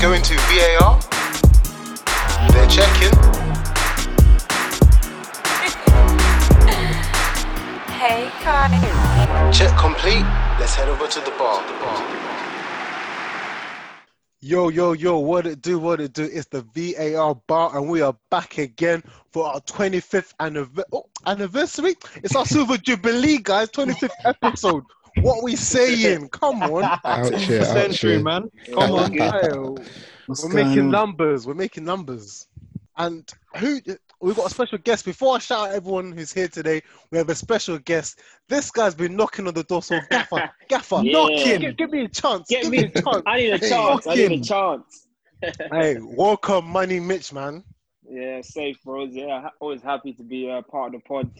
going to VAR. They're checking. Hey guys. Check complete. Let's head over to the bar. The bar. Yo, yo, yo, what it do, what it do. It's the VAR bar, and we are back again for our 25th anniv- oh, anniversary. It's our Silver Jubilee, guys, 25th episode. What we saying? Come on. Ouch, It's yeah, the ouch, century, yeah. man. Come on, guys. What's We're going making on? numbers. We're making numbers. And who we've got a special guest. Before I shout out everyone who's here today, we have a special guest. This guy's been knocking on the door. So Gaffer, Gaffer, Yeah. knock in. Give, give me a chance. Get give me- me a chance. I need a chance. I need Fucking- a chance. hey, welcome, Money Mitch, man. Yeah, safe, bros. Yeah, ha- always happy to be uh, part of the pod.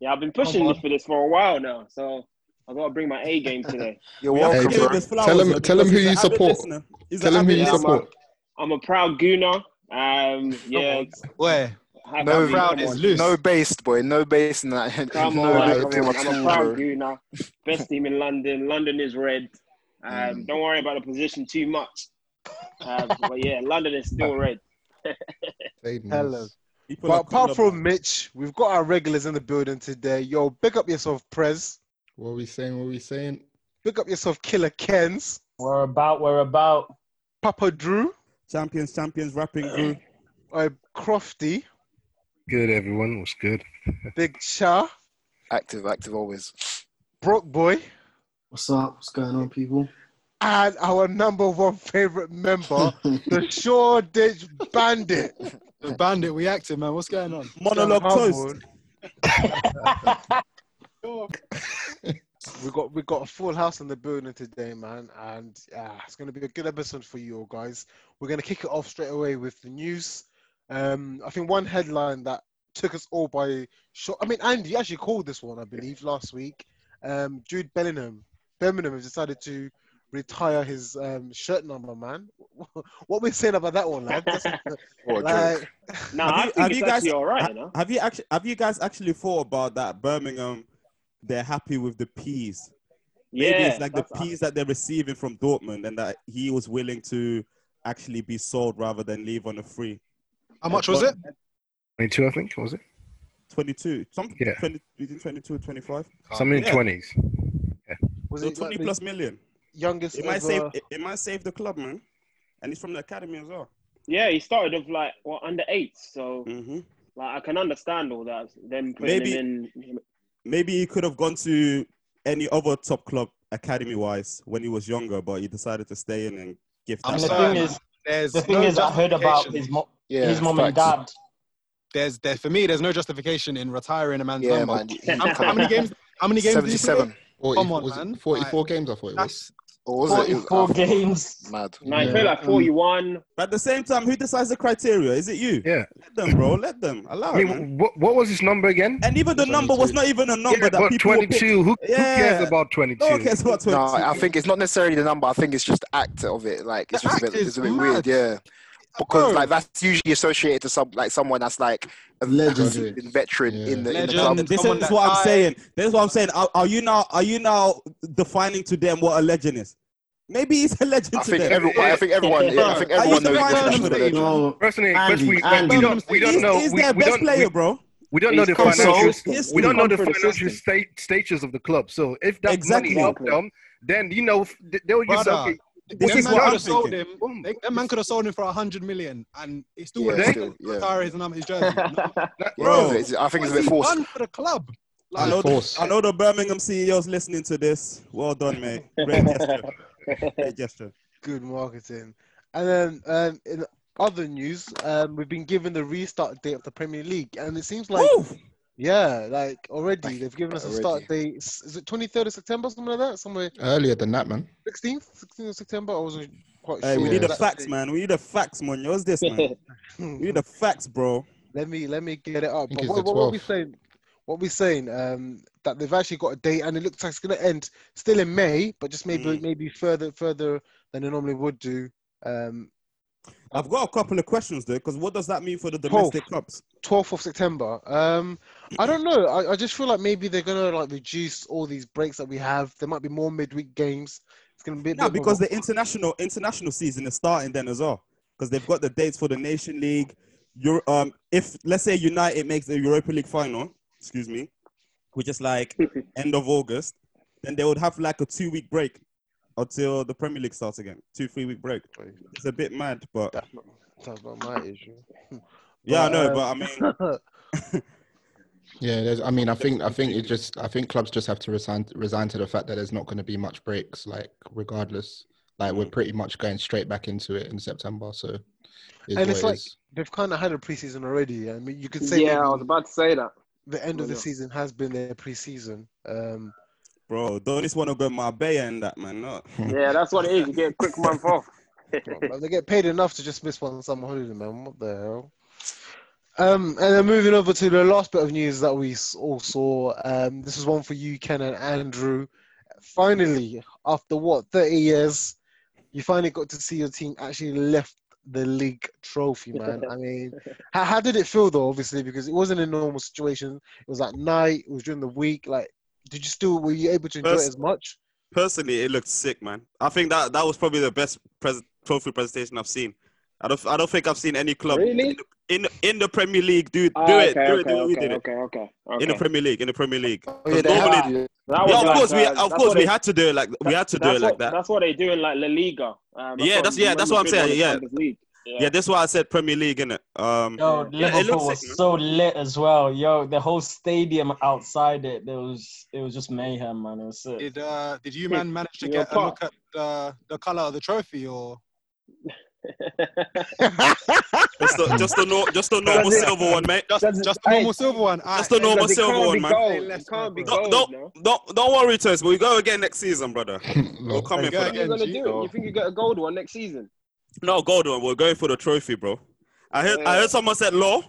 Yeah, I've been pushing Come you for this for a while now, so I gotta bring my A game today. You're welcome, welcome, bro. Tell him- tell him who you support. Tell him who you listener. support. I'm a proud gooner. Um, yeah, Where? happy No, to be Proud here. is loose. no based boy, no base in that. Come no on, base come in on. my I'm a team, proud bro. gooner. Best team in London. London is red. Um, Mm. Don't worry about the position too much. Um, but yeah, London is still red. Hello. But apart from Mitch, we've got our regulars in the building today. Yo, big up yourself, Prez. What we saying? What we saying? Big up yourself, Killer Kens. We're about, we're about. Papa Drew. Champions, champions, rapping group. Uh, Crofty. Good, everyone. What's good? Big Cha. Active, active always. Brock Boy. What's up? What's going on, people? And our number one favorite member, the Shoreditch Bandit. The bandit, we acting, man. What's going on? Monologue toast. Harwood. we got we got a full house in the building today, man, and uh, it's gonna be a good episode for you all guys. We're gonna kick it off straight away with the news. Um, I think one headline that took us all by shock. I mean, Andy you actually called this one, I believe, last week. Um, Jude Bellingham, Birmingham has decided to retire his um, shirt number, man. What we saying about that one, lad? That's- What a joke. like, Nah, I Have you- think have it's you guys- actually all right, Ha- you know. Have you actually have you guys actually thought about that? Birmingham, they're happy with the peas. Maybe yeah, it's like the that's- peas that they're receiving from Dortmund and that he was willing to actually be sold rather than leave on a free. How much was it? 22, I think, was it? 22, something Yeah. 20, between 22 and 25. Something yeah. in 20s. was So it 20 like the plus million. youngest? It might, ever- save, it, it might save the club, man. And he's from the academy as well. Yeah, he started off like well under eight, so hmm like I can understand all that. Them putting Maybe- him in. Maybe he could have gone to any other top club academy wise when he was younger, but he decided to stay in and give I'm that. And the back. sorry, thing is, There's the thing no is, I heard about his justification. mo- Yeah, his mom and facts. dad. There's there for me. There's no justification in retiring a man's Yeah, number. man. How, how many games? How many games? did he play? Seventy-seven. 40, Come on, was man. It 44 games, I thought it was. That's Or was it? It was 44 I thought- games. Mad. No, he played Mm. like forty-one. But at the same time, who decides the criteria? Is it you? Yeah. Let them, bro. Let them. Allow I it. man. mean, what, what was his number again? And even the number was not even a number Yeah, that what, people were put- 22. Who, who Yeah. cares about 22? No one cares about 22. No, I think it's not necessarily the number. I think it's just the act of it. Like it's The just a act bit, is it's a bit mad. weird, yeah. Because Bro. like that's usually associated to some like someone that's like a Legend. seasoned veteran in Yeah. the in the Legend. club. And this Someone is that what I'm I- saying. This is what I'm saying. Are, are you now? Are you now defining to them what a legend is? Maybe he's a legend I to think them. everyone. I think everyone. Yeah, I think Bro, I everyone used to knows find the out definition of about a legend. No. Personally, Andy, we, we, Andy. don't, we don't he's, know. he's we, their we best don't, player, we- bro. We don't know the He's come financial. so- Yes, We don't know the come through the financial system. state, status of the club. So if that Exactly. money helped them, then you know f- they- they'll use. Brother. Okay, This Them is man what could I'm have sold thinking. him. They, that man could have sold him for hundred million, and he still Yeah, would still, yeah. retire his number, his jersey. Yeah, Bro. it's- I think What it's a bit has he forced. done for the club? I know, Of course. the, I know the Birmingham CEO's listening to this. Well done, mate. Great gesture. Great gesture. good marketing. And then um, in other news, um, we've been given the restart date of the Premier League, and it seems like Woo! yeah, like already they've given us a start Already. date. S- Is it twenty third of September, something like that? Somewhere Earlier than that, man. sixteenth, sixteenth of September. I wasn't quite Hey, sure. we need Yeah. the facts, man. We need the facts, man. What's this, man? Hmm. We need the facts, bro. Let me let me get it up. think But it's what, the what, what we 12th. saying? What we saying? Um, that they've actually got a date, and it looks like it's going to end still in May, but just maybe Mm. maybe further further than they normally would do. Um, I've got a couple of questions though, because what does that mean for the domestic clubs? 12th of September. Um, I don't know. I, I just feel like maybe they're gonna like reduce all these breaks that we have. There might be more midweek games. It's gonna be a No, bit more- because the international international season is starting then as well. Because they've got the dates for the Nation League. Euro, um, if let's say United makes the Europa League final, excuse me, which is like end of August, then they would have like a two week break until the Premier League starts again. Two three week break. It's a bit mad, but that's not, that's not my issue. yeah, I know. um, But I mean, Yeah, there's, I mean, I think, I think it just, I think clubs just have to resign, resign to the fact that there's not going to be much breaks, like regardless, like Mm. we're pretty much going straight back into it in September. So, And is what it's it like- is. They've kind of had a preseason already. I mean, you could say Yeah, I was maybe about to say that. the end of the Yeah. season has been their preseason. Um, bro, don't just want to go Marbella and that man. No. Yeah, that's what it is. You get a quick month off. Well, they get paid enough to just miss one summer holiday, man. What the hell? Um, and then moving over to the last bit of news that we s- all saw. Um, this is one for you, Ken and Andrew. Finally, after what thirty years, you finally got to see your team actually lift the league trophy, man. I mean, how, how did it feel though? Obviously, because it wasn't a normal situation. It was at night. It was during the week. Like, did you still were you able to enjoy it First- as much? personally, it looked sick, man. I think that that was probably the best pres- trophy presentation I've seen. I don't, I don't think I've seen any club Really? in in the Premier League do do Ah, it, okay, do it, okay, do it, we okay, did it okay, okay, okay. Oh, in the Premier League, in the Premier League. 'Cause yeah, they normally- have- That was yeah, of like, course we, uh, of that's course what we they- had to do it like we had to do that's it like what- that. That's what they do in like La Liga. Um, Yeah, that's- yeah, that's what I'm saying, yeah. yeah. Yeah, that's why I said Premier League, innit? Um, Yo, Yeah, it Liverpool looks was sick, man. so lit as well. Yo, the whole stadium outside it, there was it was just mayhem, man. It was sick. Did uh, did you man manage to You're get a look at the the color of the trophy or? just a, just a, nor- just a normal it- silver one, mate. Just, Does it- just a normal hey, silver one. Just Aight. a normal Because it silver can't one, be man. gold. Say less, It can't be bro. gold. don't- no? Don't don't worry, Toast, but we go again next season, brother. We're Lol. coming Go You for that. think you're again, gonna G. do it? You think you get a gold one next season? No gold one. We're going for the trophy, bro. I heard I heard someone said law.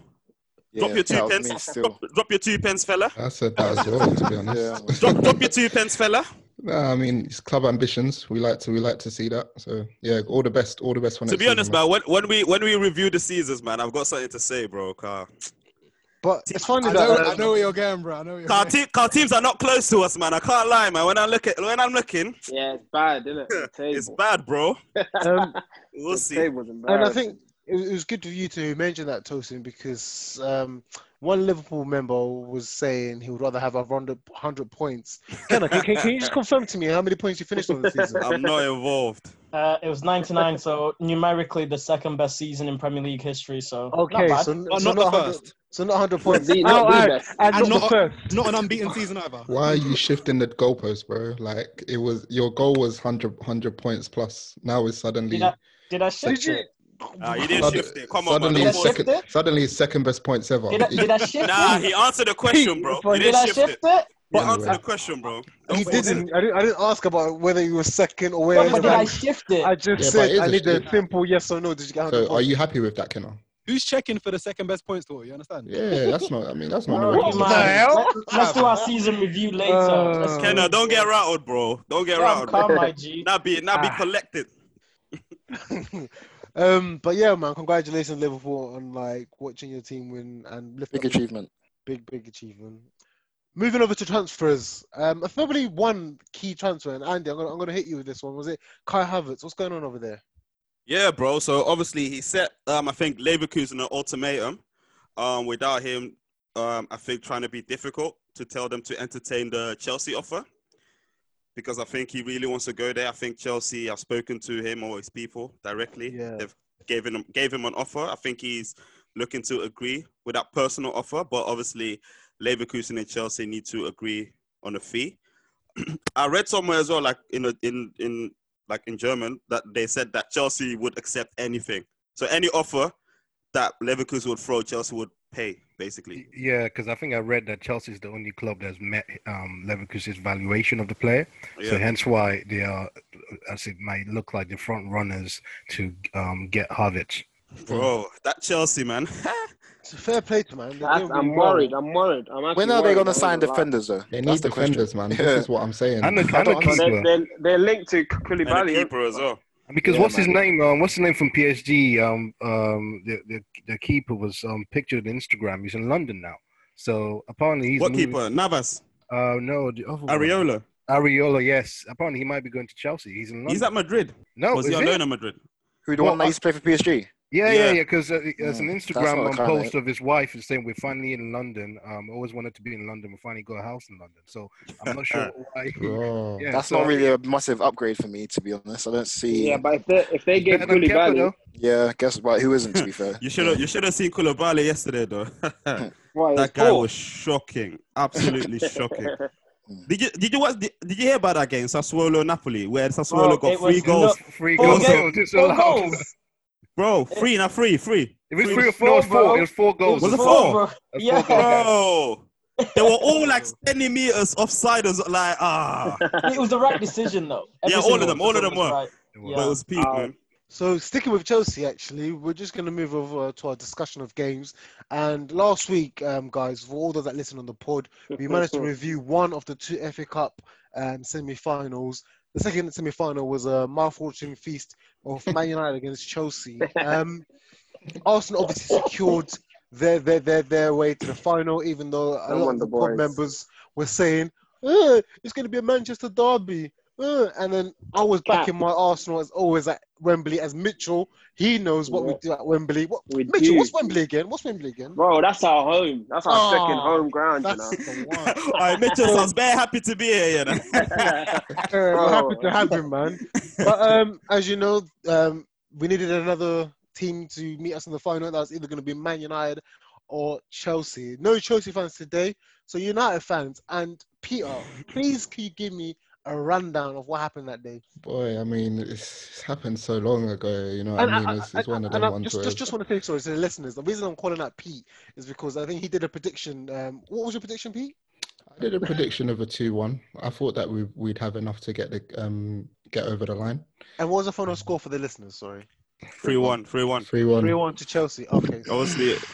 Drop your two pence. Drop, drop your two pence, fella. I said that as well, to be honest. Drop, drop your two pence, fella. Nah, I mean, it's club ambitions. We like to, we like to see that. So, yeah, all the best, all the best for To next be honest, season, man, when, when we when we review the seasons, man, I've got something to say, bro. Car, But it's funny I that know, um, I know where you're going, bro. I know where you're car, going. te- car teams are not close to us, man. I can't lie, man. When I look at when I'm looking, Yeah, it's bad, isn't it? The it's table. bad, bro. um, We'll The see. table's And I embarrassing. think it was, it was good for you to mention that, Tosin, because um, one Liverpool member was saying he would rather have 100, 100 points. Can, I, can, can can you just confirm to me how many points you finished on the season? I'm not involved. Uh, it was 99, so numerically the second best season in Premier League history. So Okay, not bad. so, But so Oh, not the 100 first. So not 100 points. The- Oh, not the and- best. and And not the not- first. Not an unbeaten season either. Why are you shifting the goalpost, bro? Like it was your goal was 100, 100 points plus. Now it's suddenly Did I, did I shift Did you- it? Nah, you didn't sud- shift it. Come on, man. suddenly Did I Don't shift force- second, it? suddenly it's second best points ever. Did I, did I shift Nah, it? he answered the question, bro. He Did didn't I shift shift it. it? He Anyway. answered the question, bro. He Don't force it. didn't, I didn't. I didn't ask about whether you were second or where. But did I I, shift it? I just Yeah, but it said is I a need a shift. simple yes or no. Did you get 100 So are points? you happy with that, Kenna? Who's checking for the second best points score? You understand? Yeah, that's not. I mean, that's not. Bro, the right you answer. man. the hell? Let's, let's do our season review later. Uh, Let's go. Kenna, don't get rattled, bro. Don't get Yeah, I'm rattled. calm, my G. Now be now be collected. um, but yeah, man, congratulations Liverpool on like watching your team win and lift Big up achievement. big, big achievement. Moving over to transfers, um, there's probably one key transfer, and Andy, I'm gonna, I'm gonna hit you with this one. Was it Kai Havertz? What's going on over there? Yeah, bro. So obviously he set um I think Leverkusen an ultimatum. Um without him, um I think trying to be difficult to tell them to entertain the Chelsea offer. Because I think he really wants to go there. I think Chelsea I've spoken to him or his people directly. Yeah. They've gave him gave him an offer. I think he's looking to agree with that personal offer, but obviously Leverkusen and Chelsea need to agree on a fee. I read somewhere as well, like in a, in in like in German, that they said that Chelsea would accept anything. So any offer that Leverkusen would throw, Chelsea would pay basically. Yeah, because I think I read that Chelsea's the only club that's met um, Leverkusen's valuation of the player. So Yeah, hence why they are, uh, as it might look like, the front runners to um, get Havertz. bro, that Chelsea man. It's a fair play to man. They're That's, doing really I'm well. worried. I'm worried. I'm actually When are they worried, going I'm to sign not gonna lie. defenders, though? They That's need the question. defenders, man. This is what I'm saying. And a, and I a don't They're, keeper. they're, they're linked to and a Koulibaly. keeper as well. Because Yeah, what's his man. name? Um, what's his name from PSG? Um, um, the, the the keeper was um pictured on Instagram. He's in London now, so apparently he's what moving- keeper? Navas, Uh, no, the other one. Areola. Ariola, yes. Apparently he might be going to Chelsea. He's in London. He's at Madrid. no, was he is on it? loan at Madrid? Who the Well, one that used to play for PSG? Yeah, yeah, Yeah. yeah. Because uh, there's an Mm, that's Instagram not the um, kind of- post of his wife is saying we're finally in London. Um, always wanted to be in London. We finally got a house in London. So I'm not sure why. Oh. Yeah, Ah. That's so- not really a massive upgrade for me, to be honest. I don't see. Yeah, but if they if they get Better than Kepa, Koulibaly, though. Yeah, guess what? Who isn't to be fair? You should have you should have seen Koulibaly yesterday though. that well, it's guy poor. was shocking, absolutely shocking. Did you did you watch did, did you hear about that game Sassuolo Napoli where Sassuolo Bro, it got three was goals, Three Four goals. goals. goals. It's Four allowed. goals. bro? Three, not three, three. It was Three. three or Four, no, it was four. bro. It was four goals. Was it Four- four? bro. it was Yeah. four goals. Bro, they were all like ten meters offside. or so- Like ah, It was the right decision, though. Yeah, all of single them, all of them decision was were. right. but It it was. was peak, Uh, man. Um, So sticking with Chelsea, actually, we're just going to move over uh, to our discussion of games. And last week, um, guys, for all those that listen on the pod, we managed to review one of the two FA Cup um, semi-finals. The second semi-final was a malfortune feast of Man United against Chelsea. Um, Arsenal obviously secured their, their their their way to the final, even though a Don't lot of want the the pod boys. members were saying, "Eh, "It's going to be a Manchester derby." Uh, and then I was back in my Arsenal as always at Wembley as Mitchell. He knows what we do at Wembley. What We Mitchell? do. What's Wembley again? What's Wembley again? Bro, that's our home. That's our Oh, second home ground, you That's know. the one. I Oh, Mitchell sounds very happy to be here. You know? Uh, we're happy Bro. to have him, man. But um, as you know, um, we needed another team to meet us in the final. That was either going to be Man United or Chelsea. No Chelsea fans today, so United fans. And Peter, please can you give me a rundown of what happened that day? Boy, I mean, it's, it's happened so long ago. You know what And I mean? I- It's, it's I- one of and them I ones just, where just, just want to say sorry to the listeners. The reason I'm calling out Pete is because I think he did a prediction. Um, what was your prediction, Pete? I did a prediction of a two-one. I thought that we, we'd have enough to get the um get over the line. And what was the final score for the listeners? Sorry, Three one, three one. Three-one. three-one to Chelsea. Okay. so- Obviously,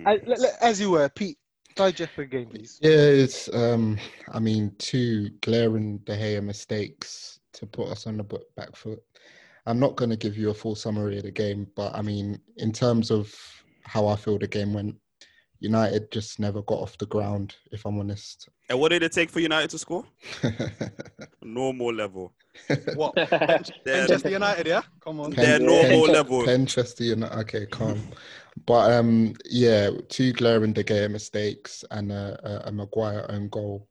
I- le- le- as you were, Pete, digest the game, please. Yeah, it's um, I mean, two glaring De Gea mistakes to put us on the b- back foot. I'm not going to give you a full summary of the game, but I mean, in terms of how I feel the game went, United just never got off the ground. If I'm honest, and what did it take for United to score? Normal level. What? They're, Manchester United, yeah? Come on. they're Pen- normal Pen- level. Manchester United. Okay, calm. but um, yeah, two glaring De Gea mistakes and a, a, a Maguire own goal.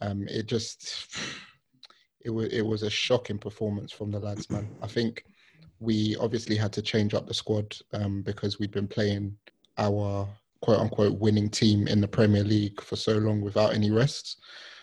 Um, it just it was it was a shocking performance from the lads, man. I think we obviously had to change up the squad um, because we'd been playing our quote unquote winning team in the Premier League for so long without any rests.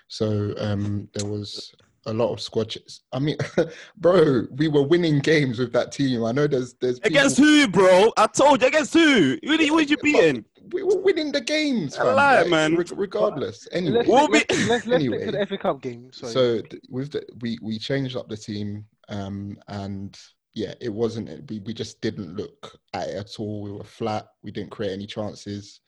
So um, there was a lot of squad. ch- I mean, bro, we were winning games with that team. I know there's there's people- Against who, bro? I told you, against who? Who did, who did you beating? we were winning the games, I fam, lie, like, man. reg- regardless, anyway. Let's, We'll let's, be- let's, let's stick to Anyway. the FA Cup game. Sorry. So th- with the, we we changed up the team, um, and yeah, it wasn't. it- We we just didn't look at it at all. We were flat. We didn't create any chances,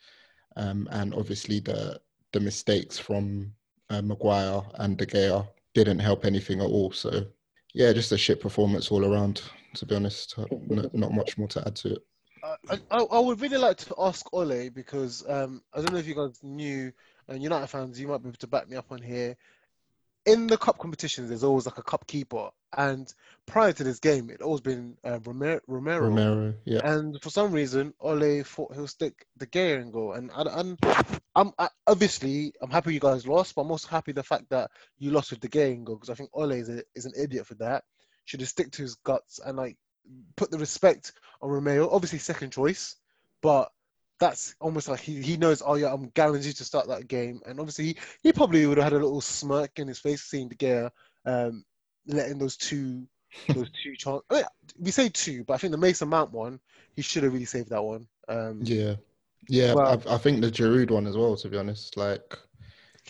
um, and obviously the the mistakes from uh, Maguire and De Gea didn't help anything at all. So yeah, just a shit performance all around. To be honest, Uh, N- not much more to add to it. Uh, I, I I would really like to ask Ole because um, I don't know if you guys knew, and United fans, you might be able to back me up on here. In the cup competitions, there's always like a cup keeper, and prior to this game, it always been uh, Romero, Romero. Romero, yeah. And for some reason, Ole thought he'll stick the gay and goal. And I, I'm, I'm I, obviously I'm happy you guys lost, but I'm also happy the fact that you lost with the gay and goal because I think Ole is, a, is an idiot for that. Should have stick to his guts and like put the respect on Romeo. Obviously second choice, but that's almost like he, he knows. Oh yeah, I'm guaranteed to start that game. And obviously he, he probably would have had a little smirk in his face seeing the gay um, letting those two those two chances. I mean, we say two, but I think the Mason Mount one he should have really saved that one. Um, Yeah, yeah. Well- I, I think the Giroud one as well. To be honest, like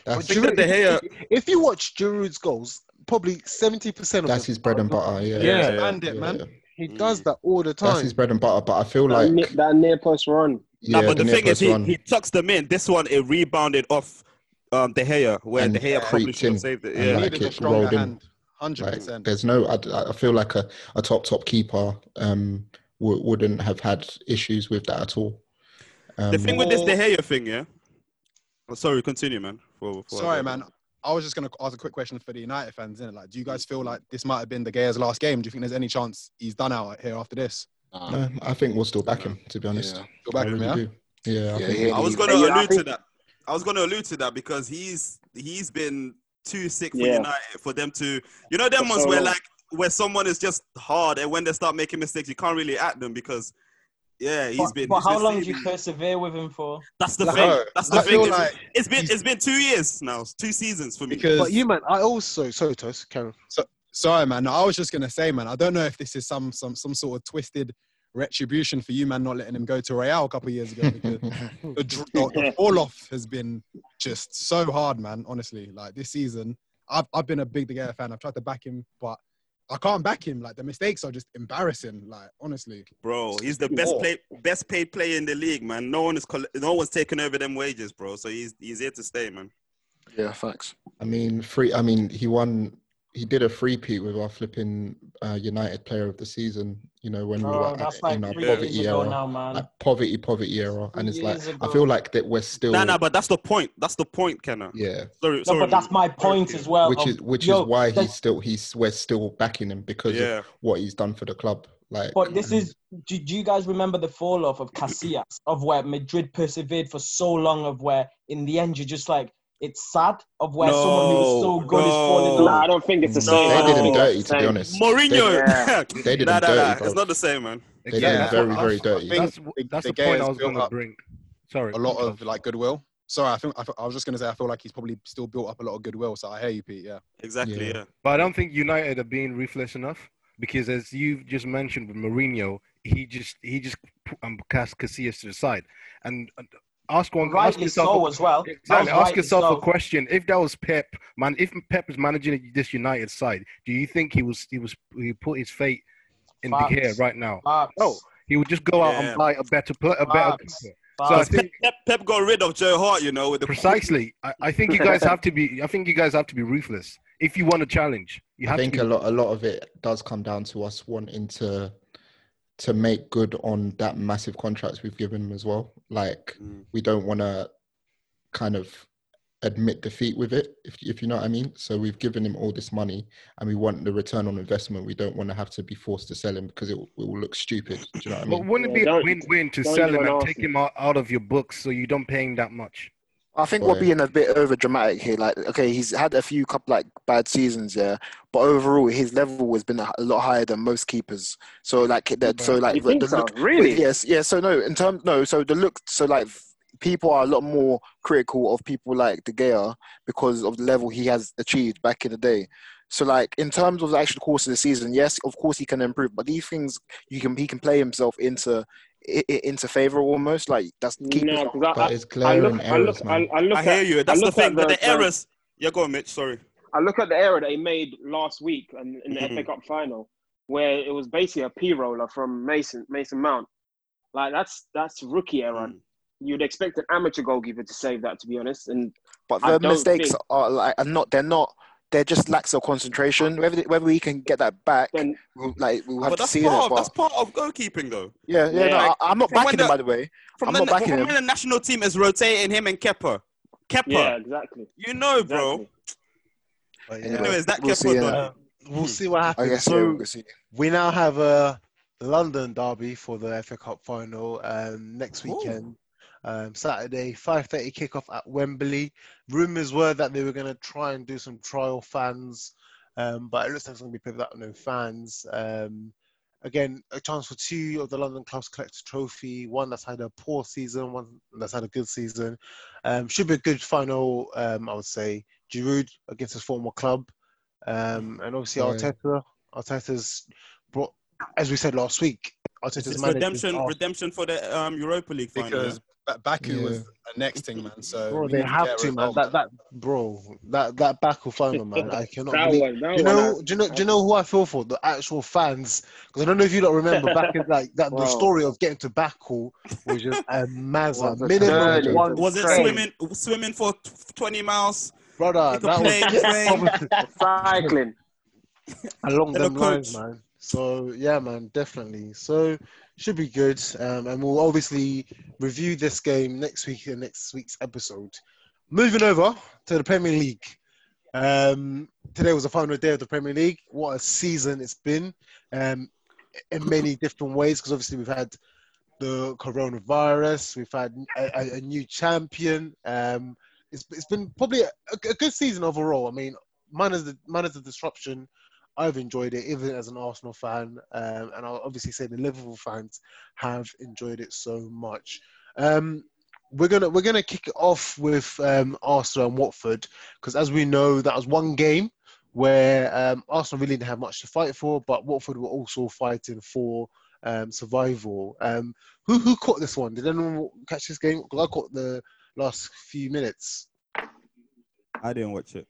that's Giroud- think that De Gea- if, if you watch Giroud's goals, probably seventy percent of that's them his bread are and not- butter. Yeah, Yeah, Yeah, and it, yeah, man. yeah. He does that all the That's time. his bread and butter. But I feel that, like near, that near post run. yeah, nah, but the near thing is, post he, run he tucks them in. This one, it rebounded off um, De Gea, where And De Gea probably creeped should in have saved it. and, Yeah. like, Needed a it stronger rolled in. hand. Hundred Like, percent. there's no. I, I feel like a, a top top keeper um, w- wouldn't have had issues with that at all. Um, The thing with this De Gea thing, yeah. Oh, sorry, continue, man. For, for- Sorry, man. I was just gonna ask a quick question for the United fans, innit? Like, do you guys feel like this might have been De Gea's last game? Do you think there's any chance he's done out here after this? no, Um, I think we'll still back him. To be honest, Yeah. Go I back, really yeah? do. Yeah, I Yeah, think he- I was going to Yeah, I allude to think- that. I was going to allude to that because he's he's been too sick for Yeah. United for them to. You know them For ones so where long. like where someone is just hard and when they start making mistakes you can't really at them because yeah he's But, been. but he's how been long do you saving- persevere with him for? That's the Like, thing. bro, That's the I thing. feel It's, like it's been it's been two years now, two seasons for me. because But you, man, I also sorry, Tos, Karen. Sorry, man. I was just gonna say, man. I don't know if this is some some some sort of twisted retribution for you, man, not letting him go to Real a couple of years ago. Because the, dr- the, the fall off has been just so hard, man. Honestly, like this season, I've I've been a big De Gea fan. I've tried to back him, but I can't back him. Like the mistakes are just embarrassing. Like honestly, Bro, he's the best play, best paid player in the league, man. No one is coll- no one's taking over them wages, bro. So he's he's here to stay, man. Yeah, facts. I mean, free. I mean, he won. He did a free peat with our flipping uh, United Player of the Season. You know when we Bro, were that's at, like in our three poverty years ago era, now, man. like poverty, poverty era, and it's like Years I ago. feel like that we're still. Nah, nah, but that's the point. That's the point, Kenna. yeah, Sorry, No, sorry. but that's man. my point as well. which of- is which yo, is why that- he's still he's we're still backing him because of Yeah, what he's done for the club. Like, But this and- is. Do, do you guys remember the fall off of Casillas, of where Madrid persevered for so long, of where in the end you're just like, it's sad, of where someone who was so No, good is falling no. Nah, I off. don't think it's the Mm, same. No. I they don't did him think dirty, it's to the be same. honest. Mourinho. Yeah. They, they did nah, him nah, dirty. nah. bro. It's not the same, man. They did Yeah, him that's very, what- very that's what I dirty. think. That's the- that's the the point Gea's I was going built to up bring. Sorry, a lot Tom. of like goodwill. Sorry, I think I, I was just gonna say I feel like he's probably still built up a lot of goodwill. So I hear you, Pete. Yeah. Exactly. Yeah. Yeah. But I don't think United are being ruthless enough because, as you've just mentioned with Mourinho, he just he just p- um, cast Casillas to the side and and ask one. ask Rightly yourself so a- as well. Exactly. That was Ask rightly yourself so. a question. If that was Pep, man, if Pep was managing this United side, do you think he was he was he put his fate in the Facts. air right now? Facts. No. He would just go out Yeah. and buy a better pl- a better. Facts. keeper. So I Facts. think Pep, Pep got rid of Joe Hart, you know, with the precisely. I, I think you guys have to be. I think you guys have to be ruthless if you want a challenge. You I have think to. a Be, lot a lot of it does come down to us wanting to to make good on that massive contracts we've given them as well. Like Mm. we don't want to kind of admit defeat with it, if if you know what I mean. So we've given him all this money, and we want the return on investment. We don't want to have to be forced to sell him because it, will- it will look stupid. Do you know what I but mean? wouldn't it Yeah, be a don't- win-win to don't sell you him and wanna take ask him out, out of your books so you don't pay him that much? I think Oh, we're yeah. being a bit over dramatic here. Like, okay, he's had a few couple like bad seasons, yeah, but overall his level has been a, a lot higher than most keepers. So like that, so like You think the so? look, Really? Wait, yes, yeah. So no, in terms, no. So the look, so like people are a lot more critical of people like De Gea because of the level he has achieved back in the day. So like in terms of the actual course of the season, yes, of course he can improve, but these things you can he can play himself into i- i- into favor almost. Like that's keepers. No, are- because I, But it's I, I glaring look, I errors, look, I, man. I look. I hear at, you. That's I the look thing. at but the, the- errors. Yeah, go on, Mitch. Sorry. I look at the error that he made last week and in the FA Mhm. Cup final, where it was basically a P roller from Mason Mason Mount. Like that's that's rookie error. Mm. You'd expect an amateur goalkeeper to save that, to be honest. And but I the don't mistakes think- are like are not they're not they're just lacks of concentration. Whether whether we can get that back, then we'll, like we'll have But to that's see it. part of but- that's part of goalkeeping, though. yeah, yeah. no, Yeah. I, I'm not From when backing him, the- by the way. From I'm the, not backing from him. when the national team is rotating him and Kepper. Kepper, yeah, exactly. you know, bro. exactly. But yeah, Yeah. Anyways, that We'll Kepper see, yeah. done it. uh, we'll Hmm. see what I happens. guess yeah, so we'll see. we now have a London derby for the FA Cup final um, next Ooh. weekend. Um, Saturday, 5:30 kickoff at Wembley. Rumours were that they were going to try and do some trial fans, um, but it looks like it's going to be people that are no fans. Um, again, a chance for two of the London clubs to collect a trophy. One that's had a poor season, one that's had a good season. Um, should be a good final, um, I would say. Giroud against his former club, um, and obviously Yeah. Arteta. Arteta's brought, as we said last week, Arteta's It's managers redemption, are- redemption for the um, Europa League final. Because Ba- Baku was Yeah. the next thing, man. So Bro, we they need have Gea to, as man. well, That that bro, that that battle final, man. I cannot That believe. one, that Do you one, know? Do you know? Do you know who I feel for? The actual fans, because I don't know if you don't remember back in like that. The Wow. story of getting to Baku was just a mazza. Was a Minimum journey. one Was it day. swimming swimming for tw- 20 miles? brother? Pick a That plane, was plane. Cycling. along Hello, them lines, coach. man. So yeah, man, definitely. So should be good, um, and we'll obviously review this game next week in next week's episode. Moving over to the Premier League. Um, today was the final day of the Premier League. What a season it's been, um, in many different ways. Because obviously we've had the coronavirus, we've had a, a- a new champion. Um, it's, it's been probably a, a good season overall. I mean, minus the minus the disruption, I've enjoyed it, even as an Arsenal fan, um, and I'll obviously say the Liverpool fans have enjoyed it so much. Um, we're gonna we're gonna kick it off with um, Arsenal and Watford because, as we know, that was one game where um, Arsenal really didn't have much to fight for, but Watford were also fighting for um, survival. Um, who who caught this one? Did anyone catch this game? 'Cause I caught the last few minutes. I didn't watch it.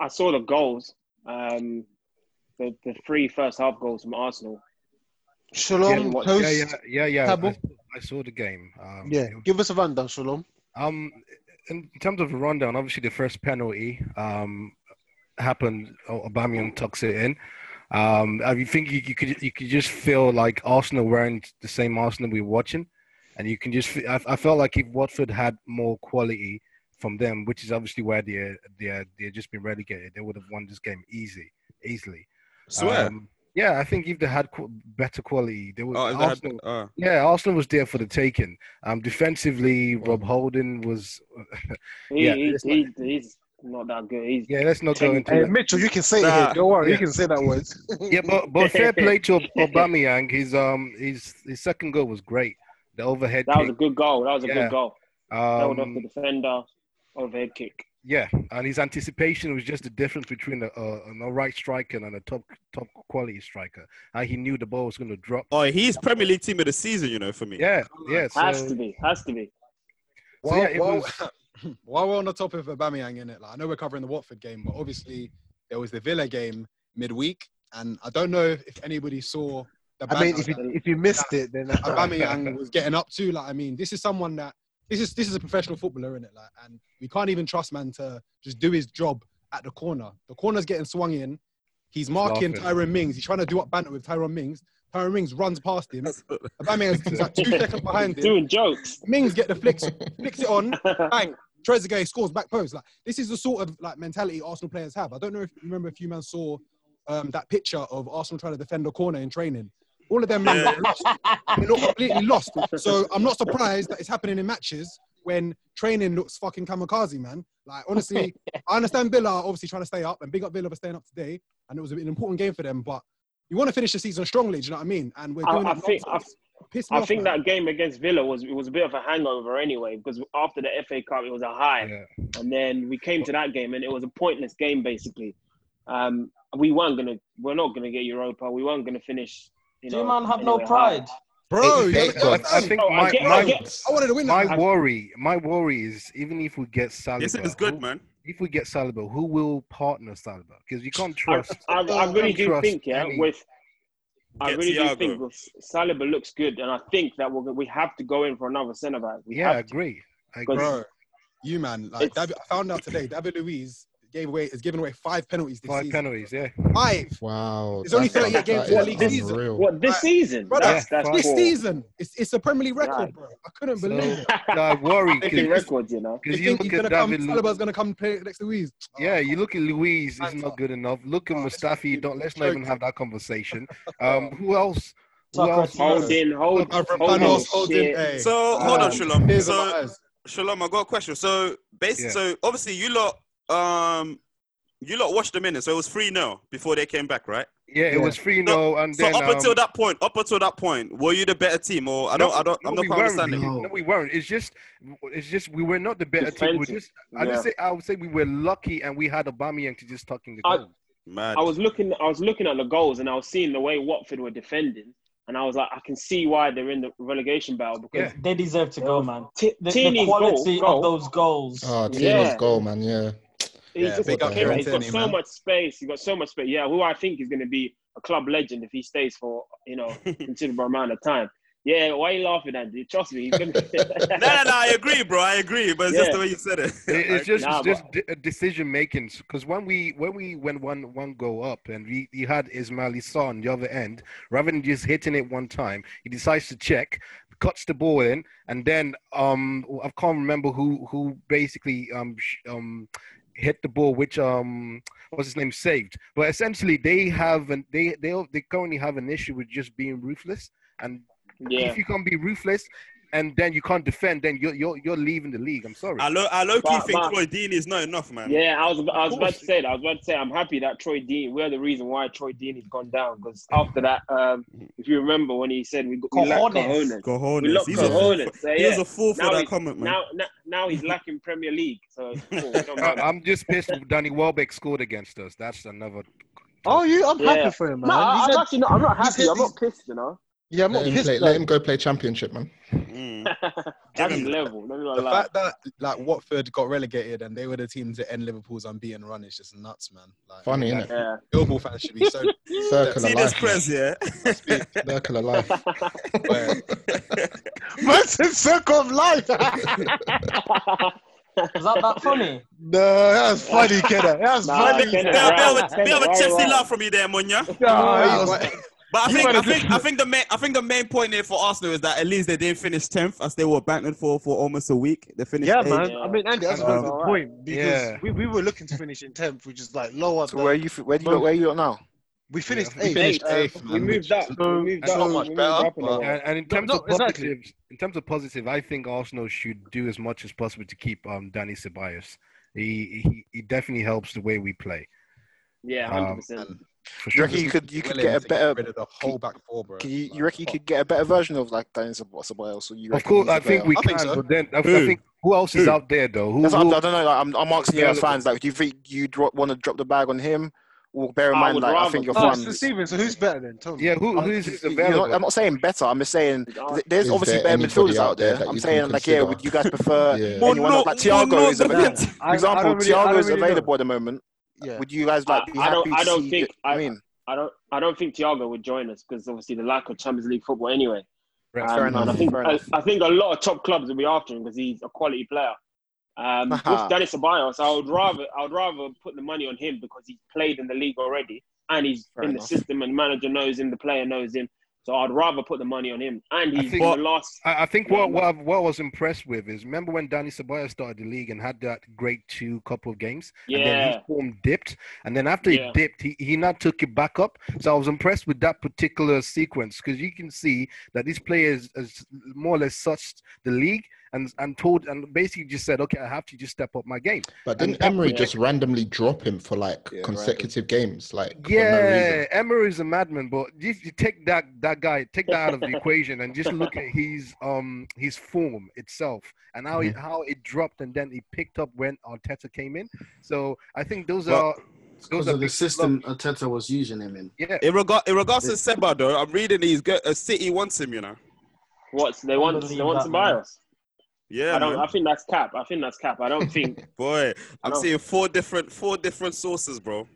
I saw the goals, um, the, the three first half goals from Arsenal. Shalom, what- Toast. Yeah, yeah, yeah, yeah. I, Tabo? I saw the game. Um, Yeah, give us a rundown, Shalom. Um, in terms of the rundown, obviously the first penalty um happened. O- Aubameyang tucks it in. Um, I mean, think you, you could you could just feel like Arsenal weren't the same Arsenal we were watching, and you can just fe- I, I felt like if Watford had more quality from them, which is obviously where they are they are they are just been relegated, they would have won this game easy easily. Swear. Um, yeah, I think if they had qu- better quality, they would. oh, is that, Arsenal, uh, yeah, Arsenal was there for the taking. Um, defensively, Rob Holding was. He, Yeah, he, it's he, he's not that good. He's yeah, let's not go Ten- into Hey, that. Mitchell, you can say it Nah. here. Don't worry, you Yeah. can say that word. Yeah, but but fair play to Ob- Aubameyang. His um his his second goal was great. The overhead that was a kick. good goal. That was a Yeah. good goal. Held off the Um, defender, overhead kick. yeah, and his anticipation was just the difference between a, a, an all right striker and a top top quality striker. And he knew the ball was going to drop. oh, he's Premier League team of the season, you know, for me. Yeah, yeah. Has to So, be. Has to be. so While, yeah, it while, was. while we're on the topic of Aubameyang in it, like I know we're covering the Watford game, but obviously there was the Villa game midweek, and I don't know if anybody saw the I mean, banter if you, that if you missed it, then Aubameyang was getting up to. Like I mean, this is someone that this is this is a professional footballer in it, like, and we can't even trust man to just do his job at the corner. The corner's getting swung in. He's marking Laughing. Tyrone Mings. He's trying to do up banter with Tyrone Mings. Tyrone Mings runs past him. Aubameyang's like two seconds behind him. Doing jokes. Mings get the flicks, flicks it on, bang. Trezeguet scores back post. Like this is the sort of like mentality Arsenal players have. I don't know if you remember if you man saw um, that picture of Arsenal trying to defend a corner in training. All of them men Yeah. got lost. They look completely lost. So I'm not surprised that it's happening in matches when training looks fucking kamikaze, man. Like honestly, I understand Villa are obviously trying to stay up and big up Villa for staying up today, and it was an important game for them. But you want to finish the season strongly, do you know what I mean? And we're I, doing I it. think. I, nonsense. Piss me I off, think man. that game against Villa was it was a bit of a hangover anyway because after the FA Cup it was a high, Yeah. and then we came to that game and it was a pointless game basically. Um, we weren't gonna, we're not gonna get Europa. We weren't gonna finish. You Do you know, man have no anywhere pride? bro. you Eight- have eight to I, goals. understand. I think Oh, I my, get- I my, get- I wanted to win that. my match. worry my worry is even if we get Saliba, This is who- good, man. if we get Saliba, who will partner Saliba? Because you can't High. trust. I, I, I you really can't do trust think yeah any- with. I Get really do Thiago. think with Saliba looks good, and I think that we're, we have to go in for another centre back. We yeah, I have to. agree. I Because- agree. bro. You man, like It's- David, I found out today, David Luiz gave away is giving away five penalties this Five season. penalties, yeah. Five Wow. There's only that's- 38 games that in the is league season. unreal. What this Right. season? Brother, That's that's fuck. this poor. season. It's it's a Premier League record, Right. bro. I couldn't So, believe it. I worry Breaking because records, you know. You you think look he's at gonna come? David. Lu- Saliba's gonna come play next to Oh, Luiz? Oh, yeah, you come look at Louise. It's Hands not up. good enough. Look at on, this man Mustafi. is Don't let's not even joking. have that conversation. Um, who else? Who else? Socrates. Holding, hold, Socrates. holding, Panos is holding. shit. Hey, So hold on, Uh, Um, Shalom. tears in my So eyes. Shalom, I got a question. So basically, Yeah. so obviously you lot, um, you lot watched them in it. So it was free now before they came back, right? Yeah, it Yeah. was free. No, No, and So then up until um, that point, up until that point, were you the better team, or I No, don't, I don't, I'm no, not we quite weren't. understanding. No, we weren't. It's just, it's just we were not the better team. We were Defensive. just, I Yeah. just say, I would say we were lucky, and we had Aubameyang to just tuck in the I- goal. Mad. I was looking, I was looking at the goals, and I was seeing the way Watford were defending, and I was like, I can see why they're in the relegation battle because Yeah. They deserve to go, man. T- The, the Tierney's quality goal, of goal those goals. Ah, Oh, Tina's Yeah. goal, man. Yeah. he's Yeah, just a big what up the hell? killer. He's got Fiorentina, so man. much space. He's got so much space. Yeah, who I think is going to be a club legend if he stays for you know considerable amount of time. Yeah, why are you laughing, Andy? Trust me. He's gonna... No, no, no. I agree, bro. I agree, but it's just Yeah. the way you said it. It- It's just Nah, it's just de- decision making because when we when we went one one goal up and we you had Ismail Issa on the other end, rather than just hitting it one time, he decides to check, cuts the ball in, and then um I can't remember who who basically um sh- um hit the ball which um what's his name saved. But essentially they have an they they they currently have an issue with just being ruthless and Yeah. if you can't be ruthless. And then you can't defend. Then you're you're you're leaving the league. I'm sorry. I low, I low key But- think but- Troy Deeney is not enough, man. Yeah, I was, I was Of about course. to say that. I was about to say I'm happy that Troy Dean. We're the reason why Troy Dean has gone down because after that, um, if you remember when he said we, got- we lack Cojones. cojones, we Cojones. lack He's a, cojones. So, he was yeah. a fool for Now that he's- comment, man. Now, now, now he's lacking Premier League. So cool, we don't mind. I- I'm just pissed Danny Welbeck scored against us. That's another. Oh, you! I'm Yeah. happy for him, man. no, He's I'm had- actually not. I'm not he's happy. had I'm not these- pissed. You know, yeah, I'm not Let him, pissed. play, like- let him go play championship, man. Mm. Give that's him his that. level. Let me not The lie. fact that like Watford got relegated and they were the team to end Liverpool's unbeaten run is just nuts, man. Like, Funny, like, innit? Yeah. Liverpool fans should be so. Circle of See this life. man. press, yeah? Circle of life. aware. Man said circle of life. no, Was that that funny? that was funny, Kenna. That was Nah, funny. Kenna, Bit of- bit of a- right, right. bit of a Right, chesty right. laugh from you there, Munya. Nah, that was- But I You think, wanna I think I think the main I think the main point here for Arsenal is that at least they didn't finish tenth as they were bantered for for almost a week. They finished yeah, eighth. man. Yeah. I mean, Andy, that's a Um, very good point because Yeah. we, we were looking to finish in tenth, which is like lower. So where you f- where do you where you at now? we finished Yeah, we eighth. finished Eight, um, eighth, we man, moved which up. is- We moved that's up. not we much moved better, up in a but- while. And, and in No, terms no, of exactly. positives, in terms of positive, I think Arsenal should do as much as possible to keep um, Danny Ceballos. He, he he definitely helps the way we play. Yeah, Um, hundred percent. and For Do you sure. reckon you could you could willing get a to better? rid of the whole back four, bro. Can you, Like, you reckon you fuck. could get a better version of like Danny Ceballos? Ceballos, Or you Of reckon course, he's a I think better- we I think can. so. But then I, I Who? think who else is Who? out there though? Who, That's what who- I'm, I don't know. Like, I'm I'm asking you as Available. fans. Like, do you think you want to drop the bag on him? Or bear in I mind, would like I rather- think your Oh, fans. so Steven, so who's better then? Tell me. yeah, who I'm- who is is you know, available? I'm not saying better. I'm just saying It's hard. th- there's Is obviously there better anybody midfielders out out there there. that I'm you can saying like, yeah, consider? would you guys prefer Yeah. anyone else? Like Mono- Thiago is Mono- Yeah. Nah, I, available. For I don't example, really, I Thiago don't is really know. available at the moment. Yeah. Would you guys I, like be I don't. happy I to don't see? think. I I, mean, I don't. I don't think Thiago would join us because obviously the lack of Champions League football anyway. Fair Um, enough, and I think fair I, enough. I think a lot of top clubs will be after him because he's a quality player. Um, with Danny Ceballos, I would rather I would rather put the money on him because he's played in the league already and he's Fair in enough. the system and the manager knows him, the player knows him. So I'd rather put the money on him. And I he's think- in the last. I, I think Yeah, what no. what, I've- what I was impressed with is remember when Danny Ceballos started the league and had that great two couple of games, and then Yeah, his form dipped, and then after Yeah. he dipped, he, he now took it back up. So I was impressed with that particular sequence because you can see that this player is, is more or less such the league and and told and basically just said, okay, I have to just step up my game. But And didn't that Emery yeah. just randomly drop him for like Yeah, consecutive games? Like, for no reason? Yeah, Emery is a madman, but if you take that that guy, take that out of the equation, and just look at his um his form itself and how it, how it dropped, and then he picked up when Arteta came in. So I think those Well, are those because are of the big system Ateta was using him in. yeah. In regard in regards to Seba though, I'm reading he's good uh, City wants him, you know. what's they want? They Unbelievable, want that man. Ceballos. Yeah, I don't. man. I think that's cap. I think that's cap. I don't think Boy, I'm No. seeing four different four different sources, bro.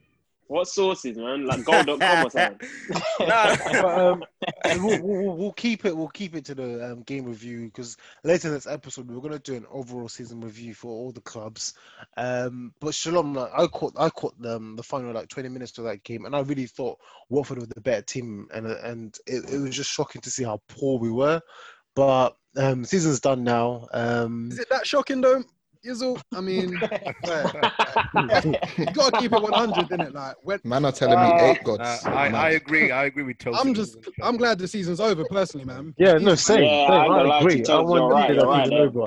what sources, man. Like gold.com or something. Nah. But, um, and we'll, we'll, we'll- we'll keep it. We'll keep it to the um, game review because later in this episode we're gonna do an overall season review for all the clubs. Um, but Shalom, like, I caught I caught the, um, the final like 20 minutes of that game, and I really thought Watford were the better team, and uh, and it, it was just shocking to see how poor we were. But um, season's done now. Um, Is it that shocking though? Yizzle, I mean, you gotta keep it 100, innit? Like, when, Man are telling me eight gods. Uh, I, I Mad. agree. I agree with Toby. I'm just, I'm glad the season's over personally, man. Yeah, no, same. Yeah, same. I ain't I, gonna lie to you, agree. I Charles, want you're right, to you're that right, season though. over.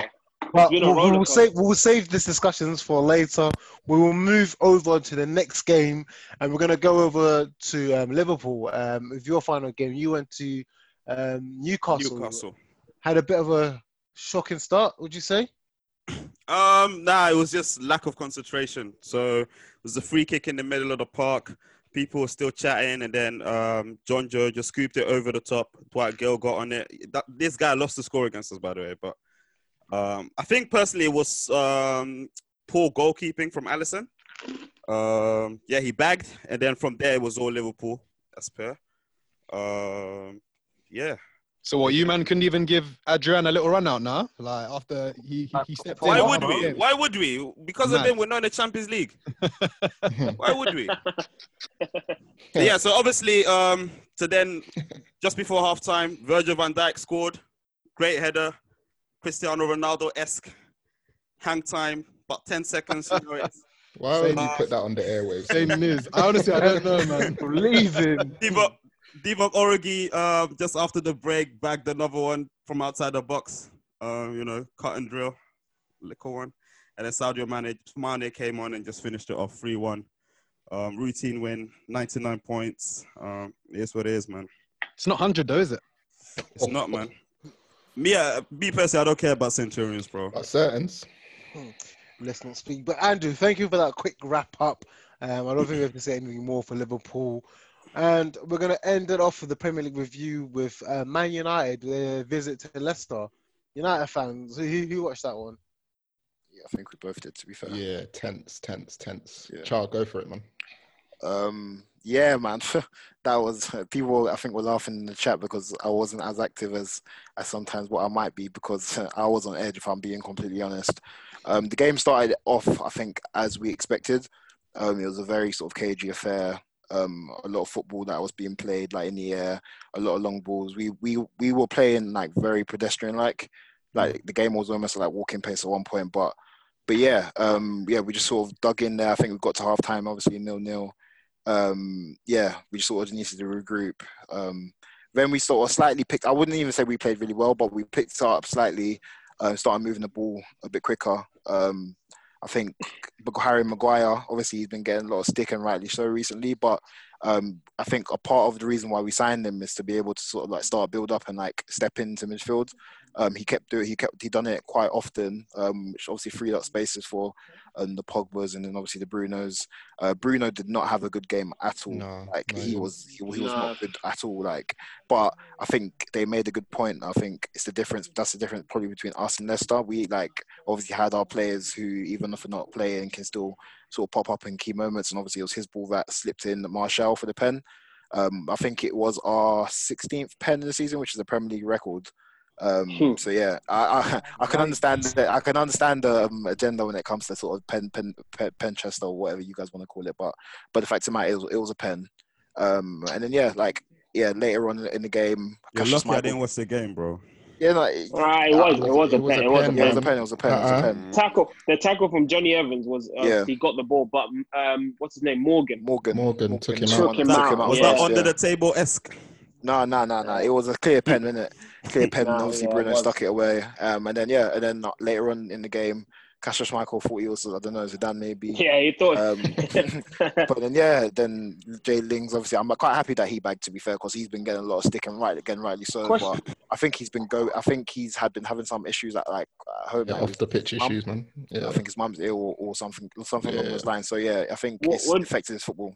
But been a we'll, we'll rollercoaster. save we'll save this discussions for later. We will move over to the next game, and we're gonna go over to um, Liverpool. Um, with your final game, you went to um, Newcastle. Newcastle. Had a bit of a shocking start. Would you say? Um, nah, it was just lack of concentration. So it was a free kick in the middle of the park. People were still chatting, and then um, John Joe just scooped it over the top. Dwight Gill got on it. That, this guy lost the score against us, by the way. But um, I think personally it was um, poor goalkeeping from Allison. Um, yeah, he bagged, and then from there it was all Liverpool. That's fair. Um, yeah, So what you man couldn't even give Adrian a little run out now? Like after he he, he stepped Why in. would we? Why would we? Because of Mad. them, we're not in the Champions League. why would we? yeah. So obviously, um, so then just before halftime, Virgil Van Dijk scored, great header, Cristiano Ronaldo esque, hang time, about ten seconds. You know, it's- Why would you put that on the airwaves? Same news. Honestly, I don't know, man. Leaving. Divock Divock Origi um, just after the break bagged another one from outside the box. Um, you know, cut and drill, little one. And then Sadio Mane, Mane came on and just finished it off 3 1. Um, routine win, 99 points. Um, it is what it is, man. It's not hundred though, is it? It's not, man. Me, uh, me personally, I don't care about Centurions, bro. Certains. Let's not speak. But Andrew, thank you for that quick wrap up. Um, I don't think we have to say anything more for Liverpool. And we're going to end it off with the Premier League review with uh, Man United, their visit to Leicester. United fans, who, who watched that one? Yeah, I think we both did. To be fair. Yeah, tense, tense, tense. Child, go for it, man. Um, yeah, man, that was people. I think were laughing in the chat because I wasn't as active as as sometimes what I might be because I was on edge. If I'm being completely honest, um, the game started off, I think, as we expected. Um, it was a very sort of cagey affair. Um, a lot of football that was being played, like in the air, a lot of long balls. We we we were playing like very pedestrian, like like Mm. the game was almost like walking pace at one point. But but yeah, um, yeah, we just sort of dug in there. I think we got to half time, obviously nil nil um, yeah, we sort of needed to regroup. Um, then we sort of slightly picked. I wouldn't even say we played really well, but we picked it up slightly, uh, started moving the ball a bit quicker. Um, I think Mag- Harry Maguire, obviously, he's been getting a lot of stick and rightly so recently. But um, I think a part of the reason why we signed him is to be able to sort of like start build up and like step into midfield. Um, he kept doing, he kept, he done it quite often, um, which obviously freed up spaces for um, the Pogba's and then obviously the Brunos. Uh, Bruno did not have a good game at all. like he was, he, was- he was No. not good at all. Like, but I think they made a good point. I think it's the difference. That's the difference probably between us and Leicester. We like obviously had our players who, even if they're not playing, can still sort of pop up in key moments. And obviously, it was his ball that slipped in Marshall for the pen. Um, I think it was our 16th pen of the season, which is a Premier League record. Um, so yeah, I, I, I can understand that. I can understand the um, agenda when it comes to sort of pen, pen, pen, pen chest or whatever you guys want to call it. But but the fact of the matter, it was, it was a pen. Um, and then yeah, like yeah, later on in the game, You're Cassius lucky I Michael- didn't watch the game, bro. Yeah, no, it, Right, it was, it was a pen. It was a pen. It was a pen. It was a pen. It was a pen. Tackle. The tackle from Johnny Evans was uh, Yeah. he got the ball, but um, what's his name? Morgan. Morgan. Morgan took him Took out. him out. Was yeah. that under Yeah. the table esque? No, no, no, no. It was a clear pen, wasn't it? Clear pen. Nah, obviously, yeah, it Bruno was. stuck it away. Um, and then yeah, and then uh, later on in the game, Cassius Michael thought he was I don't know Zidane maybe. Yeah, he thought. Um, but then yeah, then Jay Lings. Obviously, I'm quite happy that he bagged. To be fair, because he's been getting a lot of stick and right again, rightly so. Question. But I think he's been go. I think he's had been having some issues at like at home. Yeah, like, off with the pitch his mum. issues, man. Yeah. I think his mum's ill or, or something, or something along Yeah. those lines. So yeah, I think What- it's what- affected his football.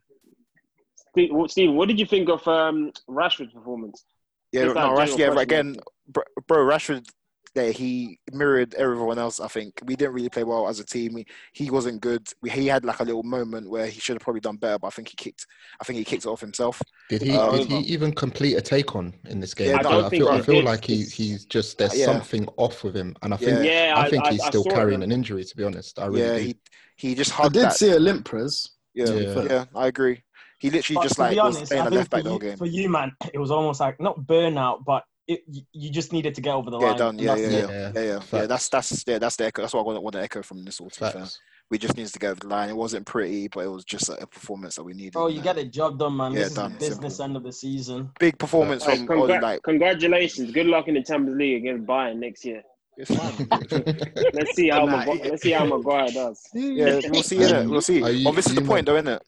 Steve, what, Steve, what did you think of um, Rashford's performance? Yeah, no, Just that Rash, general yeah, but question. again, bro, bro, Rashford, yeah, he mirrored everyone else. I think we didn't really play well as a team. He, he wasn't good. We, he had like a little moment where he should have probably done better, but I think he kicked. I think he kicked it off himself. Did he? Um, did he even complete a take on in this game? Yeah, I Because don't I, think feel, he I feel did. like he, he's just there's Yeah. something off with him, and I think Yeah. I Yeah, think I- he's I- I still saw it, carrying man. an injury. To be honest, I really yeah, do. he he just I hugged did that. see a limp press. Yeah, yeah, Yeah. I agree. He literally But just to like be was honest, playing I a think left for back the you, whole game. for you, man, it was almost like not burnout, but it, you, you just needed to get over the Yeah, line. done. and Yeah, that's yeah, it. yeah, yeah, yeah. Yeah, that's that's yeah, that's the echo. That's what I want, want to echo from this all. To be fair, we just needed to go over the line. It wasn't pretty, but it was just a performance that we needed. Bro, man. you get a job done, man. Yeah, Oh, this is done, the business end of the season. Big performance Hey, from congra- oh, like congratulations. Good luck in the Champions League against Bayern next year. let's see how Nah, Magu- it- let's see how Maguire does. Yeah, we'll see. innit? We'll see. are you- Well, this is you the man- point, though, isn't it?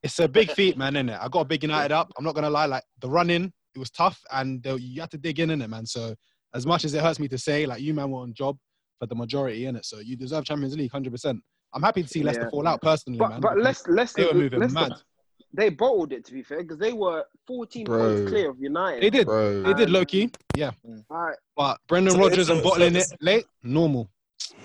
It's a big feat, man, innit? I got a big United up. I'm not gonna lie, like the run in, it was tough and they, you had to dig in in it, man. So as much as it hurts me to say, like you man were on job for the majority in it. So you deserve Champions League hundred percent. I'm happy to see Leicester Yeah. fall out personally, But man. but because Leicester, Leicester, they were moving Leicester- mad. They bottled it to be fair because they were 14 Bro. points clear of United. They did. They did And- low key. Yeah. All right. But Brendan So- Rodgers so- and so bottling this- it late, normal.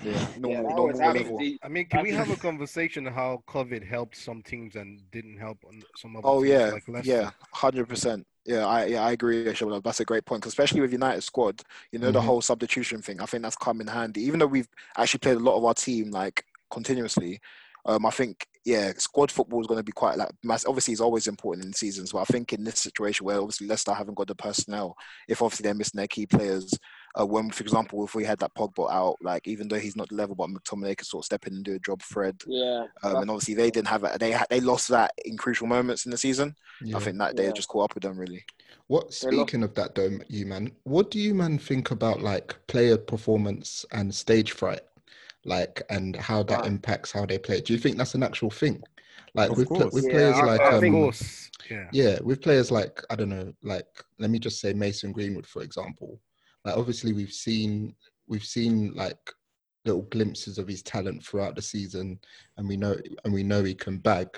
Yeah, Yeah, that normal was out of level. the- I mean, can we that's- have a conversation how COVID helped some teams and didn't help on some other Oh teams yeah, like Leicester? yeah, hundred percent, Yeah, I yeah I agree, Shabana. That's a great point, 'cause especially with United squad. You know the Mm-hmm. Mhm. whole substitution thing. I think that's come in handy. Even though we've actually played a lot of our team like continuously, um, I think yeah, squad football is going to be quite like mass. Obviously, it's always important in seasons, but I think in this situation where obviously Leicester haven't got the personnel, if obviously they're missing their key players. Uh, when, for example, if we had that Pogba out, like even though he's not the level, but McTominay could sort of step in and do a job. Fred, Yeah. um, and obviously they didn't have it. They ha- they lost that in crucial moments in the season. Yeah. I think that they just caught up with them really. What They lost- speaking of that though, you man, what do you man think about like player performance and stage fright, like and how that impacts how they play? Do you think that's an actual thing? Like Of with pla- course. with Yeah, players I- like I um, think- Of course, yeah. with players like I don't know, like let me just say Mason Greenwood for example. Like obviously we've seen we've seen like little glimpses of his talent throughout the season, and we know and we know he can bag.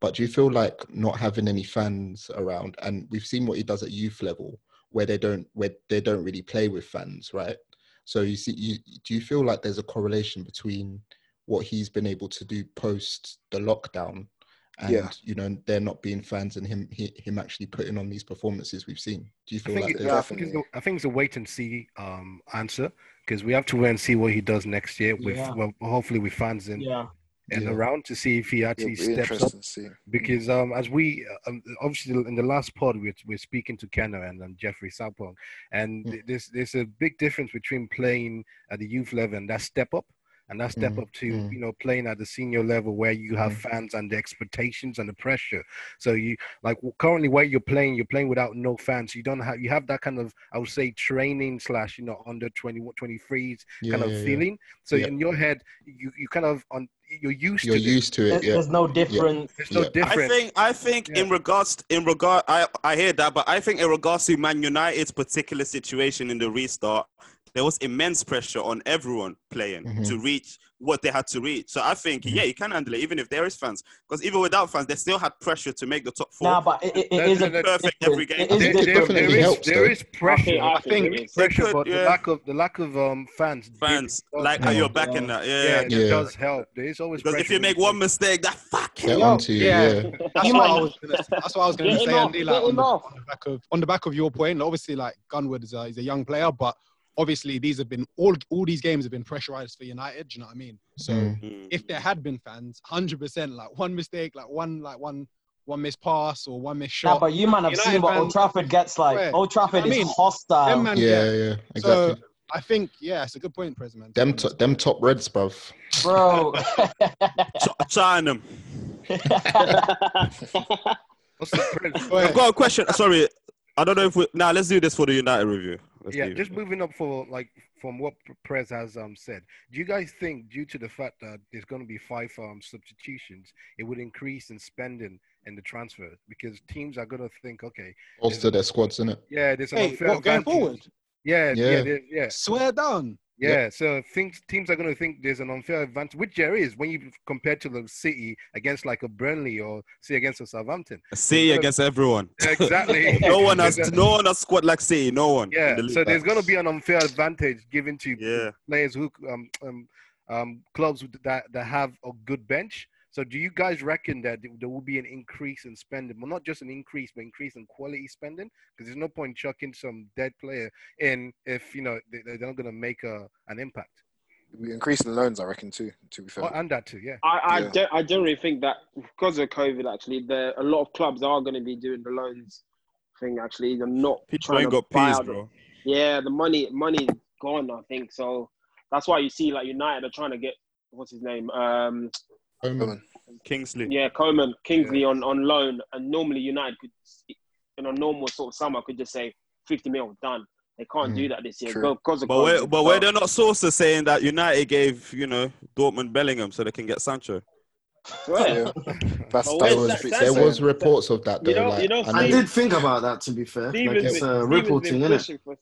But do you feel like not having any fans around, and we've seen what he does at youth level, where they don't where they don't really play with fans, right? So you see, you do you feel like there's a correlation between what he's been able to do post the lockdown, and Yeah. you know there not being fans, and him he, him actually putting on these performances we've seen? Do you I feel think, like it- there's I, think it's a, I think it's a wait and see um, answer because we have to wait and see what he does next year with Yeah. well, hopefully with fans in Yeah. and Yeah. around to see if he actually it'll be steps interesting up. to see. Because um, as we um, obviously in the last pod we're, we're speaking to Kenna and um, Jeffrey Sapong, Mm. and th- there's there's a big difference between playing at the youth level and that step up. And that step Mm, up to you know playing at the senior level where you have fans and the expectations and the pressure. So you like w- currently where you're playing, you're playing without no fans. You don't have you have that kind of I would say training slash you know under 20, 23s kind Yeah, of yeah, yeah. feeling. So Yeah. in your head, you you kind of on you're used You're to used to it, There- yeah. there's no Yeah. different- There's no yeah. difference. I think I think in regards in regard I I hear that, but I think in regards to Man United's particular situation in the restart, there was immense pressure on everyone playing Mhm. to reach what they had to reach. So I think yeah, you can handle it even if there is fans, because even without fans, they still had pressure to make the top four. Nah, but it- it- it is a perfect every game. It is There- there- different. there It is- helps, there though. is pressure. I I think- I think think it is. pressure, It could, but the yeah. lack of the lack of um fans. did Fans, help. like, are you back in that? Yeah, it yeah. does help. There is always Because pressure. if you make one mistake, that fucking Get onto you, yeah. That's You what might- I was gonna, that's what I was going to Getting say, off, Andy. Like getting on the, off. on the back of on the back of your point, obviously, like Gunwood is a, is a young player, but obviously these have been all all these games have been pressurized for United. Do you know what I mean? So Mm. if there had been fans, hundred percent, like one mistake, like one like one one missed pass or one missed shot. Nah, but you man have United seen what fans- Old Trafford gets like. Yeah. Old Trafford You know what I is mean? hostile. Them um, man Yeah, get- yeah, So exactly. I think yeah, it's a good point, Prez man. them to, them top reds, bruv. Bro, China. them. I've Wait. got a question. Sorry, I don't know if we. Now let's do this for the United review. Let's yeah, do it. just moving up for like from what Prez has um said. Do you guys think, due to the fact that there's going to be five um substitutions, it would increase in spending in the transfer because teams are going to think, okay, Also to their squads, innit? yeah, there's an Hey, unfair what, going advantage. forward? Yeah, yeah, Yeah. there- yeah. Swear down. Yeah, so things teams are going to think there's an unfair advantage, which there is when you compare to the City against like a Burnley or say against a Southampton. City There's gonna- against everyone. Exactly. no one has There's a- no one has squad like City. No one. Yeah, in the league. so there's going to be an unfair advantage given to Yeah. players who um, um, um, clubs with- that that have a good bench. So do you guys reckon that th- there will be an increase in spending? Well, not just an increase, but increase in quality spending because there's no point chucking some dead player in if you know they, they're not going to make a, an impact. We increasing loans, I reckon, too. To be fair, Oh, and that too, yeah. I- I, I, Yeah. gen- I generally think that because of COVID, actually, there a lot of clubs are going to be doing the loans thing. Actually, they're not People trying ain't to got buy peas, out the- bro. Yeah, the money money's gone. I think so. That's why you see like United are trying to get what's his name, um, Kingsley. yeah, Coleman Kingsley on, on loan, and normally United could in a normal sort of summer could just say fifty mil done. They can't Hmm, do that this year True. because of But where, COVID. but where they're not sources saying that United gave you know Dortmund Bellingham so they can get Sancho. Where? That's, But There where's was that- there that's- was reports of that though. You know- like, you know, know- I did think about that to be fair. Steven's like it's been- a Steven's ripple been thing, innit? pushing for-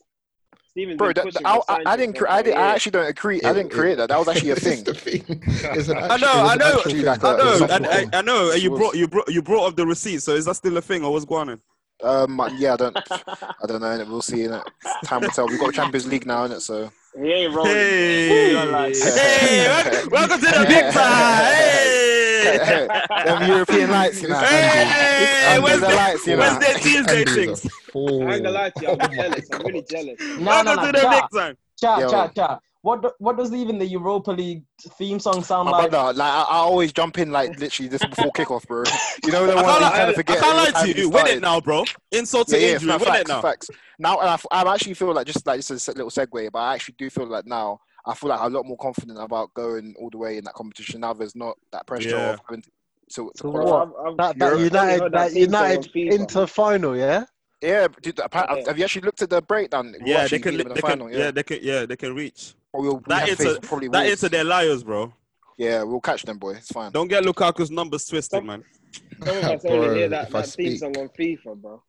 Steven's bro, been that, pushing that- for I, I, I Sancho didn't. for cre- I, did, I years. actually don't agree. I didn't create that. That was actually a thing. It's an I actu- it know, was I an know, actual thing. I know, It was an I, actual I, thing. I know. and You It brought you brought you brought up the receipt. So is that still a thing or what's going on? Um, yeah, I don't. I don't know. innit? We'll see. Innit? Time will tell. We've got Champions League now, innit? So. He ain't rolling. Hey, He ain't like- hey, wel- welcome to the big time. Hey, Them European lights, you know. Hey, Under Wednesday- the lights, you know. Wednesday, Tuesday Andy's a things. fool. I ain't gonna lie to you, I'm jealous. I'm really jealous. No, no, no. to the cha, next time. Cha, Yo. cha, cha. What, do, what does even the Europa League theme song sound My like? brother, like I, I always jump in like literally just before kickoff, bro. You know the I one can't, that you lie, kind I, of forget. can't every lie time to you you. Win started. it now, bro. Insult to injury. fa- Win facts, it now. Facts. Now, and I, f- I actually feel like just like just a se- little segue, but I actually do feel like now I feel like I'm a lot more confident about going all the way in that competition. Now there's not that pressure Yeah. of having to. So, So qualify. what? that that Europe- United, that that theme song on United FIFA. Inter final, yeah. Yeah, but dude, apparently, have you actually looked at the breakdown? We'll Yeah, they actually can. beat They them in the can final. yeah. yeah, they can. Yeah, they can reach. Or we'll, we that have to into face probably that Wolves. into their liars, bro. Yeah, we'll catch them, boy. It's fine. Don't get Lukaku's numbers twisted, man. Some of us only hear that, that theme song on FIFA, bro.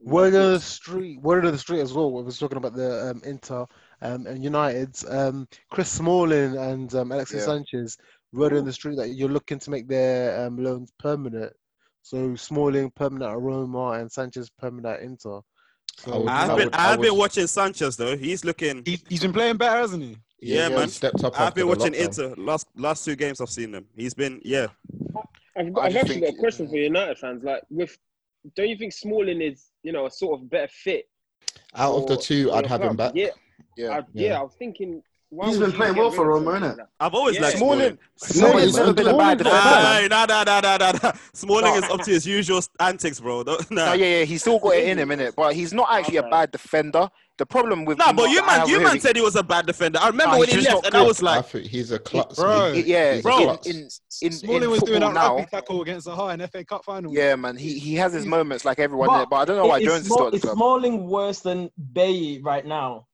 Word of the street, word of the street as well. We was talking about the um, Inter um, and United's um, Chris Smalling and um, Alexis Yeah. Sanchez. Word in the street that you're looking to make their um, loans permanent. So Smalling permanent at Roma and Sanchez permanent at Inter. So would- I've I been would- I I've been would- watching Sanchez though. He's looking. He, he's been playing better, hasn't he? Yeah, Yeah, he man. stepped up I've after been the watching lockdown. Inter last last two games. I've seen them. He's been yeah. I've, I got, I've just actually got a think- question for United fans. Like, with don't you think Smalling is you know a sort of better fit? Out of the for- two, for I'd your have him club? back. Oh, Yeah, yeah, I, yeah. I was thinking. Why He's would been you playing get well for rid of Roma, him innit? like that? I've always Yeah. liked Smalling. Smalling, Smalling's he's never been been a balling bad though, defender. Nah, nah, nah, nah, nah, nah, nah. Smalling No. is up to his usual antics, bro. Don't- No, Nah. yeah, yeah, he's still got it in him, innit? But he's not actually a Okay. bad defender. The problem with Nah, but not- you I man, have you with man him- said he was a bad defender. I remember Nah, when he he's just left, not and I good. was I like, think he's a klutz. Bro. He- yeah, he's Bro. a in, klutz. in in Smalling in was doing football that now. rugby tackle against Zaha in FA Cup final. Yeah, man, he, he has his He's- moments like everyone, innit? but I don't know why is Jones is Small- still at the is club. Smalling worse than Baye right now?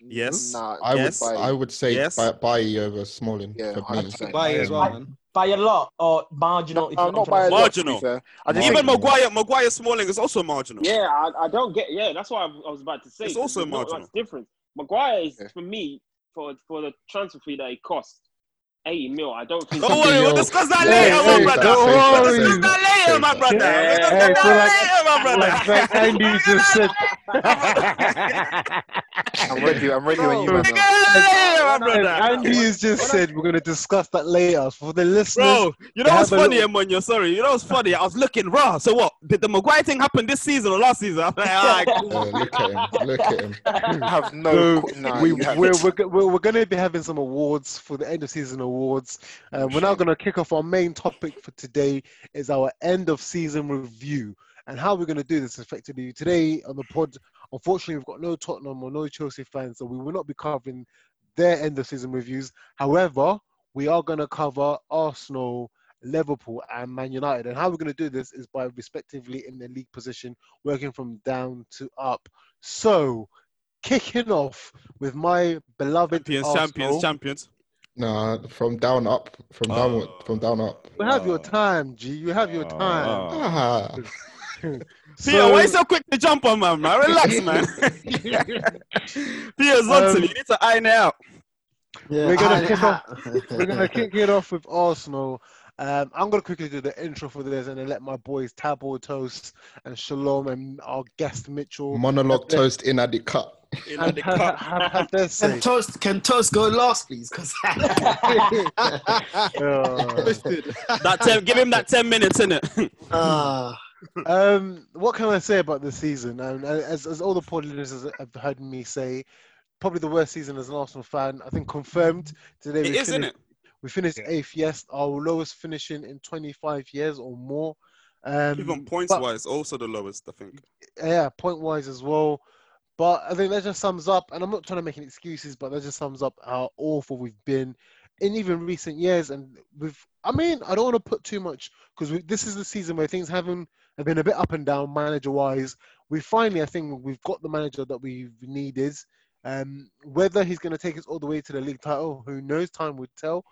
yes, Nah, I Yes. would, I would say Yes. Ba- Bailly over Smalling Yeah, for me. 100%. Baye as well, man. By a lot or marginal? if No, you know uh, what not I'm by a trying to lot, to be Marginal. fair. I just even think, Maguire, Maguire Smalling is also marginal. Yeah, I, I don't get. Yeah, that's what I, I was about to say. It's also There's not marginal. much difference. Maguire is Yeah. for me for for the transfer fee that it cost eighty mil. I don't think. Don't worry, we'll Yo, discuss that yo, later, my save brother. that, save that, We'll discuss save that later, save my that. brother. Yeah. We'll discuss Hey, that so later, my brother. like Andy just said, I'm ready, I'm ready when you, We'll man. discuss now. that later, my When brother. I- Andy has just when I- said we're going to discuss that later for the listeners. Bro, you know They what's have a funny, little- Emmanuel? Sorry, you know what's funny? I was looking raw. So what? Did the Maguire thing happen this season or last season? I'm like, ah, all right, cool. Uh, look at him. Look at him. I have no. So qu- Nah, we you have. we're, we're, go- we're, we're going to be having some awards for the end of season awards. Uh, we're now Shame. going to kick off our main topic for today is our end of season review and how we're going to do this effectively today on the pod. Unfortunately, we've got no Tottenham or no Chelsea fans, so we will not be covering their end of season reviews. However, we are going to cover Arsenal. Liverpool and Man United, and how we're going to do this is by respectively in their league position, working from down to up. So, kicking off with my beloved Champions, Arsenal. champions, champions. Nah, from down up, from downward, from down up. You have your time, G. You have your time. Oh. Ah, Theo, why you so quick to jump on, man? man? Relax, man. Theo's on to Um, me. You need to iron it out. Yeah, We're gonna I- kick off- we're going to I- kick it off with Arsenal. Um, I'm going to quickly do the intro for this and then let my boys Tabo, Toast, and Shalom and our guest Mitchell monologue toast in at the cup. You know, and the have, cup. have, have their Can say. toast, can toast go last, please? Because Oh. Uh, Twisted. That ten, give him that 10 minutes, innit? Ah. Um, what can I say about this season? Um, as, as all the pod listeners have heard me say, probably the worst season as an Arsenal fan. I think confirmed today. It we is, finished- innit? We finished Yeah. eighth, yes, our lowest finishing in 25 years or more. Um, Even points but- wise, also the lowest, I think. yeah, point wise as well. But I think that just sums up, and I'm not trying to make any excuses, but that just sums up how awful we've been in even recent years. And we've, I mean, I don't want to put too much because this is the season where things haven't have been a bit up and down manager wise. We finally, I think, we've got the manager that we've needed. Um, whether he's going to take us all the way to the league title, who knows? Time would tell.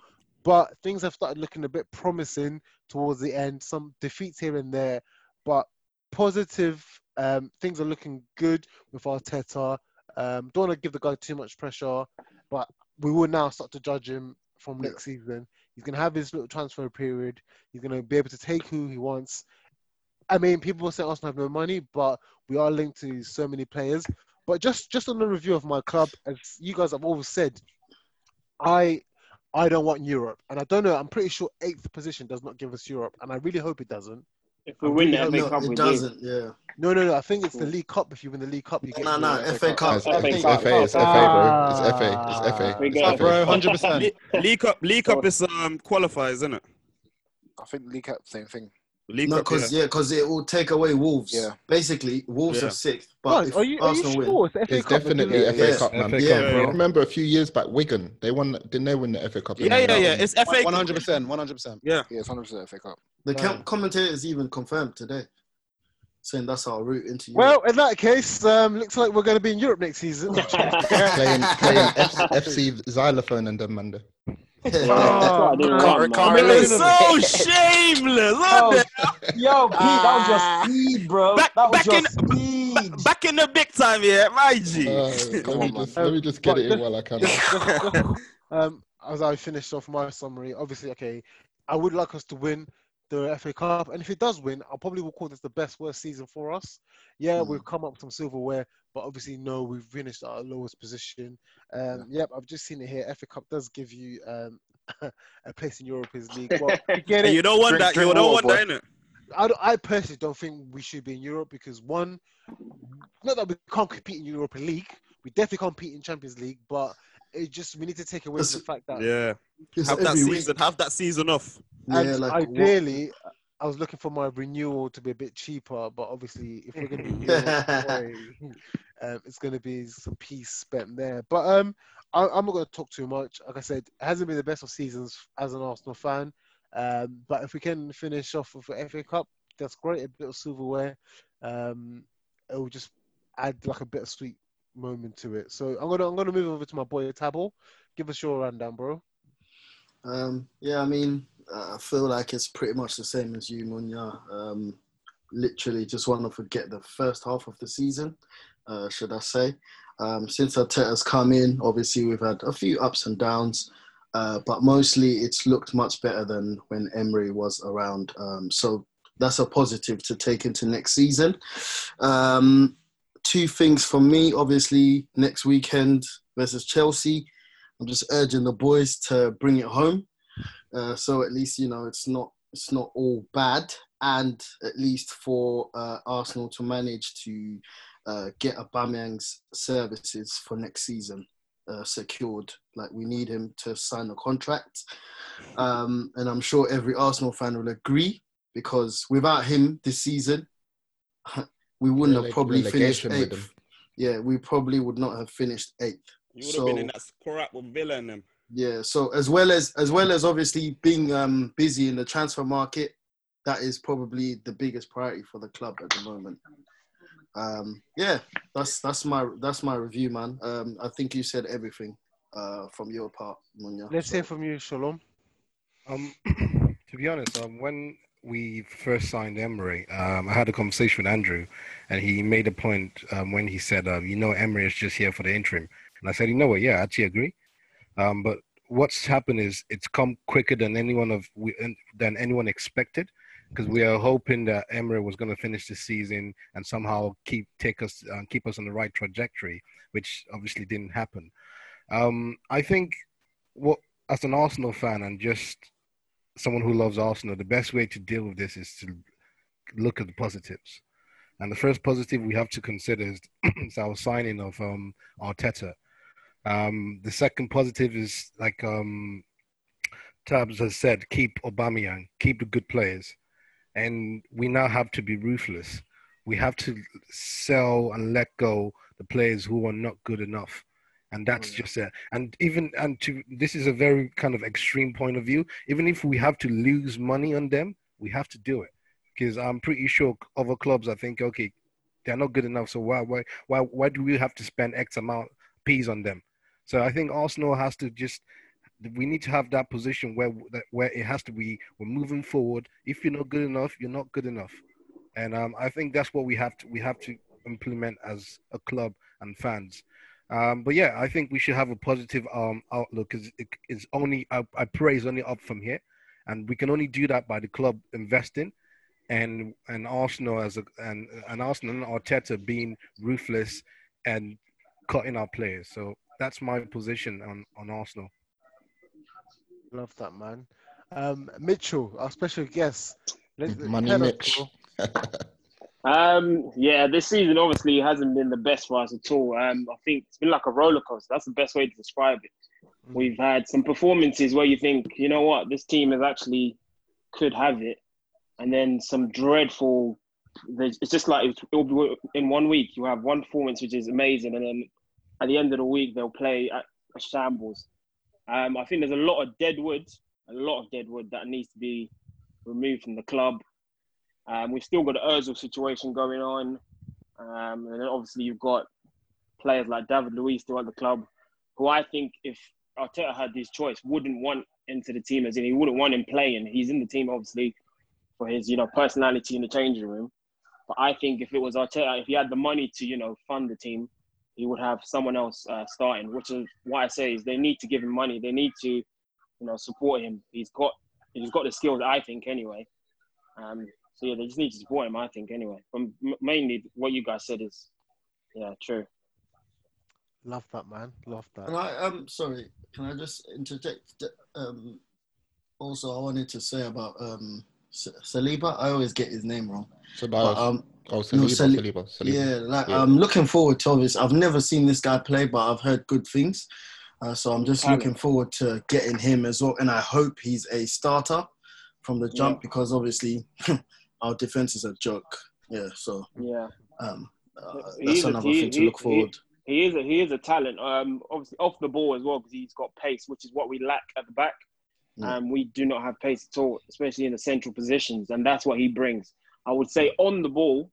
But things have started looking a bit promising towards the end. Some defeats here and there, but positive. Um, things are looking good with Arteta. Um, don't want to give the guy too much pressure, but we will now start to judge him from next season. He's going to have his little transfer period. He's going to be able to take who he wants. I mean, people will say Arsenal have no money, but we are linked to so many players. But just just on the review of my club, as you guys have always said, I I don't want Europe, and I don't know. I'm pretty sure eighth position does not give us Europe, and I really hope it doesn't. If we win the FA Cup, we do. Yeah. No, no, no. I think it's the League Cup. If you win the League Cup, you get No, no, the FA Cup. It's, it's FA. It's FA, bro. It's FA. It's FA. We It's go. FA. Le- League Cup, League Cup is um qualifier, isn't it? I think League Cup, same thing. League No, Cup, because yeah, because it will take away Wolves. Yeah. Basically, Wolves Yeah. are sixth. Guys, But if are you- are you Arsenal win, sure it's FA It's Cup, definitely isn't it? FA Yes, Cup, man. FA yeah, Cup, bro. yeah. Remember a few years back, Wigan. They won. Didn't they win the FA Cup? in Yeah, yeah, that yeah. one? It's FA. One hundred percent. One hundred percent. Yeah. Yeah, it's 100% FA Cup. the com- commentators even confirmed today, saying that's our route into Europe. Well, in that case, um, looks like we're going to be in Europe next season. playing playing F- FC Xylophone and them, man. there. Oh, Can't- can't I mean, relate. it's so shameless. aren't it? Ah. Yo, Pete, that was your speed, bro. Back- that was back your in- speed. Back in the big time, yeah, my G. Uh, let, me just, let me just get it in while I can. um, as I finish off my summary, obviously, okay, I would like us to win the FA Cup, and if it does win, I probably will call this the best worst season for us. Yeah, we've come up some silverware, but obviously, no, we've finished at our lowest position. Um, Yep, I've just seen it here. FA Cup does give you um, a place in Europe's league. Well, you get And it. you don't want Drink- that. drink You don't want water, that, innit? I, don't- I personally don't think we should be in Europe because one, not that we can't compete in Europa League, we definitely compete in Champions League, but it just we need to take away from the fact that Yeah. It's Have that every week. season. Have that season off. Yeah, and like ideally, I was looking for my renewal to be a bit cheaper, but obviously, if we're going to be in Europe, boy, um, it's going to be some peace spent there. But um, I, I'm not going to talk too much. Like I said, it hasn't been the best of seasons as an Arsenal fan. Um, but if we can finish off with the FA Cup, that's great. A bit of silverware, um, it will just add like a bit of sweet moment to it. So I'm gonna I'm gonna move over to my boy Tabo. Give us your rundown, bro. Um, yeah, I mean, uh, I feel like it's pretty much the same as you, Munya. Um, literally, just want to forget the first half of the season, uh, should I say? Um, since Arteta's come in, obviously we've had a few ups and downs, uh, but mostly it's looked much better than when Emery was around. Um, so that's a positive to take into next season. Um, two things for me, obviously, next weekend versus Chelsea. I'm just urging the boys to bring it home. Uh, so at least you know it's not it's not all bad, and at least for uh, Arsenal to manage to uh, get Aubameyang's services for next season uh, secured. Like we need him to sign a contract, um, and I'm sure every Arsenal fan will agree because without him this season, we wouldn't Releg- have probably finished relegation with eighth. Yeah, we probably would not have finished eighth. You would have been So- in that scrap with Villa and them. yeah. So as well as as well as obviously being um, busy in the transfer market, that is probably the biggest priority for the club at the moment. Um, yeah, that's that's my that's my review, man. Um, I think you said everything uh, from your part, Munya. Let's hear from you, Shalom. Um, to be honest, um, when we first signed Emery, um, I had a conversation with Andrew, and he made a point um, when he said, um, "You know, Emery is just here for the interim." And I said, "You know what? Yeah, I actually agree." Um, but what's happened is it's come quicker than anyone of we, than anyone expected, because we are hoping that Emery was going to finish the season and somehow keep take us uh, keep us on the right trajectory, which obviously didn't happen. Um, I think what as an Arsenal fan and just someone who loves Arsenal, the best way to deal with this is to look at the positives. And the first positive we have to consider is, is our signing of um, Arteta. Um, the second positive is, like um, Tabs has said, keep Aubameyang, keep the good players. And we now have to be ruthless. We have to sell and let go the players who are not good enough and that's just it and even and to this is a very kind of extreme point of view even if we have to lose money on them we have to do it because i'm pretty sure other clubs i think okay they're not good enough so why why why why do we have to spend x amount p's on them so i think arsenal has to just we need to have that position where that where it has to be we're moving forward if you're not good enough you're not good enough and um, i think that's what we have to we have to implement as a club and fans um, but yeah, I think we should have a positive um, outlook. Cause it, it's only I, I pray it's only up from here, and we can only do that by the club investing, and and Arsenal as a and and Arsenal and Arteta being ruthless and cutting our players. So that's my position on on Arsenal. Love that man. Um, Mitchell, our special guest. Let- Money tell us, Mitch. bro. Um, yeah, this season obviously hasn't been the best for us at all. Um, I think it's been like a roller coaster. That's the best way to describe it. We've had some performances where you think, you know what, this team is actually could have it, and then some dreadful. there's- It's just like it'll be in one week you have one performance which is amazing, and then at the end of the week they'll play at a shambles. Um, I think there's a lot of dead wood, a lot of dead wood that needs to be removed from the club. Um, we've still got the Özil situation going on, um, and then obviously you've got players like David Luiz still at the club, who I think if Arteta had his choice, wouldn't want into the team as in he wouldn't want him playing. He's in the team obviously for his you know personality in the changing room, but I think if it was Arteta, if he had the money to you know fund the team, he would have someone else uh, starting. Which is why I say is they need to give him money. They need to you know support him. He's got he's got the skills I think anyway. Um, so yeah, they just need to support him, I think, anyway. But m- mainly what you guys said is, yeah, true. Love that man. Love that. Can I, um, sorry, can I just interject? Um, also, I wanted to say about um, S- Saliba. I always get his name wrong. But, um, oh, no, Saliba, Sali- Saliba, Saliba. Yeah, like Yeah. I'm looking forward to this. I've never seen this guy play, but I've heard good things. Uh, so I'm just Talent. looking forward to getting him as well. And I hope he's a starter from the jump because obviously our defense is a joke. Yeah, so Yeah. um, uh, He that's is a- another he- thing to he- look forward He, he is a, he is a talent. Um, obviously off the ball as well because he's got pace, which is what we lack at the back. Yeah. Um, we do not have pace at all, especially in the central positions, and that's what he brings. I would say on the ball,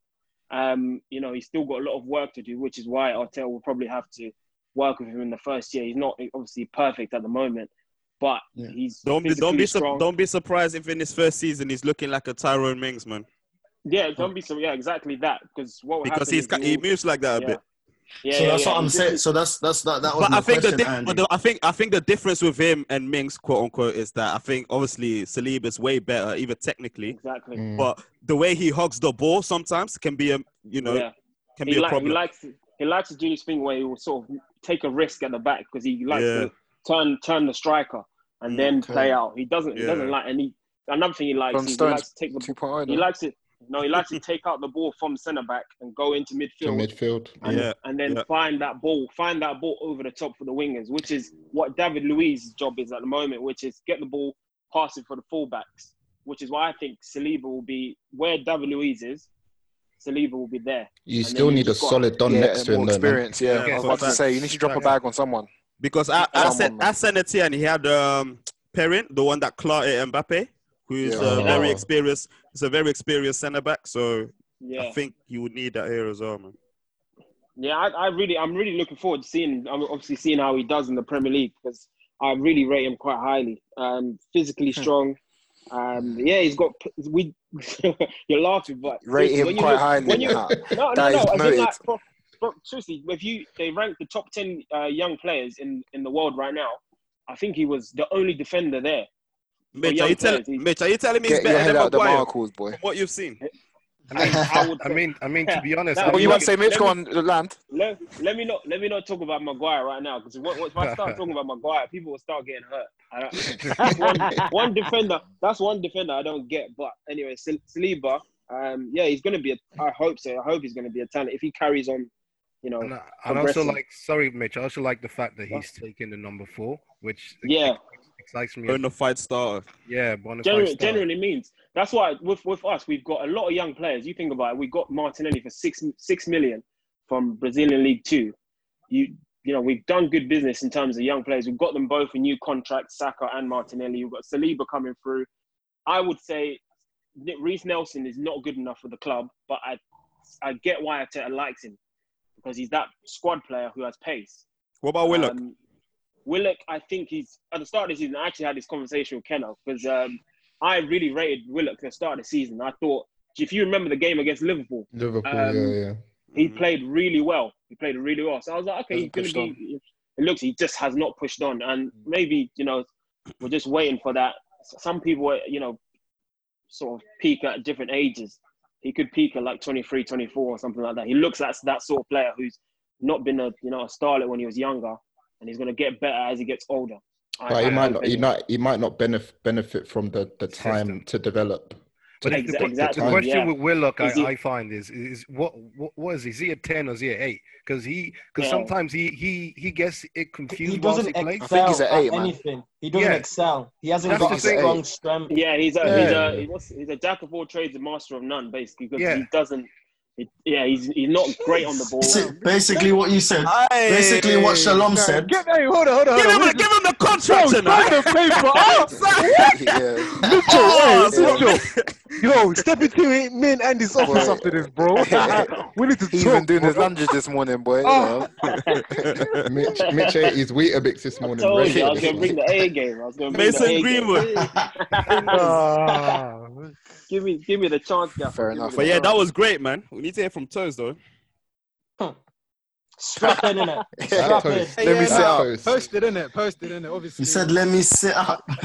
um, you know, he's still got a lot of work to do, which is why Arteta will probably have to work with him in the first year. He's not obviously perfect at the moment, but he's Don't be don't be physically sur- strong. don't be surprised if in his first season he's looking like a Tyrone Mings man Yeah, don't be so. Yeah, exactly that. Because what will because happen he's is ca- he you'll- moves like that a yeah. bit. Yeah, so yeah, that's yeah. what I'm It's saying. just- So that's that's that that was But my I think the question, diff- Andy. but the- I think I think the difference with him and Mings, quote unquote, is that I think obviously Saliba is way better, even technically. Exactly. Mm. But the way he hugs the ball sometimes can be a you know Yeah. can he, be a like- problem. he likes he likes to do this thing where he will sort of take a risk at the back because he likes Yeah. to turn turn the striker and Mm, then okay. play out. He doesn't he doesn't Yeah. like any another thing he likes John is he Stones likes to take the oh, ball. 2.0, He though. likes it. No, he likes to take out the ball from centre back and go into To midfield midfield. and, Yeah, and then yeah. find that ball, find that ball over the top for the wingers, which is what David Luiz's job is at the moment, which is get the ball, pass it for the fullbacks, which is why I think Saliba will be where David Luiz is. Saliba will be there. You And still then need a just got- solid Don yeah, next and to him, more though, man. experience. Yeah, Yeah, I was for about to facts. say you need to drop a Facts. bag on someone. Because I I Someone, said man. I sent it here and he had um Perrin, the one that clotted Mbappe, who is Yeah. uh, Oh. very experienced. He's a very experienced centre back, so Yeah, I think you would need that here as well, man. yeah. I, I really, I'm really looking forward to seeing. I'm obviously seeing how he does in the Premier League because I really rate him quite highly. Um, physically strong. Um, yeah, he's got. We, you're laughing, but Rate seriously, him when you quite look- highly. When you, nah. no, no, That no. is I think noted. like, from, from, seriously, if you they rank the top ten uh, young players in in the world right now, I think he was the only defender there. Mitch, young are you telling players, he- Mitch, are you telling me he's Get your better head than out the Maguire? barnacles, boy. From what you've seen, I mean, I would. I mean, I mean, to be honest, Nah, I'm What you not- want to say, Mitch? Let Go me- on, land. let, let me not let me not talk about Maguire right now because if I start talking about Maguire, people will start getting hurt. I don't, that's one, one defender. That's one defender I don't get. But anyway, Sal- Saliba, um, yeah, he's gonna be. A, I hope so. I hope he's gonna be a talent if he carries on. You know, And I, and I also Progressing. like, sorry, Mitch. I also like the fact that he's taking the number four, which yeah, excites me. Burn a fight starter. Yeah, bonafide generally, star. generally means that's why with with us we've got a lot of young players. You think about it, we got Martinelli for six six million from Brazilian League Two. you you know we've done good business in terms of young players. We've got them both a new contract, Saka and Martinelli. We've got Saliba coming through. I would say Reese Nelson is not good enough for the club, but I I get why Arteta likes him because he's that squad player who has pace. What about Willock? Um, Willock, I think he's at the start of the season. I actually had this conversation with Kenneth because um, I really rated Willock at the start of the season. I thought if you remember the game against Liverpool, Liverpool, Um, yeah, yeah. he Mm-hmm. Mhm. played really well. He played really well. So I was like, okay, he's Hasn't going to pushed be. It looks he just has not pushed on, Mm. and maybe you know we're just waiting for that. S- Some people, are, you know, sort of peak at different ages. He could peak at like 23, 24 or something like that. He looks like that sort of player who's not been a you know a starlet when he was younger, and he's going to get better as he gets older. But he might not. He might. He might not benefit benefit from the, the time to develop. But To- the- the, to- to the time. question with Willock, I, Is he- I find is is what, what what is he? Is he a ten or is he a eight? Because he because Yeah. sometimes he he he gets it confused. He whilst doesn't he plays. excel at anything. He doesn't Yeah. excel. He hasn't That's got the a thing. strong strength. Yeah, he's a he's Yeah. a he was- he's a jack of all trades and master of none, basically. Because Yeah. he doesn't. He, yeah, he's he's not great on the ball. Basi- Basically, what you said. Basically, what Shalom said. Get, hey, hold on, hold on. Give hold him on. a- give him the contract Yo, sign the paper oh, up. Mitchell, Oh, hey, Mitchell. Yo, step into it, man, and his office Boy. after this, bro. What the hell? we need to He's talk. been doing his bro. lunges this morning, boy. you Oh. know. Mitch, Mitch ate his Weetabix this I morning. told ready you, I for was gonna this one. bring the A game. I was going to bring the Mason A Greenwood. game. Um, give me give me the chance, guy. Fair enough. But yeah, that was great, man. We need to hear from Toes though. Strap in, innit? Strap in. Hey, Let me yeah, sit nah, up. Posted in it. Posted in it. Obviously. He said, "Let me sit up." uh,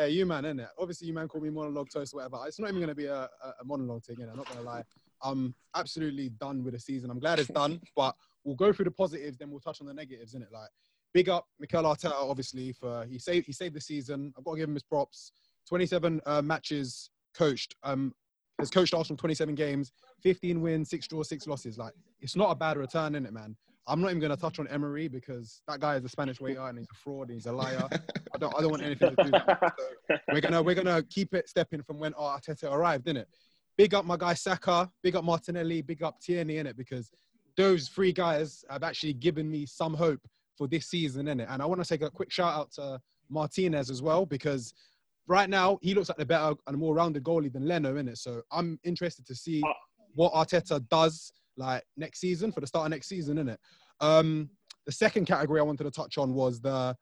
uh, you man, innit? Obviously, you man called me monologue toast, whatever. It's not even going to be a, a, a monologue thing, and I'm not going to lie. I'm absolutely done with the season. I'm glad it's done, but we'll go through the positives, then we'll touch on the negatives, innit? Like, big up Mikel Arteta, obviously, for he saved he saved the season. I've got to give him his props. 27 uh, matches coached. Um, has coached Arsenal 27 games, 15 wins, six draws, six losses. Like, it's not a bad return, innit, man? I'm not even going to touch on Emery because that guy is a Spanish waiter and he's a fraud and he's a liar. I don't, I don't want anything to do with that. So we're gonna we're gonna keep it stepping from when Arteta arrived, innit? Big up my guy Saka, big up Martinelli, big up Tierney, innit? Because those three guys have actually given me some hope for this season, innit? And I want to take a quick shout out to Martinez as well because right now he looks like the better and more rounded goalie than Leno, innit? So I'm interested to see what Arteta does like next season for the start of next season, innit? Um, the second category I wanted to touch on was the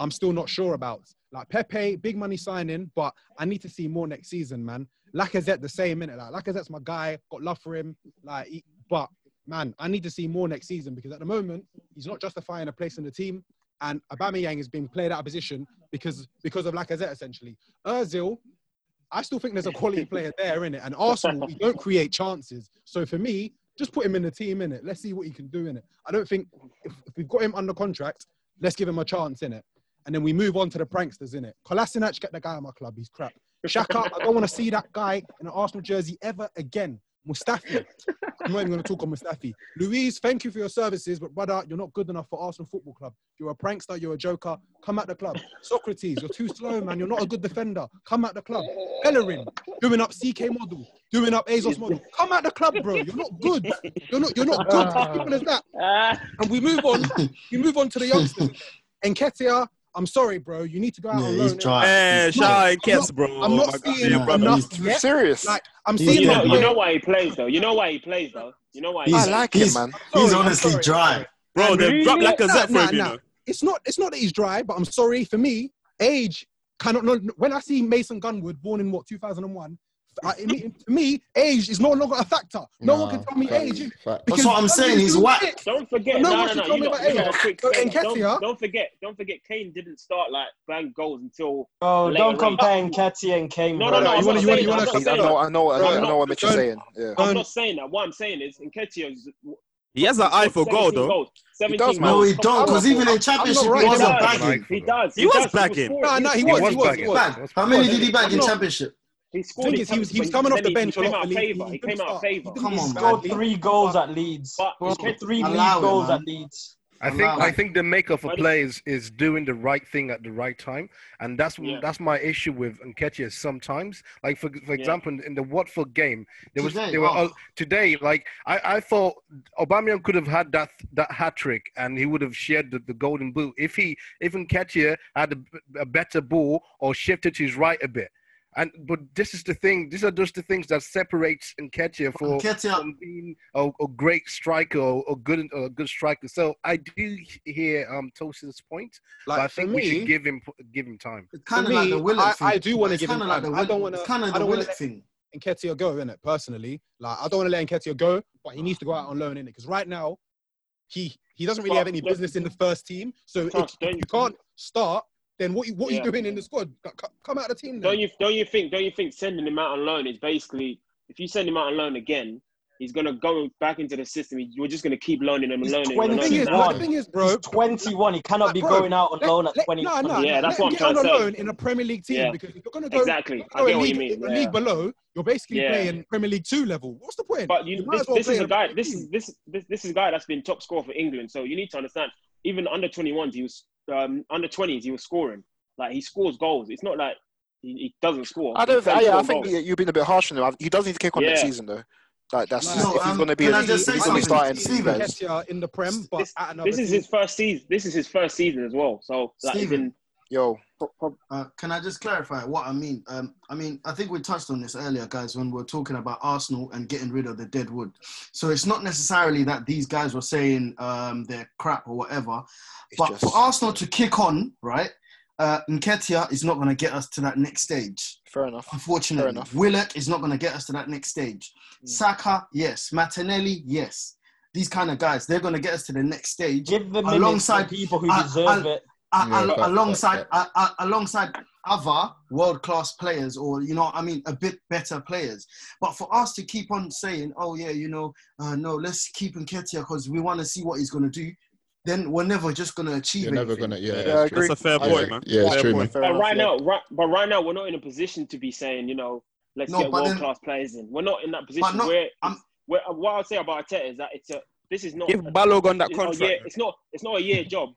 I'm still not sure about. Like Pepe, big money signing, but I need to see more next season, man. Lacazette the same minute. Like Lacazette's my guy, got love for him. Like, he- but man, I need to see more next season because at the moment he's not justifying a place in the team, and Aubameyang is being played out of position because because of Lacazette essentially. Özil, I still think there's a quality player there in it, and Arsenal we don't create chances. So for me, just put him in the team in it. Let's see what he can do in it. I don't think if, if we've got him under contract, let's give him a chance in it, and then we move on to the pranksters in it. Kolasinac, get the guy out of my club. He's crap. Shaka, I don't want to see that guy in an Arsenal jersey ever again. Mustafi, I'm not even going to talk on Mustafi. Louise, thank you for your services, but brother, you're not good enough for Arsenal Football Club. You're a prankster, you're a joker. Come at the club. Socrates, you're too slow, man. You're not a good defender. Come at the club. Bellerin, doing up CK model, doing up Azos model. Come at the club, bro. You're not good. You're not. You're not good. As simple as that. And we move on. We move on to the youngsters. Enketia, I'm sorry, bro. You need to go out Yeah, on he's loan. innit? dry. Hey, He's shout not- out I'm Enketia, not- bro. Oh I'm My not God, seeing yeah, brother. enough He's yet. serious. Like I'm He's seeing. You Yeah, know, man. you know why he plays though. You know why he plays though. You know why. He He's- plays. he's- He's honestly dry. Bro, And they've really- dropped Lacazette Nah, for nah, him, you nah. know. It's not. It's not that he's dry, but I'm sorry for me. Age cannot. No, no- when I see Mason Gunwood, born in what 2001. I, I mean, to me, age is no longer a factor. No one can Nah, tell me facts, age. facts. because That's what I'm Gunwood's saying, he's doing whack. shit. Don't forget, No no, no, one no. should tell you me got- about you got age. a quick So say that. Nketiah- don't, don't forget, don't forget, Kane didn't start like bang goals until. Oh, later don't on. compare Nketiah and Kane. No, bro. no, no. I'm wanna- not you wanna- saying you that. I'm wanna- not I saying know- that. I know- I know- I I'm know not- what Mitch is don't- saying, yeah. I'm not saying that. What I'm saying is, Nketiah's. He has an eye for goal, 17 though. goals. He 17 does, man. No, he Come don't, on, because bro. even I'm in not Championship, right. he does. wasn't bagging. He does. He was does. was bagging. scoring. Nah, nah, he scored. was, he was, he He was. bagged. How many did he bag I'm in not- Championship? He The scored. thing in is, he was, he was Championship, coming but off the then he- bench He a came lot out for of Leeds. favour. He He didn't came out of start. favour. He didn't Come on, start. bro. scored three goals at Leeds. He scored three league Allow him, goals man. at Leeds. I think Allow I him. think the makeup of players is doing the right thing at the right time, and that's that's my issue with Nketiah sometimes. Like for for example, in the Watford game, there was Today, they were oh. all today. Like I, I thought Aubameyang could have had that that hat trick, and he would have shared the, the golden boot if he if Nketiah had a, a better ball or shifted to his right a bit. And but this is the thing. These are just the things that separates Nketiah for Nketiah- from being a, a great striker or a good a good striker. So I do hear um Tosin's point, but Like, I for think we me- should give him give him time. For kinda like the Willock I, thing. I do want to It's give him kinda like time. the I don't Will- want to. it's kinda I the don't want to Willock let thing. Nketiah go in it personally. Like I don't want to let Nketiah go, but he needs to go out on loan in it because right now he he doesn't really But have any don't- business in the first team. So if, Tosh, if you can't start, then what you, what are Yeah. you doing in the squad? C- c- Come out of the team. Then. Don't you don't you think don't you think sending him out on loan is basically if you send him out on loan again, He's gonna go back into the system. You're just gonna keep loaning him, and loaning him. and Twenty-one. loaning him. the thing is, bro, He's twenty-one. He cannot be going out on loan at No, twenty-one. no, Yeah, that's what let him I'm get on trying to a say. loan in a Premier League team Yeah. because if you're going to go Exactly. if you're I gonna get go a what you league, mean, a yeah. league below, you're basically Yeah. playing Premier League two level. What's the point? But you, might this, as well this play is in a a guy. better This team. is this this this is a guy that's been top scorer for England. So you need to understand. Even under 21s, he was um, under 20s. He was scoring. Like he scores goals. It's not like he, he doesn't score. I don't. He's think- yeah, I scoring think goals. you- you've been a bit harsh on him. He does need to kick on next Yeah. season though. Like that's No, if he's um, going to be, can a, I just say if he's I going to be something? starting. think You Steven. guys, Nketiah in the Prem, but This, at another this is team. his first season. This is his first season as well. So like, as Steven. in, yo, pro- pro- Uh, can I just clarify what I mean? Um, I mean, I think we touched on this earlier, guys, when we were talking about Arsenal and getting rid of the dead wood. So it's not necessarily that these guys were saying um, they're crap or whatever, it's but just for Arsenal to kick on, right? Uh, Nketiah is not going to get us to that next stage. fair enough. Fair Unfortunately, enough. Willock is not going to get us to that next stage. Mm. Saka, yes. Martinelli, yes. These kind of guys, they're going to get us to the next stage. Give the minutes to Alongside- people who I- deserve I- it. a- Yeah, a- fact, fact, alongside fact. a- a- alongside other world class players, or you know, what I mean, a bit better players. But for us to keep on saying, "Oh yeah, you know, uh, no, let's keep Nketiah because we want to see what he's going to do," then we're never just going to achieve You're never anything. gonna. Yeah, Yeah, I that's true. agree. That's a fair I point, agree. man. Yeah, it's fair true, point. Fair but enough. right yeah. now, right, but right now, we're not in a position to be saying, you know, let's No, get but then- world class players in. We're not in that position. not- where, I'm- where uh, what I'll say about Arteta is that it's a this is not Give a Balogun that it- contract. Oh yeah, man. it's not it's not a year job.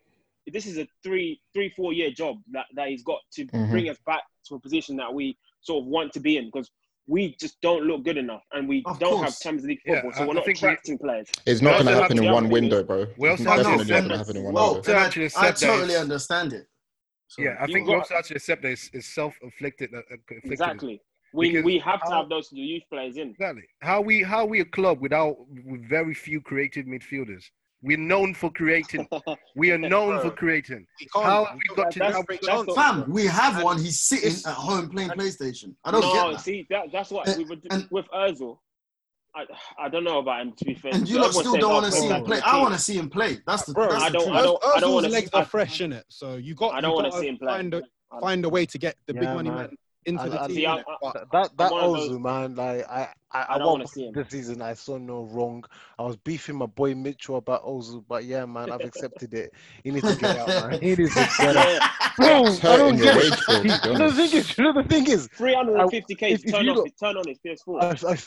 This is a three three four year job that, that he's got to Mhm. Mm-hmm. bring us back to a position that we sort of want to be in because we just don't look good enough and we Of don't have course. Champions League Yeah, football, so I- we're I not think we- attracting players. It's not We going to also happen have in to- one the other window, thing bro. We It's also not have to no, definitely not and- going to happen in one well, window. and I, Actually, I accept that totally it's- understand it. Sorry. Yeah, I You think got- we also have to accept that it's, it's self-afflicted. uh, afflicted. Exactly. We Because we have to how- have those youth players in. Exactly. How we how we a club without with very few creative midfielders. We're known for creating. We are known for creating. We can't. How have we we don't- got That- to that's- how we that's got the- Fam, we have And one. He's sitting it's- at home playing PlayStation. I don't No, get that. see that that's what And- we would and- with Özil. I, I don't know about him to be fair. And you So lot everyone still says, don't "Oh, want to bring see back him to play. the I team." want to see him play. That's the, Bro, that's I the don't. truth. I don't. I don't Özil's want to. legs are fresh in it, so you got I you don't want got to see to him play. find a I don't- find a way to get the big Yeah, money man. man into I- the I team. See, I, innit? I, But That that, I'm that one of those. Ozu man, like I, I I at don't one want to point see him. this season I saw no wrong. I was beefing my boy Mitchell about Ozu, but yeah, man, I've accepted it. He needs to get out, man. He needs to get out. Yeah, It's Bro, I don't hurting your get it. wage bill, to be the thing honest. is, you know, the thing is, I, 350k if, to if turn you off. look, His, turn on his PS4.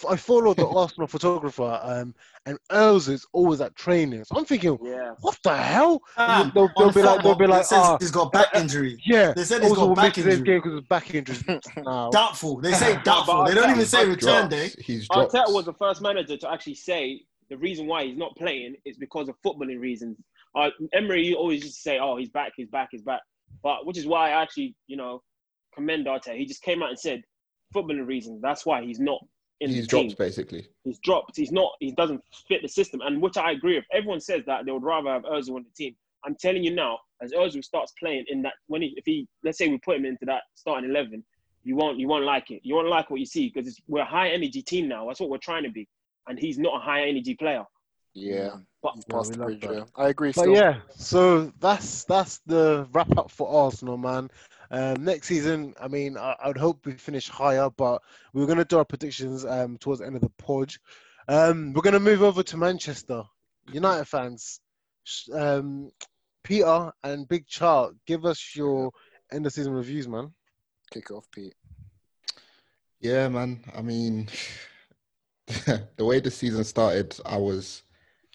I, I, I followed the Arsenal photographer, um, and Earls is always at training. So I'm thinking, Yeah. what the hell? They'll, Fam, they'll, Ah, on they'll be like, they'll football, be it like, says ah, he's got uh, back uh, injury. yeah, They said he's Ozil got will miss back today's injury. game because of back injury. Now, Doubtful. They say Nah, doubtful. but They don't Arteta, even say He's return day. dropped. He's Arteta was dropped. the first manager to actually say the reason why he's not playing is because of footballing reasons. Uh, Emery you always used to say, "Oh, he's back, he's back, he's back," but which is why I actually, you know, commend Arteta. He just came out and said, "Footballing reasons. That's why he's not in He's the team." dropped, basically. He's dropped. He's not. He doesn't fit the system, and which I agree with. Everyone says that they would rather have Özil on the team. I'm telling you now, as Özil starts playing in that, when he, if he, let's say we put him into that starting eleven, you won't, you won't like it. You won't like what you see because we're a high energy team now. That's what we're trying to be, and he's not a high energy player. Yeah, But he's yeah, past we the love bridge. that. Yeah, I agree. But Still, yeah, so that's that's the wrap up for Arsenal, man. Um, next season, I mean, I, I'd hope we finish higher, but we are going to do our predictions um, towards the end of the pod. Um, we're going to move over to Manchester United fans. Sh- Um, Peter and Big Chart, give us your end of season reviews, man. kick off, Pete. Yeah, man. I mean, the way the season started, I was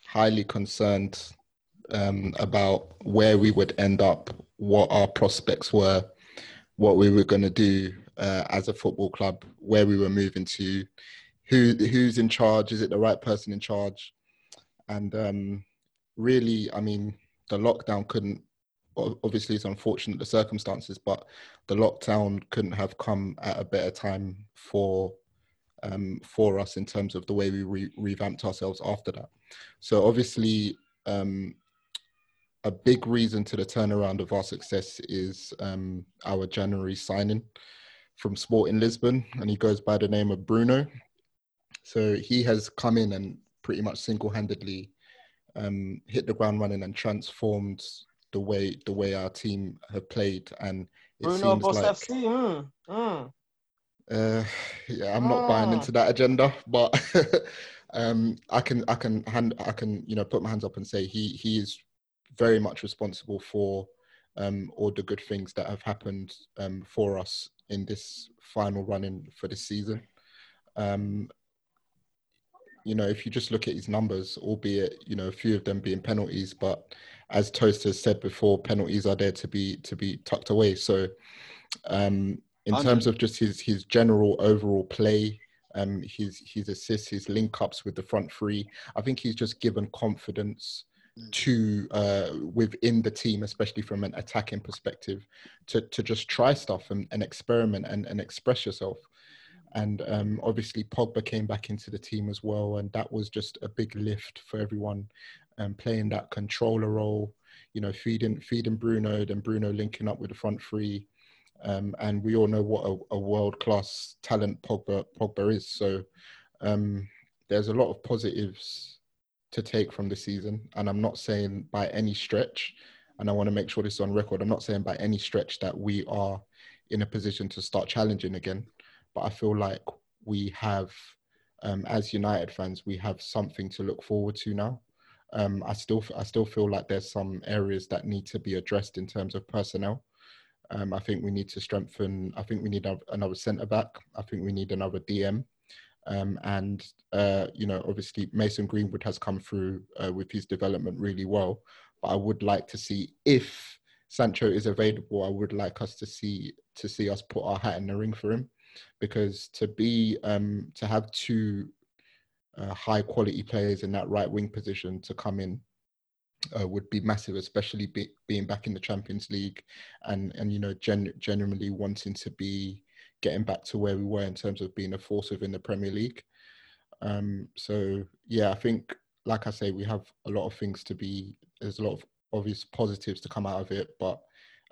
highly concerned um, about where we would end up, what our prospects were, what we were going to do uh, as a football club, where we were moving to, who who's in charge, is it the right person in charge, and um, really, I mean, the lockdown couldn't. o- Obviously, it's unfortunate the circumstances, but the lockdown couldn't have come at a better time for um, for us in terms of the way we re- revamped ourselves after that. So obviously, um, a big reason to the turnaround of our success is um, our January signing from Sport in Lisbon, and he goes by the name of Bruno. So he has come in and pretty much single-handedly um, hit the ground running and transformed the way the way our team have played, and it Bruno seems Boss like FC. Mm, mm. Uh, yeah, I'm not buying Ah. into that agenda, but um, I can, I can, hand, I can, you know, put my hands up and say he he is very much responsible for um, all the good things that have happened um, for us in this final running for this season. Um, you know, if you just look at his numbers, albeit you know a few of them being penalties, but as Toast has said before, penalties are there to be to be tucked away. So, um, in Hundred. terms of just his his general overall play, um, his his assists, his link ups with the front three, I think he's just given confidence to uh, within the team, especially from an attacking perspective, to to just try stuff and, and experiment and, and express yourself. And um, obviously, Pogba came back into the team as well, and that was just a big lift for everyone. Um, playing that controller role, you know, feeding feeding Bruno, then Bruno linking up with the front three, um, and we all know what a, a world class talent Pogba Pogba is. So um, there's a lot of positives to take from the season, and I'm not saying by any stretch, and I want to make sure this is on record. I'm not saying by any stretch that we are in a position to start challenging again, but I feel like we have, um, as United fans, we have something to look forward to now. Um, I still, I still feel like there's some areas that need to be addressed in terms of personnel. Um, I think we need to strengthen. I think we need a- another centre back. I think we need another DM. Um, and uh, you know, obviously, Mason Greenwood has come through uh, with his development really well. But I would like to see if Sancho is available. I would like us to see to see us put our hat in the ring for him, because to be um, to have two uh, high quality players in that right wing position to come in uh, would be massive, especially be, being back in the Champions League and and you know gen- generally wanting to be getting back to where we were in terms of being a force within the Premier League. Um, so yeah, I think like I say, we have a lot of things to be. There's a lot of obvious positives to come out of it, but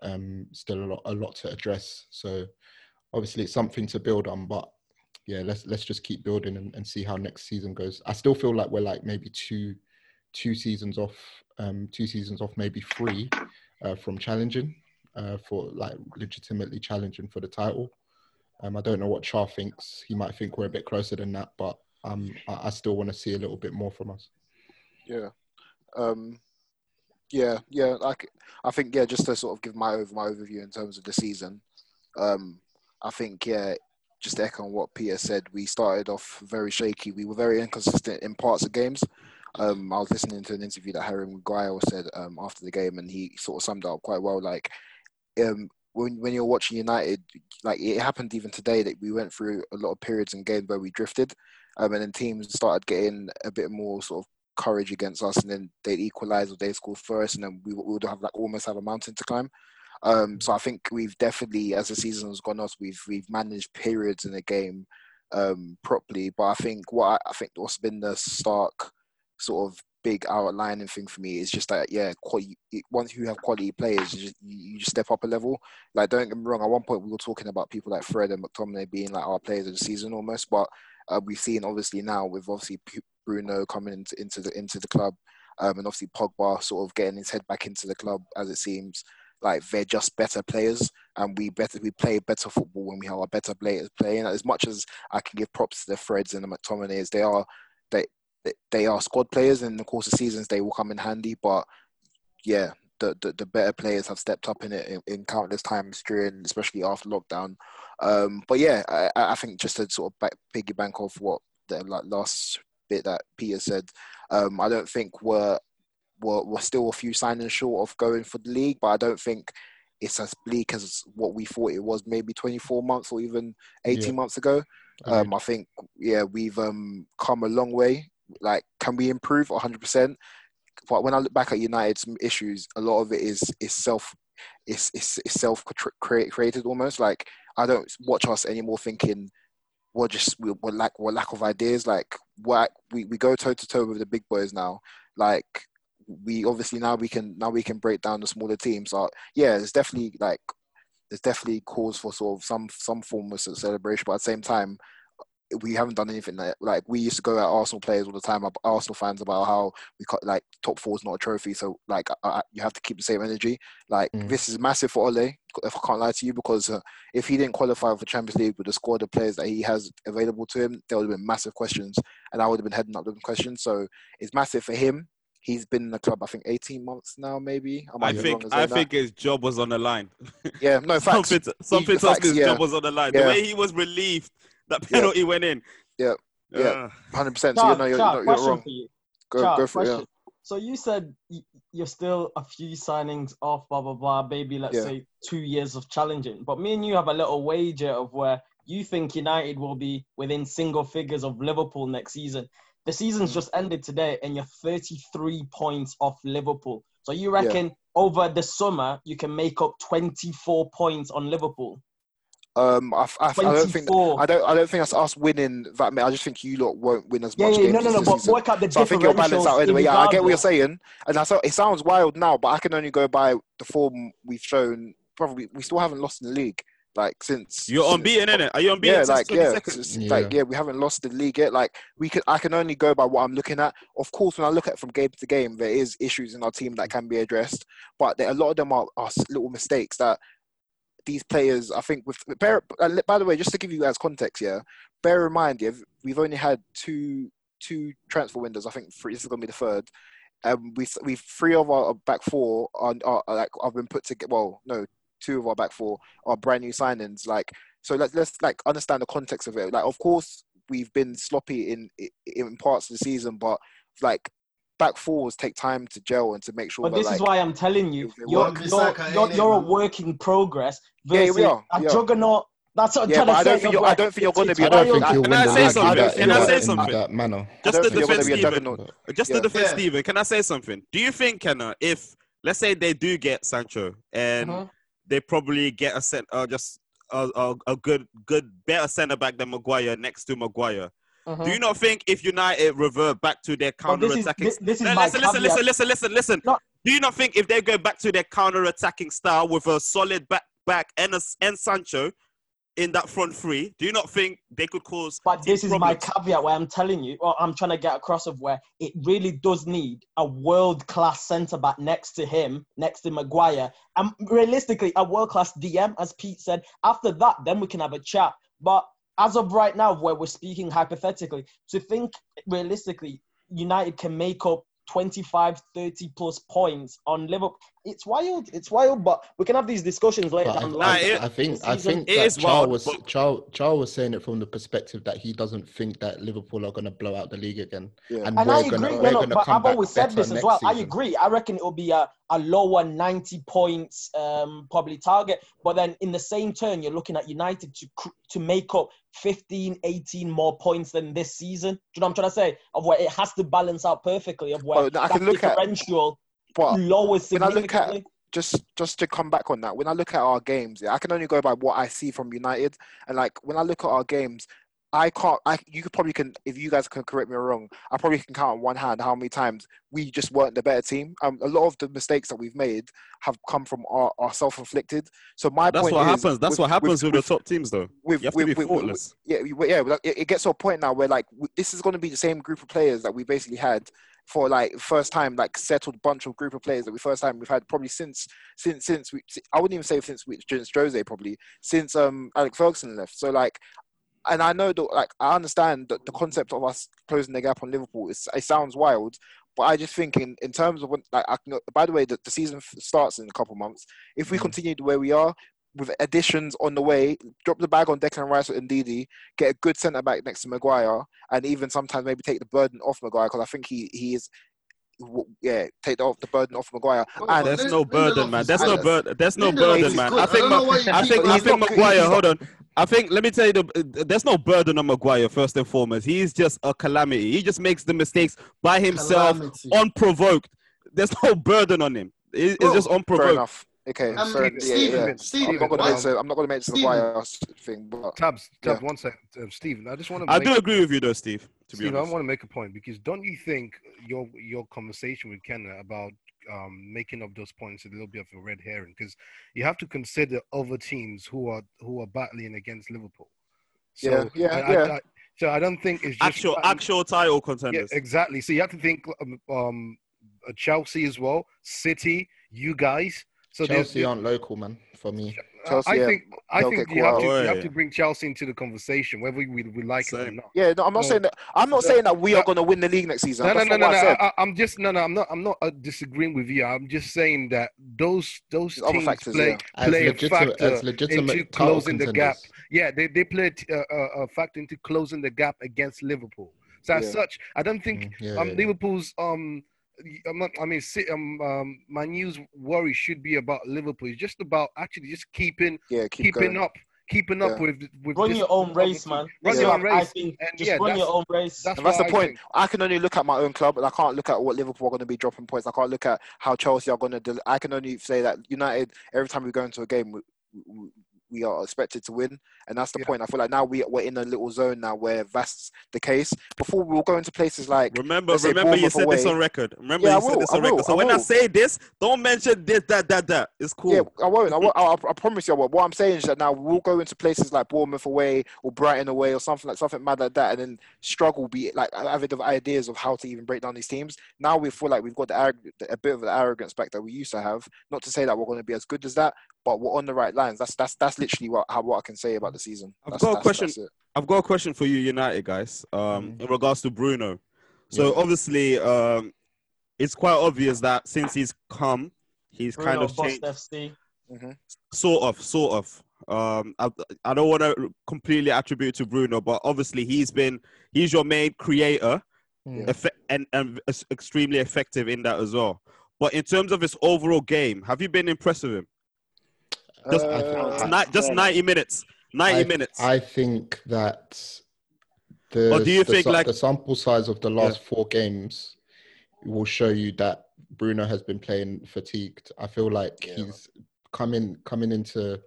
um, still a lot a lot to address. So obviously it's something to build on, but yeah, let's let's just keep building and, and see how next season goes. I still feel like we're like maybe two two seasons off, um, two seasons off, maybe three uh, from challenging uh, for like legitimately challenging for the title. Um, I don't know what Char thinks. He might think we're a bit closer than that, but um, I, I still want to see a little bit more from us. Yeah. Um, yeah, yeah. Like I think yeah, just to sort of give my over my overview in terms of the season. Um, I think yeah, just echoing what Peter said, we started off very shaky. We were very inconsistent in parts of games. Um, I was listening to an interview that Harry Maguire said um, after the game, and he sort of summed it up quite well. Like um, when when you're watching United, like it happened even today that we went through a lot of periods in games where we drifted, um, and then teams started getting a bit more sort of courage against us, and then they'd equalise or they'd score first, and then we, would- we would have like almost have a mountain to climb. Um, so I think we've definitely, as the season has gone on, we've we've managed periods in the game um, properly. But I think what I, I think what's been the stark sort of big outlining thing for me is just that yeah, quality, once you have quality players, you just, you you just step up a level. Like don't get me wrong, at one point we were talking about people like Fred and McTominay being like our players of the season almost, but uh, we've seen obviously now with obviously P- Bruno coming into, into the into the club, um, and obviously Pogba sort of getting his head back into the club as it seems. Like they're just better players, and we better we play better football when we have our better players playing. As much as I can give props to the Freds and the McTominays, they are they they- they are squad players, and in the course of seasons they will come in handy. But yeah, the, the, the better players have stepped up in it in, in countless times during, especially after lockdown. Um, but yeah, I, I I think just to sort of back, piggyback off what the like, last bit that Peter said, um, I don't think we're, we're we're still a few signings short of going for the league, but I don't think it's as bleak as what we thought it was maybe 24 months or even 18 Yeah. months ago. Um, I think yeah, we've um, come a long way. Like, can we improve 100 percent? but when I look back at United's m- issues, a lot of it is is self, it's it's, it's self create, created almost. Like I don't watch us anymore thinking we're just we're, we're lack we're lack of ideas. Like we're, we we go toe to toe with the big boys now. Like we obviously now we can now we can break down the smaller teams. So yeah, it's definitely like there's definitely cause for sort of some some form of ce- celebration, but at the same time, we haven't done anything like like we used to go at Arsenal players all the time, ab- Arsenal fans about how we cut like top four is not a trophy, so like I, I, you have to keep the same energy. Like Mm. this is massive for Ole. If I can't lie to you, because uh, if he didn't qualify for Champions League with the squad of players that he has available to him, there would have been massive questions, and I would have been heading up them questions. So it's massive for him. He's been in the club, I think, 18 months now, maybe. I be wrong think in saying I that. think his job was on the line. Yeah, no facts. Something, something He- tells facts, me his yeah. job was on the line. The Yeah. way he was relieved that penalty went in. Yeah, yeah, hundred percent. Char, Char, question for you. Go- Char, go for it, yeah. question. So you said y- you're still a few signings off, blah blah blah. Maybe let's Yeah. say two years of challenging. But me and you have a little wager of where you think United will be within single figures of Liverpool next season. The Hmm. season's just ended today, and you're 33 points off Liverpool. So you Yeah. reckon over the summer you can make up 24 points on Liverpool? Um, I, I, I don't think 24. I don't I don't think that's us winning that many. I just think you lot won't win as Yeah, much yeah, games no, no, as no, this but season. work out the so I think you'll balance out differentials anyway. Yeah, I get what you're irregardless. saying, and I so it sounds wild now, but I can only go by the form we've shown. Probably we still haven't lost in the league like since You're since- unbeaten, innit? Are you unbeaten Yeah, since like yeah, 22nd? since- like yeah, we haven't lost the league yet. Like we can, I can only go by what I'm looking at. Of course, when I look at from game to game, there is issues in our team that can be addressed, but there, a lot of them are, are little mistakes that these players, I think, with bear, uh, by the way, just to give you guys context, yeah, bear in mind, yeah, we've only had two two transfer windows. I think three, this is going to be the third. Um, we we three of our back four are, are are like have been put together. Well, no, two of our back four are brand new signings. Like, so let's let's like understand the context of it. Like, of course, we've been sloppy in in parts of the season, but like back fours take time to gel and to make sure. But that, this like, is why I'm telling you, they you're, work. you're, you're, you're a work in progress Yeah, we versus are, a we are. juggernaut. That's what I'm Yeah, trying but to I say. don't think you're, I don't think you're going to be. I don't think I- you'll win the say league in something? that, Can in I that, say in something? that manner. Just to think you're defend gonna be a Stephen. juggernaut. Just to Yeah. defend Yeah. Stephen, can I say something? Do you think, Kenna, if let's say they do get Sancho and Mhm. they probably get a cent, uh, just a, a, a good, good, better centre back than Maguire next to Maguire. Do you not think if United revert back to their Uh-huh. But counter this is attacking? this, this is my listen, listen, caveat. listen, listen, listen, listen. Do you not think if they go back to their counter attacking style with a solid back back and a, and Sancho in that front three, do you not think they could cause? But team this is my problems? caveat where I'm telling you, or I'm trying to get across of where it really does need a world class centre back next to him, next to Maguire, and realistically a world class DM, as Pete said. After that, then we can have a chat. But as of right now, where we're speaking hypothetically, to think realistically, United can make up 25, 30 plus points on Liverpool. It's wild. It's wild, but we can have these discussions later But down the I, line. I- I think I season- think It that is Char wild, was but- Char, Char was saying it from the perspective that he doesn't think that Liverpool are going to blow out the league again, and And I we're agree, gonna no, we're no, gonna but come I've back always said better this as next well. I season. agree. I reckon it will be a, a lower 90 points um, probably target. But then in the same turn, you're looking at United to cr- to make up 15, 18 more points than this season. Do you know what I'm trying to say? Of where it has to balance out perfectly, of where Well, I that can look at- differential but lowers when I look significantly. at just just to come back on that, when I look at our games, yeah, I can only go by what I see from United, and like when I look at our games, I can't. I you could probably can if you guys can correct me wrong, I probably can count on one hand how many times we just weren't the better team. Um, a lot of the mistakes that we've made have come from our, our self-inflicted. So my That's point what is, happens. That's with- what happens with, with the top teams, though. with, you have with, to be with- with- thoughtless. yeah, we- yeah. Like, it, it gets to a point now where like w- this is going to be the same group of players that we basically had for like first time like settled bunch of group of players that we first time we've had probably since since since we I wouldn't even say since we, since Jose probably since um Alex Ferguson left. So like and I know that like I understand that the concept of us closing the gap on Liverpool is it sounds wild, but I just think in, in terms of when, like I can, by the way the, the season f- starts in a couple months. If we continue the way we are with additions on the way, drop the bag on Declan Rice and Ndidi, get a good centre back next to Maguire, and even sometimes maybe take the burden off Maguire because I think he he is. w- Yeah, take the, off- the burden off Maguire. Well, and Ah, there's no burden, man. There's no burden. There's no Lindelof burden, is man. good. I I think. don't Ma- know why you I keep- think. but I he's think not good. Maguire. He's Hold on. I think. Let me tell you. The, there's no burden on Maguire. First and foremost, he's just a calamity. He just makes the mistakes by himself, Calamity. unprovoked. There's no burden on him. It- It's Bro, just fair unprovoked. enough. Okay, Um, fair- yeah, Steven, yeah. I'm Steven, not gonna one- make the I'm not gonna make the Steven. Maguire thing, but Tabs, yeah. tab, one second, um, Stephen. I just want to. I do agree with you, though, Steve. To be Steve, I honest. want to make a point because don't you think your your conversation with Kenna about um, making up those points is a little bit of a red herring because you have to consider other teams who are who are battling against Liverpool. Yeah, So yeah, I, I, yeah. I, So I don't think it's just Actual actual title contenders. Yeah, exactly. So you have to think um, um, uh, Chelsea as well, City, you guys. So there's- Chelsea aren't local, man. For me, I think I think you have, to, you have to bring Chelsea into the conversation, whether we, we like it or not. Yeah, no, I'm not So- saying that. I'm not so- saying that we are going to win the league next season. No, no, That's no, not no. what I no. said. I, I'm just no, no. I'm not. I'm not uh, disagreeing with you. I'm just saying that those those There's other teams factors, play yeah. As play a legitimate- factor as legitimate into title closing the gap. contenders. Yeah, they they play a, uh, a, a factor into closing the gap against Liverpool. So as Yeah. such, I don't think Mm, yeah, um, yeah, yeah. Liverpool's um. I'm not, I mean, Ci- um, um, my news worry should be about Liverpool. It's just about actually just keeping, yeah, keep keeping going. up, keeping up Yeah. with, with Run this- your own race, man. Run That's your what own I race. think. And Just yeah, run that's- your own race. That's, And that's the what I point. I can only look at my own club, and I can't look at what Liverpool are going to be dropping points. I can't look at how Chelsea are going to. Del- I can only say that United. Every time we go into a game, we, we, we are expected to win, and that's the point. I feel like now we we're in a little zone now where that's the case. Before we will go into places like Remember, let's say remember, you Bournemouth said this away. on record. Remember, Yeah, I you said will, this I on record. will, So I when I will. say this, don't mention this, that, that, that. It's cool. Yeah, I won't. I, won't I, I- I promise you, I won't. What I'm saying is that now we'll go into places like Bournemouth away or Brighton away or something like something mad like that, and then struggle. Be like I have the ideas of how to even break down these teams. Now we feel like we've got the, arrog- a bit of the arrogance back that we used to have. Not to say that we're going to be as good as that, but we're on the right lines. That's that's that's literally what how, what I can say about the season. I've That's- got a that's- question. that's it. I've got a question for you, United guys. Um, in regards to Bruno, so Yeah. obviously, um, it's quite obvious that since he's come, he's Bruno kind of Bust changed, FC. Mm-hmm. sort of, sort of. Um, I, I don't want to completely attribute to Bruno, but obviously he's been he's your main creator, Yeah. effe- and and is extremely effective in that as well. But in terms of his overall game, have you been impressed with him? Just, Uh, ni- just yeah. ninety minutes, ninety I, minutes. I think that the Or do you the, think sa- like- the sample size of the last four games will show you that Bruno has been playing fatigued. I feel like he's coming coming into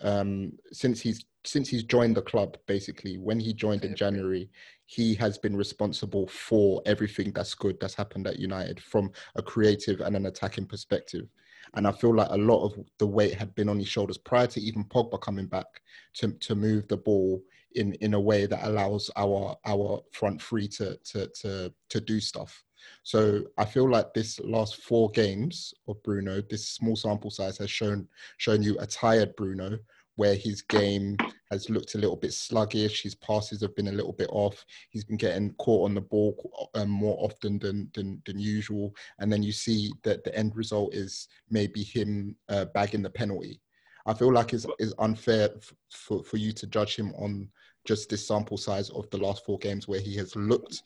um, since he's since he's joined the club. Basically, when he joined in January, he has been responsible for everything that's good that's happened at United from a creative and an attacking perspective. And I feel like a lot of the weight had been on his shoulders prior to even Pogba coming back to, to move the ball in, in a way that allows our our front three to to to to do stuff. So I feel like this last four games of Bruno, this small sample size has shown shown you a tired Bruno where his game has looked a little bit sluggish. His passes have been a little bit off. He's been getting caught on the ball qu- um, more often than, than than usual. And then you see that the end result is maybe him uh, bagging the penalty. I feel like it's, it's unfair f- for, for you to judge him on just this sample size of the last four games where he has looked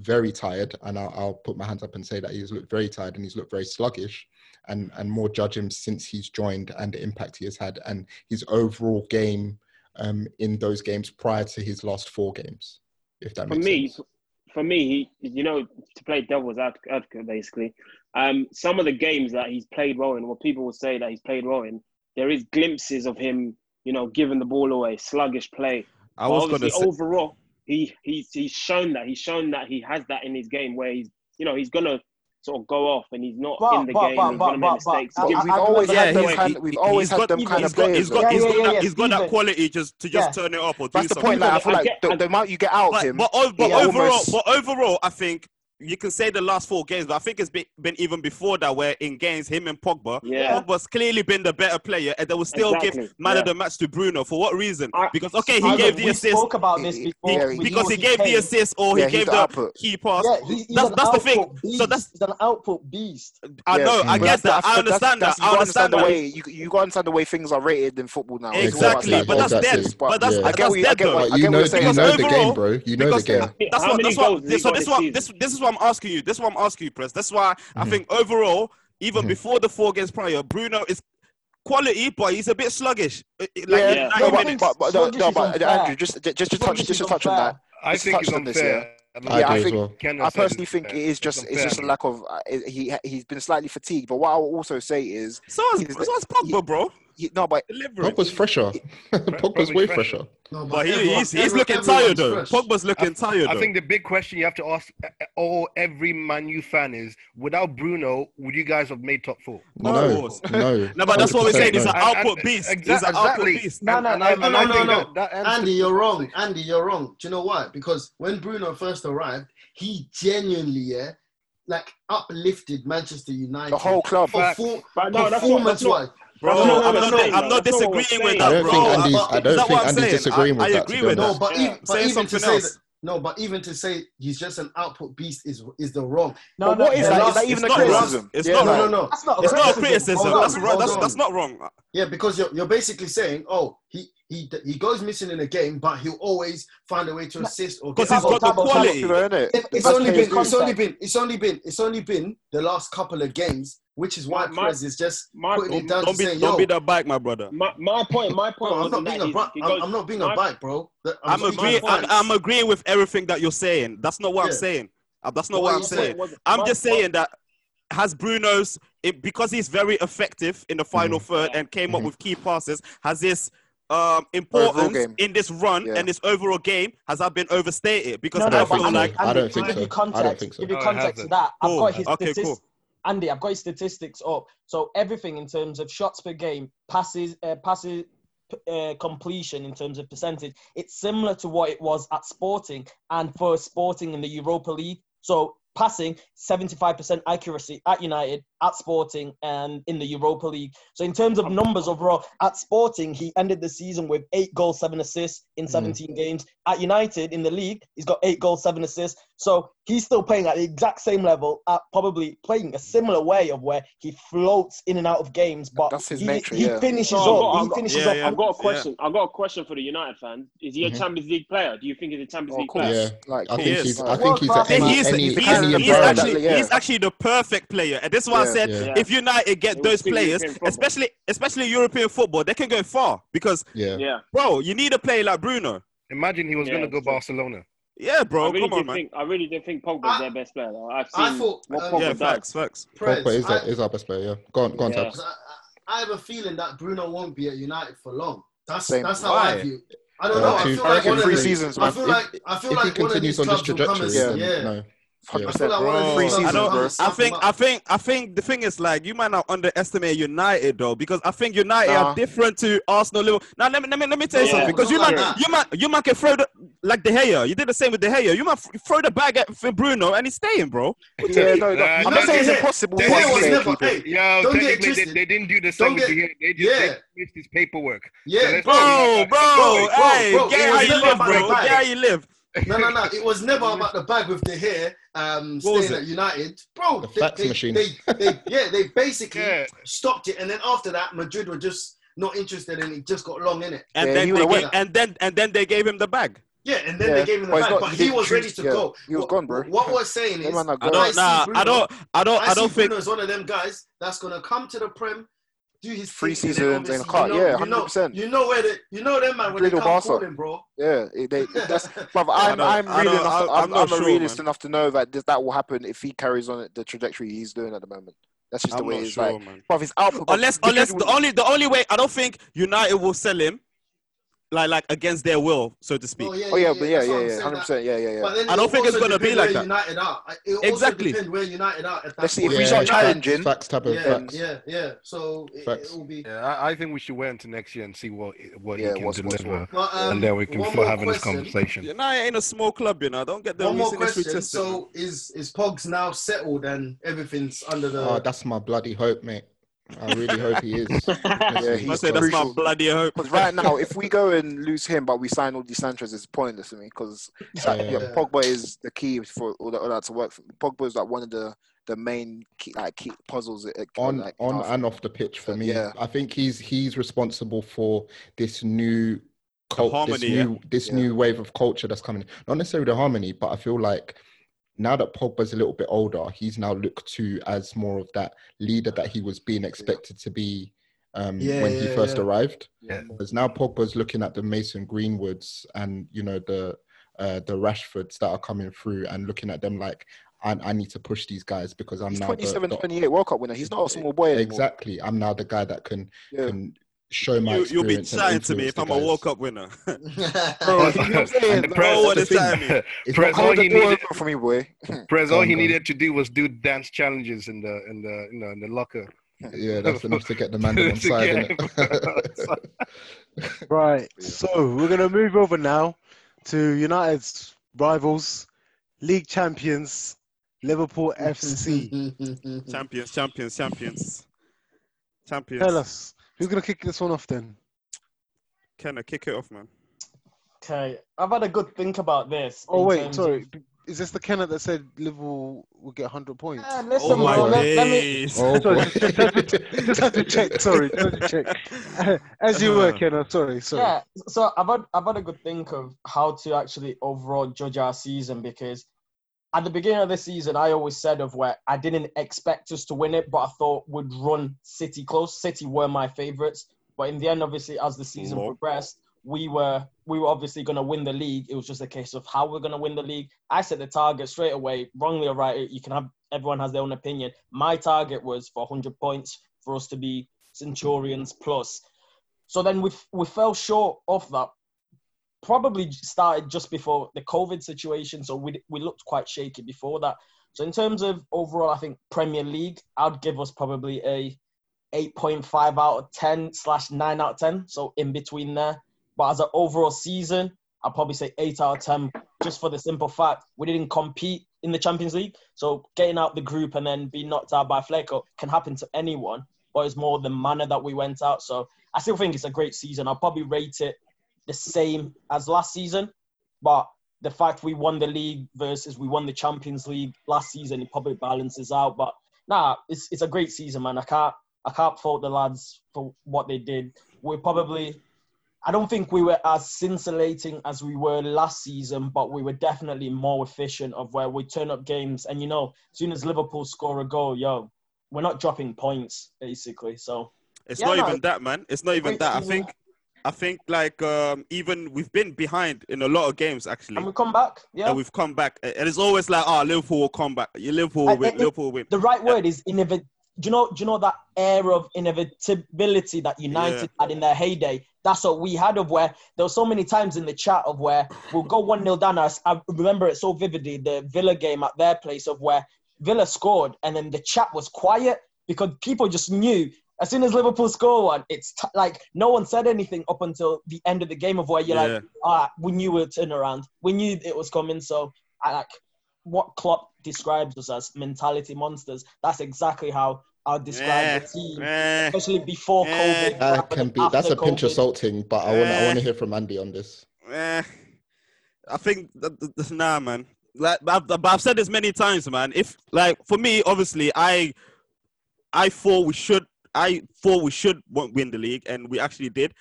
very tired, and I'll, I'll put my hands up and say that he's looked very tired and he's looked very sluggish, and and more judge him since he's joined and the impact he has had and his overall game um, in those games prior to his last four games, if that for makes me, sense. for me, he, you know, to play devil's ad- advocate, basically, um, some of the games that he's played well in, what people will say that he's played well in, there is glimpses of him, you know, giving the ball away, sluggish play. I But was obviously, gonna say- overall, he he's he's shown that he's shown that he has that in his game where he's, you know, he's gonna sort of go off and he's not But- in the but- game. but- he's but- gonna make but- but- mistakes. but He's I- I've always had given- those kind- he- we've he- always had them kind he's of got, players, He's got, though. he's Yeah, got yeah, that, yeah, he's got Steven. that quality just to just Yeah. turn it up or That's do the something. point. Like, I feel I like get- the, I- the amount you get out but, of him. But, ov- but he overall, almost- but overall, I think you can say the last four games, but I think it's been, been even before that, where in games him and Pogba, Yeah. Pogba's clearly been the better player, and they will still Exactly, give man yeah. of the match to Bruno for what reason? because okay, he Steven, gave the we assist. spoke about this He- before we- because he he gave the came. assist or Yeah, he he's gave the the output. key pass. Yeah, he's, he's that's an that's the thing. output beast. he's an output beast. I know. I get but that's the- that. I but that's- understand that's- that. You I gotta understand the that. way you you gotta understand the way things are rated in football now. It's all about Exactly, stats, but that's statistics, dead. But that's I get that's what you, I dead get though. what, I get what you're saying. Because overall- because Yeah. That's How what. many That's what. goals has he This, so got this this one. season? This this is what I'm asking you. This is what I'm asking you, Press. That's why I Mhm. think overall, even Mhm. before the four games prior, Bruno is quality, but he's a bit sluggish. Uh, uh, Like in 90 no, but, minutes. but, but, no, no, but Andrew, just just, just to touch, Sluggish just to is touch on that. unfair. I just to think touch it's on this, unfair. yeah. I yeah, do I as think well. Ken I has said personally think it is just it's just a lack of uh, he he's been slightly fatigued. But what I will also say is So is, so is Pogba, bro. he, no, but Pogba's fresher. Pogba's way fresher. But he- he's- he's looking tired, though. Pogba's looking I- tired, I though. think the big question you have to ask uh, uh, all every Man U fan is: Without Bruno, would you guys have made top four? No, No. no. No, but that's what we're saying. He's an 100% no. output beast. exa- He's an output exactly. beast. No, No, And- no, no, and I- no, and no, I no, think no. that- that answers Andy, the you're wrong. Andy, you're wrong. Do you know why? Because when Bruno first arrived, he genuinely, yeah, like uplifted Manchester United. The whole club. Perform- But no, that's not- that's performance not- wise. Bro, No, no, no, I'm no, not, no. I'm not That's disagreeing what we're with saying. that, I don't bro. think Andy's- I'm- I don't is that think what I'm Andy's saying? disagreeing I, with I that, to agree be with honest. that. No, but even but saying even to something say else. that, no, but even to say he's just an output beast is is the wrong. No, But no, what is the that? Is last- that It's even a not criticism? wrong. It's Yeah, not no, wrong. no, no. That's not a It's not a criticism. criticism. Hold That's on, right. hold That's on. that's not wrong. Yeah, because you're you're basically saying, oh, he he he goes missing in a game, but he'll always find a way to assist or 'Cause get he's a goal. got the Double, double, quality. You know, innit? It- it's That's only crazy. been it's only been it's only been it's only been the last couple of games, which is My- why my- Perez is just my- putting Don't, it down don't to be saying, don't yo, be the bike, my brother. My, my point, my bro, point I'm wasn't not that being a he- bike. he I'm, goes- I'm not being my- a bike, bro. That- I'm, I'm speaking agreeing. I'm, facts. I'm agreeing with everything that you're saying. That's not what I'm Yeah. saying. Uh, That's not What what, are I'm you saying. saying? I'm My- just saying that has Bruno's it, because he's very effective in the Mm-hmm. final third Yeah. and came up with key passes. Has this um, importance game. in this run Yeah. and this overall game has that been overstated? Because No, I no, but feel Andy, like Andy, I don't to think give so. you I don't context, think so. give you No, it context to hasn't. that. I've Cool. got his Okay, cool. statistics. Andy, I've got his statistics up. So everything in terms of shots per game, passes, uh, passes p- uh, completion in terms of percentage, it's similar to what it was at Sporting and for Sporting in the Europa League. So passing 75% accuracy at United, at Sporting, and in the Europa League. So in terms of numbers overall, at Sporting he ended the season with eight goals, seven assists Hmm. in 17 games. At United in the league, he's got eight goals, seven assists. So he's still playing at the exact same level, at probably playing a similar way of where he floats in and out of games, but That's his he, nature, he yeah. finishes No, I've up. got- I've he got- finishes yeah, up. yeah. I've got a question. I've got a question for the United fans. Is he a Mhm. Champions League player? Do you think he's a Champions Oh, League of course. player? Yeah, Like, I He think is. he's. I Like, think he's at World-class. Then any he's, any he's, any character he's player, environment. actually yeah. he's actually the perfect player, and this is why I Yeah. said Yeah, Yeah. if United get It was those big players, European football. especially especially European football, they can go far because yeah. Yeah. bro, you need a player like Bruno. Imagine he was Yeah, going to go it's true. Barcelona. Yeah, bro, I really come do on, man. think I really do think Pogba's I- their best player. Though. I've seen I thought, what um, Pogba Yeah, does. facts, facts. Perez, Pogba is I, that is our best player. Yeah, go on, go on, Yeah. Tabs. I, I have a feeling that Bruno won't be at United for long. That's Same. that's how Why? I view. it. I don't Uh, know. I two- feel I like reckon one of three these. seasons, I man. feel If, like I feel if he like one of continues these on this clubs will come and trajectory, Yeah. yeah. then no. I 100%. feel like one of Bro, I these clubs will don't. come bro. and I snap him think. up. I think. I think the thing is like you might not underestimate United though, because I think United Nah. are different to Arsenal. Liverpool. Now let me let me let me tell you Yeah, something. Because not you like might that. you might you might can throw the like De Gea. You did the same with De Gea. You might f- throw the bag at for Bruno and he's staying, bro. Yeah, no, no. Nah, I'm don't not saying it's do that. impossible. They but Here I'm was saying never. keep it. Hey, Yeah, don't get it technically, they, twisted. they didn't do the Don't same with get- the They just yeah. they missed his paperwork. So Yeah, let's bro. not Bro, do that. bro, bro, hey, bro, get it how was you never live, about the bro. Get bag. how you live. No, no, no. It was never about the bag with the hair um, What was staying it? at United. Bro, The they, fax they, machine. They, they, yeah, they basically Yeah. stopped it. And then after that, Madrid were just not interested and it just got long in it. And Yeah, then he they would've gave, went. and then and then they gave him the bag. Yeah, and then Yeah, they gave him the but it's bag. not- but he he didn't was choose- ready to yeah, go. he was what, gone, bro. What we're saying That is, man not I gone. don't. see Nah, Bruno, I don't. I don't. I I see don't think. Bruno as one of them guys that's gonna come to the prem, do his Three thing, and then seasons and obviously cut, you know, yeah, you know, 100%. you know where the, you know them man when they Little come Barca. calling, bro. Yeah, it- they, it- that's. Brother, I'm, don't- I'm I real don't- enough. I- To, I'm, I'm I'm, not a sure, realist man. enough to know that this, that will happen if he carries on the trajectory he's doing at the moment. That's just the I'm way not it is. sure, Like, man. but his output. Unless, because unless we- the only the only way I don't think United will sell him like like against their will, so to speak. Oh yeah, Oh yeah, yeah, but yeah. yeah, That's what yeah, I'm yeah, saying. hundred That, percent, yeah, yeah, yeah. but then I it don't think it's also gonna be depend like where that. United are. It also Exactly. depend where United are at that Let's see if point. we Yeah, start facts- challenging. Facts, Tabba, Yeah, facts. yeah, yeah. So it, Facts. it will be. Yeah, I, I think we should wait until next year and see what what Yeah, he can what's- what's deliver, But and um, then we can one still more having this question. conversation. United ain't a small club, you know. Don't get the One more recently question. twisted. man. So is is Pogs now settled and everything's under the? Ah, Oh, that's my bloody hope, mate. I really hope he is. Yeah, Honestly, I he's say because- that's my crucial. bloody hope. Because right now, if we go and lose him, but we sign all these Sanchez, it's pointless to me. Because Yeah. Pogba is the key for all that, all that to work. For. Pogba is like one of the the main key, like key puzzles. It, on like, on uh, and off the pitch for uh, me. yeah. I think he's he's responsible for this new cult, this harmony, yeah? new this Yeah. new wave of culture that's coming. Not necessarily the harmony, but I feel like now that Pogba's a little bit older, he's now looked to as more of that leader that he was being expected to be um, Yeah, when he yeah, first yeah. arrived. Yeah. Because now Pogba's looking at the Mason Greenwoods and you know the uh, the Rashfords that are coming through and looking at them like I, I need to push these guys because I'm He's now the, 27, the 28 World Cup winner. He's not a small boy anymore. Exactly. I'm now the guy that can Yeah. can show my You, will be experience and chatting to me influence if the I'm a guys. World Cup winner. Bro, you know what I'm And saying? the Like, press- that's one the is thing. timing. It's Prez, not all hard he to do needed it. for me, boy. Go Prez, all on, he go on. needed to do was do dance challenges in the in the you know in the locker. Yeah, that's enough to get the man on To side, get innit? Right. So we're gonna move over now to United's rivals, league champions, Liverpool FC. champions, champions, champions, champions. Tell us who's gonna kick this one off then. Can I kick it off, man? Okay, I've had a good think about this. Oh in wait, terms sorry. of- b- Is this the Kenneth that said Liverpool will get 100 points? Ah, listen, Oh my bro, let- let me- days. Oh, sorry, boy. just, just, had to, just had to check. Sorry, just had to check. As you were, Uh-huh. Uh. Kenneth. Sorry, sorry. Yeah, so I've had, I've had a good think of how to actually overall judge our season because at the beginning of the season, I always said of where I didn't expect us to win it, but I thought would run City close. City were my favourites, but in the end, obviously, as the season Lol. progressed, we were we were obviously going to win the league. It was just a case of how we're going to win the league. I set the target straight away, wrongly or right. You can have everyone has their own opinion. My target was for 100 points for us to be Centurions plus. So then we f- we fell short of that. Probably started just before the COVID situation, so we we looked quite shaky before that. So in terms of overall, I think Premier League, I'd give us probably a 8.5 out of 10 slash 9 out of 10, so in between there. But as an overall season, I'd probably say 8 out of 10, just for the simple fact we didn't compete in the Champions League. So getting out the group and then being knocked out by Fleco can happen to anyone, but it's more the manner that we went out. So I still think it's a great season. I'll probably rate it the same as last season, but the fact we won the league versus we won the Champions League last season, it probably balances out. But nah, it's it's a great season, man. I can't I can't fault the lads for what they did. We're probably I don't think we were as scintillating as we were last season, but we were definitely more efficient of where we turn up games and you know, as soon as Liverpool score a goal, yo, we're not dropping points, basically. So It's Yeah, not no, even that, man. It's not even great that. I season. think, I think, like, um, even we've been behind in a lot of games actually, and we come back, yeah. and we've come back. And it's always like, oh, Liverpool will come back. Yeah, Liverpool will I- win. I- Liverpool will Uh, win. The right word is innovative. Do you know? Do you know that air of inevitability that United had in their heyday? That's what we had of where there were so many times in the chat of where we'll go one 0 down. I, s- I remember it so vividly. The Villa game at their place of where Villa scored and then the chat was quiet because people just knew as soon as Liverpool score one, it's t- like no one said anything up until the end of the game of where you're Yeah. like, ah, we knew we would turn around. We knew it was coming. So I like what Klopp describes us as mentality monsters. That's exactly how I'll describe Eh, the team, especially before COVID. That rather can than be. That's after a pinch of COVID. salting, but I want. to I want Eh. to hear from Andy on this. Eh, I think that, that- that- nah, man. Like, but I've, but I've said this many times, man. If like for me, obviously, I, I thought we should, I thought we should won- win the league, and we actually did.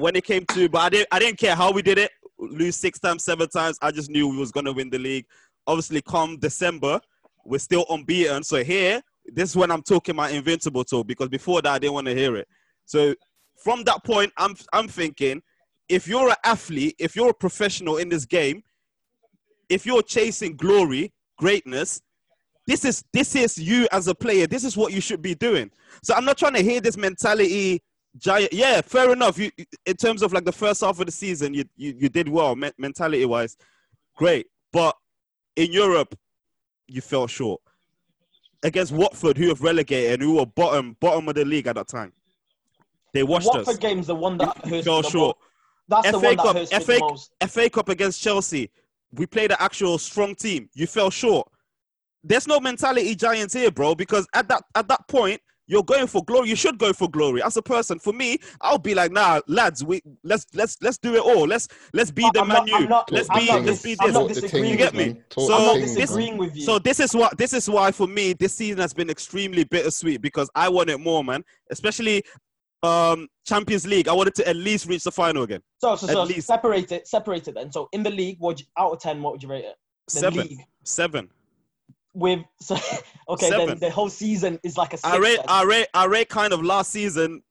When it came to, but I didn't, I didn't care how we did it. Lose six times, seven times. I just knew we was gonna win the league. Obviously, come December, we're still unbeaten. So here, this is when I'm talking my invincible talk because before that, I didn't want to hear it. So from that point, I'm, I'm thinking if you're an athlete, if you're a professional in this game, if you're chasing glory, greatness, this is this is you as a player. This is what you should be doing. So I'm not trying to hear this mentality. Giant, yeah, fair enough. You, in terms of like the first half of the season, you you, you did well men- mentality wise, great. But in Europe, you fell short against Watford, who have relegated and who were bottom bottom of the league at that time. They watched Watford us. game's the one that hurts me fell the short. most. That's the one that Cup, hurts me FA, the most. FA Cup against Chelsea. We played an actual strong team. You fell short. There's no mentality giants here, bro, because at that at that point, you're going for glory. You should go for glory. As a person, for me, I'll be like, nah, lads, we let's let's let's do it all. Let's let's be the I'm not- man I'm you. not- Let's I'm be not let's dis- be I'm this. not disagreing you get with me? you. Talk I'm not things, man. disagreeing with you. So this is what this is why for me this season has been extremely bittersweet because I want it more, man. Especially um Champions League. I wanted to at least reach the final again. So, so, at so least separate it, separate it then. So in the league, what would you, out of ten, what would you rate it? The seven. league Seven. with so okay, then Seven. the whole season is like a six. I rate, then. I rate, I rate kind of last season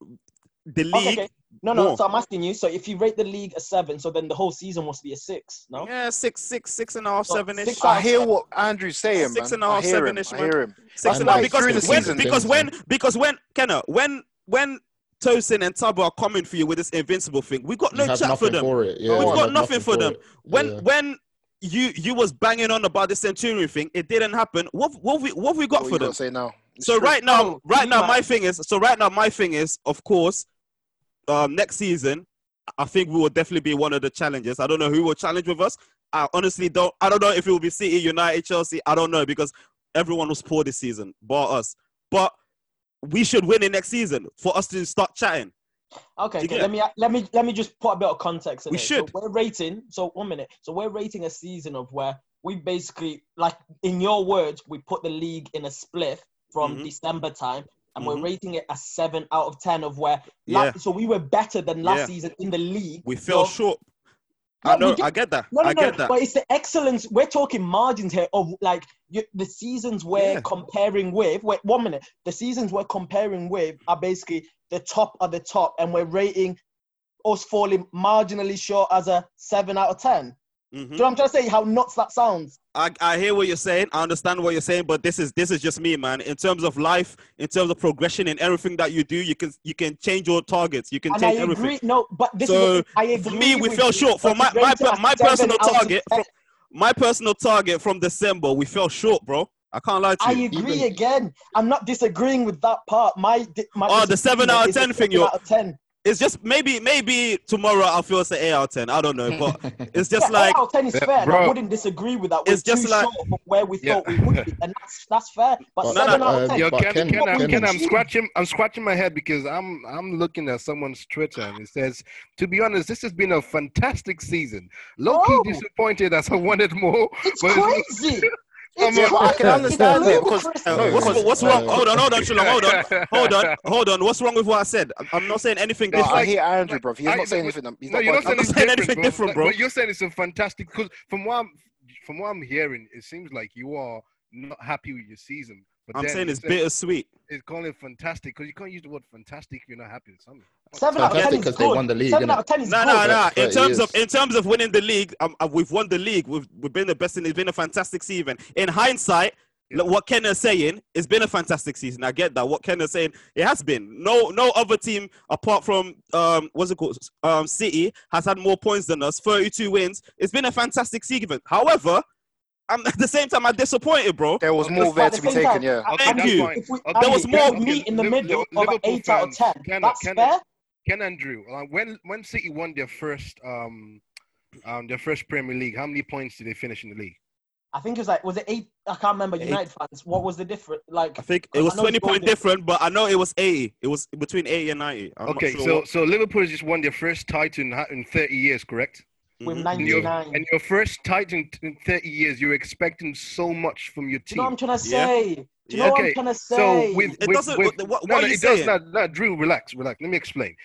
the league. Okay, okay. No, no. more. So I'm asking you. So if you rate the league a seven, so then the whole season must be a six. No. Yeah, six, six, six and a half, So seven ish. six out of I hear what Andrew's saying, Six man. and a half, I hear seven him. ish, I man. hear him. Six And and a half. like, Because through the when, season because things, when, because when, Kenna, when, when, Tosin and Tabo are coming for you with this invincible thing. We got You no have chat for nothing them. for it. Yeah, We've you got have nothing nothing for for them. it. When Yeah. when you you was banging on about the Centurion thing, it didn't happen. What what have we what have we got What for you them? gotta say now? It's so true. right now, Oh, right now, Lima. my thing is so right now, my thing is of course, um, next season, I think we will definitely be one of the challenges. I don't know who will challenge with us. I honestly don't. I don't know if it will be City, United, Chelsea. I don't know because everyone was poor this season, bar us. But we should win it next season for us to start chatting. Okay, You okay. get- Let me let me let me just put a bit of context in We it. should. So we're rating. So one minute. So we're rating a season of where we basically, like in your words, we put the league in a spliff from Mhm. December time, and Mhm. we're rating it a seven out of ten of where. Yeah. La- So we were better than last Yeah. season in the league. We fell Your- short. No, I know. we did- I get that. No, no, I no. get that. But it's the excellence. We're talking margins here of like you, the seasons we're Yeah. comparing with. Wait, one minute. The seasons we're comparing with are basically the top of the top, and we're rating us falling marginally short as a seven out of 10 Do Mm-hmm. you know what I'm trying to say? How nuts that sounds. I, I hear what you're saying. I understand what you're saying, but this is this is just me, man. In terms of life, in terms of progression, and everything that you do, you can you can change your targets. You can and I change agree. everything. No, but this so is the thing, I agree for me, we with fell you, short. For but my to my, rate it per- at my seven personal out of target, from, my personal target from December, we fell short, bro. I can't lie to I you. agree again. I'm not disagreeing with that part. My, di- my Oh, the seven disagreement out of is the ten seven thing, yo. out of 10. It's just maybe maybe tomorrow I'll feel it's an eight out of ten. I don't know, but it's yeah, just like eight out of ten is fair, and I Bro. wouldn't disagree with that. We're It's just too like- short from where we Yeah. thought we would be, and that's that's fair. But But- seven but, out uh, of ten. but Ken, Ken- Ken, Ken- I, Ken, um, I'm Ken- scratching, I'm scratching my head because I'm, I'm looking at someone's Twitter and it says, "To be honest, this has been a fantastic season. Low key No. disappointed as I wanted more." Oh. It's but crazy. It's I'm a- crazy. I can understand it's that because- ludicrous. no, what's, because- what's wrong? uh, hold on, hold on, Shalom, hold on, hold on, hold on. What's wrong with what I said? I'm- I'm not saying anything No, different. I hear Andrew, bro. He's I- not saying but- anything. He's no, not you're not bugging. saying it's saying different, anything bro. different, Like, bro. But you're saying it's a fantastic because from what I'm from what I'm hearing, it seems like you are not happy with your season. But I'm then saying you're it's bittersweet. It's calling it fantastic because you can't use the word fantastic if you're not happy with something. Seven out of ten Fantastic is 'cause good. they won the league, Seven innit? out of ten is No, good. no, no. For In 30 terms of years. in terms of winning the league, um, uh, we've won the league. We've we've been the best, and it's been a fantastic season. In hindsight, look, what Ken is saying, it's been a fantastic season. I get that. What Ken is saying, it has been. No, no other team apart from um, what's it called, um, City has had more points than us. Thirty-two wins. It's been a fantastic season. However, I'm at the same time I'm disappointed, bro. There was more there to be taken. Yeah. I- Thank I mean, you. If we, there was more. meet in the middle of an eight out of ten. Ken, That's Ken, fair. Ken Andrew, like when when City won their first um um their first Premier League, how many points did they finish in the league? I think it was like was it eight? I can't remember. Eight. United fans. What was the difference? Like I think it was know it's twenty point London. different, but I know it was eighty. It was between eighty and ninety. I'm okay, not sure so what- so Liverpool has just won their first title in, in 30 years, correct? With Mm-hmm. Mhm. And your- 99. And your first title in, in 30 years, you're expecting so much from your Do you team. know what I'm trying to say? Do you know what I'm Okay, trying to say? So with, with, with, no, no, it does not. No, Drew, relax, relax. Let me explain.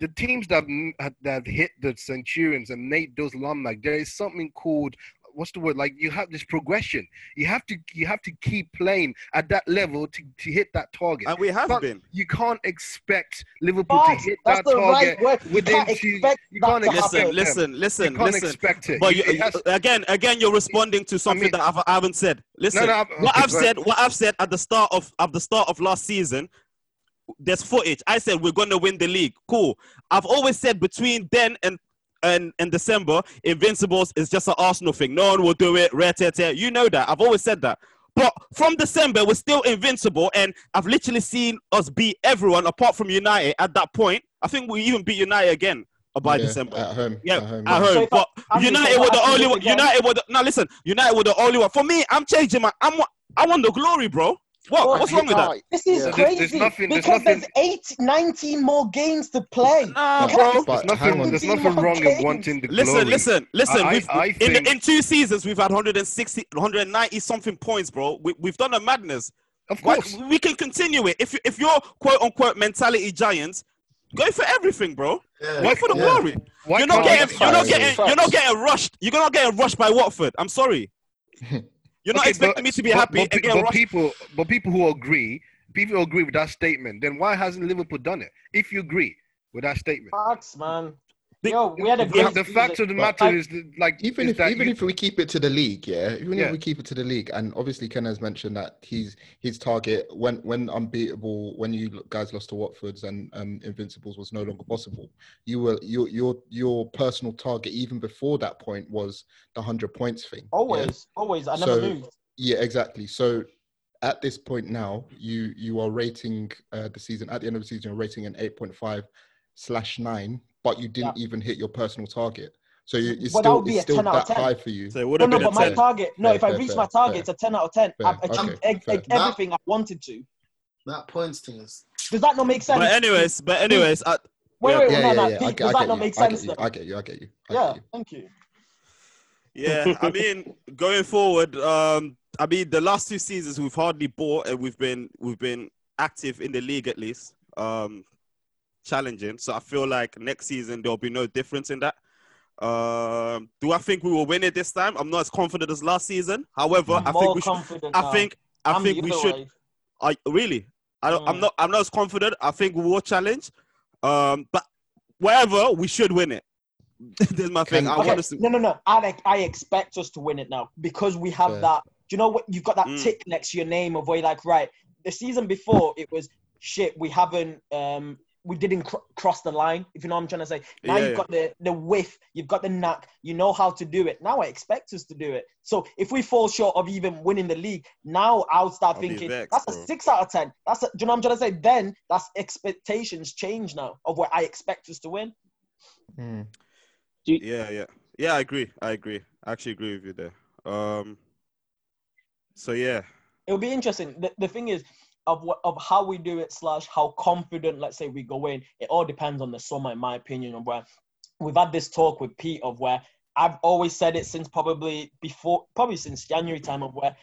The teams that m- had- that hit the Centurions and made those Lomag, there is something called what's the word? Like you have this progression. You have to you have to keep playing at that level to, to hit that target. And we have But been. You can't expect Liverpool Facts. to hit That's that the target right word. You within can't two. expect You that can't to expect happen. them. Listen, listen, You can't listen. expect it. But You- you, it has- again, again, you're responding to something that I've, I haven't said. Listen, no, I'm- what okay, I've go ahead. said, what I've said at the start of at the start of last season, there's footage. I said we're going to win the league. Cool. I've always said between then and and, and December, Invincibles is just an Arsenal thing. No one will do it. Rare, tear, tear. You know that. I've always said that. But from December, we're still invincible, and I've literally seen us beat everyone apart from United at that point. I think we even beat United again by Yeah, December. at home, Yeah, at home, At yeah. home. So if I- but I'm just United saying, were I the think only it's one. again- United were the, now listen. United were the only one. For me, I'm changing my. I'm. I want the glory, bro. What? Well, What's wrong with that? This is crazy because there's eight, 19 more games to play. Nah, You can't bro. expect there's nothing, there's 19 nothing more wrong in games. wanting the Listen, glory. listen, listen. I, we've, I I in, think in two seasons, we've had 160, 190 something points, bro. We, we've done a madness. Of course. we can continue it. If, you- if you're quote unquote mentality giants, go for everything, bro. Go for the yeah. glory. Why you're not can't- getting, Facts, you're not facts, getting, you're not getting rushed. You're not getting rushed by Watford. I'm sorry. You're not Okay, expecting but- me to be but- happy but, and pe- get but rushed. people, but people who agree, people who agree with that statement, then why hasn't Liverpool done it? If you agree with that statement, Facts, man. Yo, we had a great the season. fact of the But, matter like, is like even if even if we keep it to the league, yeah, even if we keep it to the league, and obviously Ken has mentioned that he's his target when when unbeatable when you guys lost to Watford's and um, Invincibles was no longer possible. You were your your your personal target even before that point was the hundred points thing. yeah? Always, always. I never moved. Yeah, exactly. So at this point now, you you are rating uh, the season at the end of the season, you're rating an eight point five slash nine, but you didn't even hit your personal target. So you, it's Well, that still would be it's a still 10 out of that 10. high for you. So it no, no, but my target. No, if I reach my target, it's a ten out of ten. Fair, I've achieved okay, e- fair. e- everything I wanted to. That points thing is. Does that not make sense? But anyways, but anyways, I, Wait, wait, yeah, no, yeah, no, yeah. I Pete, get- does I that get not you. make I get sense you. though? I get you. I get you. I yeah, thank you. Yeah, I mean, going forward, um, I mean, the last two seasons we've hardly bought, and we've been we've been active in the league at least, um, challenging. So I feel like next season there'll be no difference in that. Um, do I think we will win it this time? I'm not as confident as last season. However, I think More we should. confident now. I think I I'm think the we other should. way. I really. I don't, Mm. I'm not. I'm not as confident. I think we will challenge. Um, but wherever we should win it. There's my thing. I okay. want us to. No, no, no. I like- I expect us to win it now because we have Fair. that. Do you know what? You've got that Mm. tick next to your name of where you're like, right. The season before it was shit. We haven't. um we didn't cr- cross the line, if you know what I'm trying to say. Now Yeah, you've yeah. got the, the whiff, you've got the knack, you know how to do it. Now I expect us to do it. So if we fall short of even winning the league, now I'll start I'll be thinking vexed, that's bro. a six out of ten. That's a, do you know what I'm trying to say? Then that's expectations change now of where I expect us to win. Hmm. yeah, yeah, yeah. I agree. I agree. I actually agree with you there. Um. So yeah, it'll be interesting. The, the thing is, of what of how we do it slash how confident, let's say we go in. It all depends on the summer, in my opinion. Of where we've had this talk with Pete of where I've always said it since probably before, probably since January time of where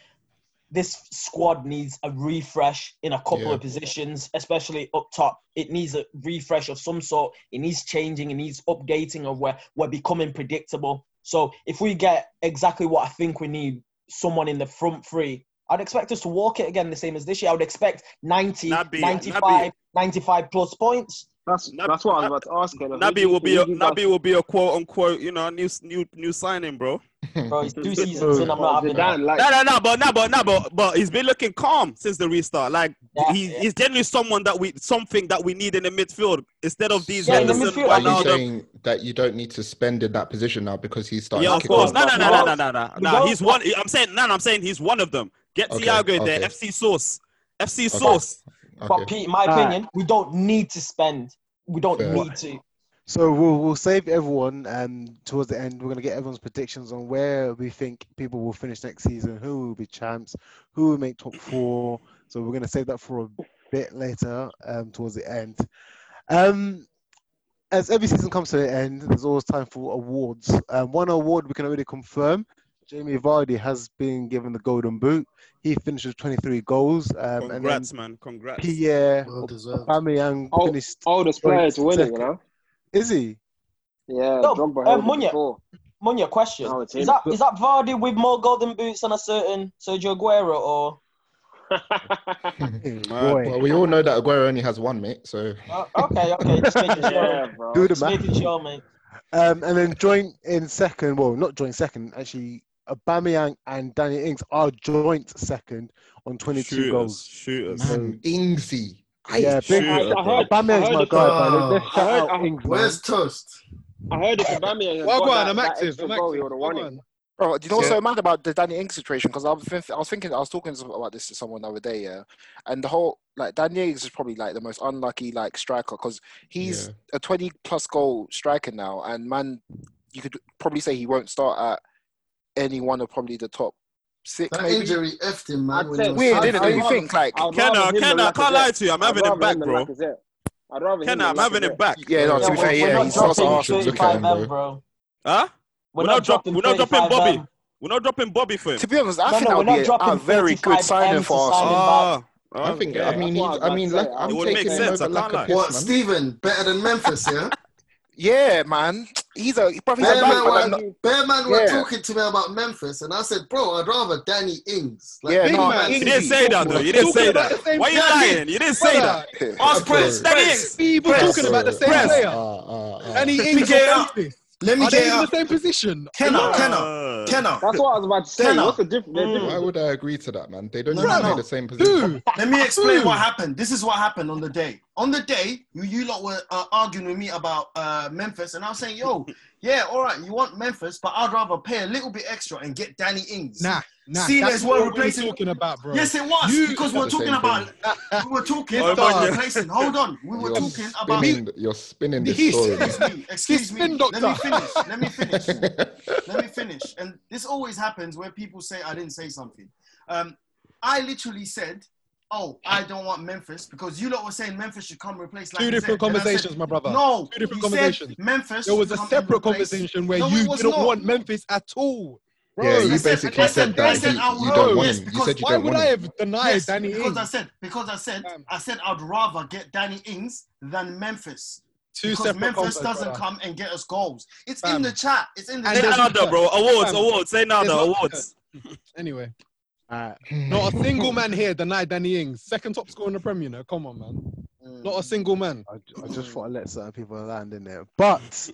this squad needs a refresh in a couple Yeah. of positions, especially up top. It needs a refresh of some sort. It needs changing. It needs updating of where we're becoming predictable. So if we get exactly what I think we need, someone in the front three, I'd expect us to walk it again the same as this year. I would expect 90, Nabi- 95, Nabi- 95 plus points. That's that's what I was about to ask. Ella. Who do Nabi you will be a think you guys- Nabi will be a quote unquote, you know, new new new signing, bro. Bro, it's two seasons in. I'm Well, not Zidane, having that. like, No, no, no, but no, but no, but but he's been looking calm since the restart. Like Yeah, he, yeah. he's generally someone that we something that we need in the midfield instead of these Yeah, in the Henderson, midfield, I Are you think- Wijnaldum. saying that you don't need to spend in that position now because he's starting Yeah, to of kick course. on? No, no, no, no, no, no, no. We Nah, don't- he's one. I'm saying no, no, I'm saying he's one of them. Get Okay, Thiago in there. okay. FC Source. FC Okay. Source. But Okay. Pete, in my Alright. opinion, we don't need to spend. We don't Fair. need to. So we'll we'll save everyone um towards the end. We're gonna get everyone's predictions on where we think people will finish next season, who will be champs, who will make top four. So we're gonna save that for a bit later, um, towards the end. Um as every season comes to an end, there's always time for awards. Um, one award we can already confirm. Jamie Vardy has been given the golden boot. He finished with 23 goals. Um, and then Congrats, man. Congrats. Pierre Well deserved. Aubameyang Oh, finished. oh, the Spurs joint winning, you second. know? Is he? Yeah, No, Drogba uh, held it Munya. before. Munya, question. No, it's Is him. that is that Vardy with more golden boots than a certain Sergio Aguero or Hey, Mad. boy. Well, we all know that Aguero only has one, mate. So Oh, okay, okay, just making sure. yeah, bro. Do the Just math. making sure, mate. Um, and then joint in second, well, not joint second, actually, Aubameyang and Danny Ings are joint second on 22 Shooters, goals. Shooters. man, Ingsy. Yeah, big, I, Shooter, I bro. heard, I Aubameyang's heard, my if, guy, man. Let- Oh. Let's I shout heard, out I, Ings, man. Where's Toast? I heard if Aubameyang had Well, go got on, that, I'm that active. extra I'm goal, he active. would have won Go it. on. Bro, do you know what's Yeah. so mad about the Danny Ings situation? Because I was thinking, I was thinking, I was talking to- about this to someone the other day, yeah. And the whole like Danny Ings is probably like the most unlucky like striker because he's Yeah. a twenty plus goal striker now, and man, you could probably say he won't start at any one of probably the top six, That maybe. injury effed him, man. I'd When say- he was Weird, I'd- signed. innit? I'd Don't you rather- think? Like, I'd rather him Kenna, than Kenna, I can't lie Lacazette. to you. I'm I'd having him rather back, him than bro. Lacazette. I'd rather him Kenna, than I'm having him Lacazette. back. yeah, no. Yeah, To Yeah, be we're, fair, we're yeah, not he's lost dropping Arsenal Arsenal. should look 35 at him, M, bro. bro. Huh? We're We're not not drop, dropping we're not dropping 35 Bobby. M. We're not dropping Bobby for him. To be honest, No, I think no, that we're would be not a, a dropping very good 35 signing M to for sign Arsenal. him back. Ah, I think. okay. That's what I I mean, was he's. I about to mean, say. like, I It I'm would would make taking him sense, over I can't like a lie. um, What, piss, man. Steven? Better than Memphis, yeah? Yeah, man. He's a bro. He's a Bear I'd man, man. But were, I'm rather not. you. bear man were Yeah. talking to me about Memphis, and I said, bro, I'd rather Danny Ings. Like, Yeah, big no, man. You Ings. didn't say that though. You didn't Talking say about that. the same Why are you player. lying? You didn't say that. Brother, Ask Bro. Prince. Danny Ings. We were Press. talking about the same Press. player. Ah, ah, and he Let me is get out. offensive. Let me Are they get in out. the same position? Kenna, Yeah. Kenna, Kenna. That's what I was about to say. Kenna. What's the difference? Mm. Why would I agree to that, man? They don't No, even no, play no. the same position. Let me explain Dude. what happened. This is what happened on the day. On the day, you, you lot were uh, arguing with me about uh, Memphis, and I was saying, yo, yeah, all right, you want Memphis, but I'd rather pay a little bit extra and get Danny Ings. Nah, nah. See, that's as well what replacing. we're talking about, bro. Yes, it was because we were Not the talking same about we were talking about Dog. replacing. Hold on, we were You're talking about. spinning, you're spinning this He- story. Excuse me, excuse me. Let me finish. Let me finish. Let me finish. And this always happens where people say I didn't say something. Um, I literally said, "Oh, I don't want Memphis because you lot were saying Memphis should come replace." Like Two different conversations, my brother. No, two different you said conversations. Memphis. There was a should come and separate replace- conversation where No, you it was didn't not. want Memphis at all. Bro, Yeah, you I said- basically I said that I he- I you would- don't want yes, him. You because- said you Why don't would want I him. have denied yes, Danny because I Ings? said because I said I said I'd rather get Danny Ings than Memphis. Two because separate Memphis conference, doesn't brother. come and get us goals. It's in the chat. It's in the And Say there's- nada, bro. Awards, Fam, awards. Say nada, there's not- awards. Anyway. Not a single man here denied Danny Ings. Second top scorer in the Premier, you know. Come on, man. Not a single man. I just thought I'd let certain people land in there. But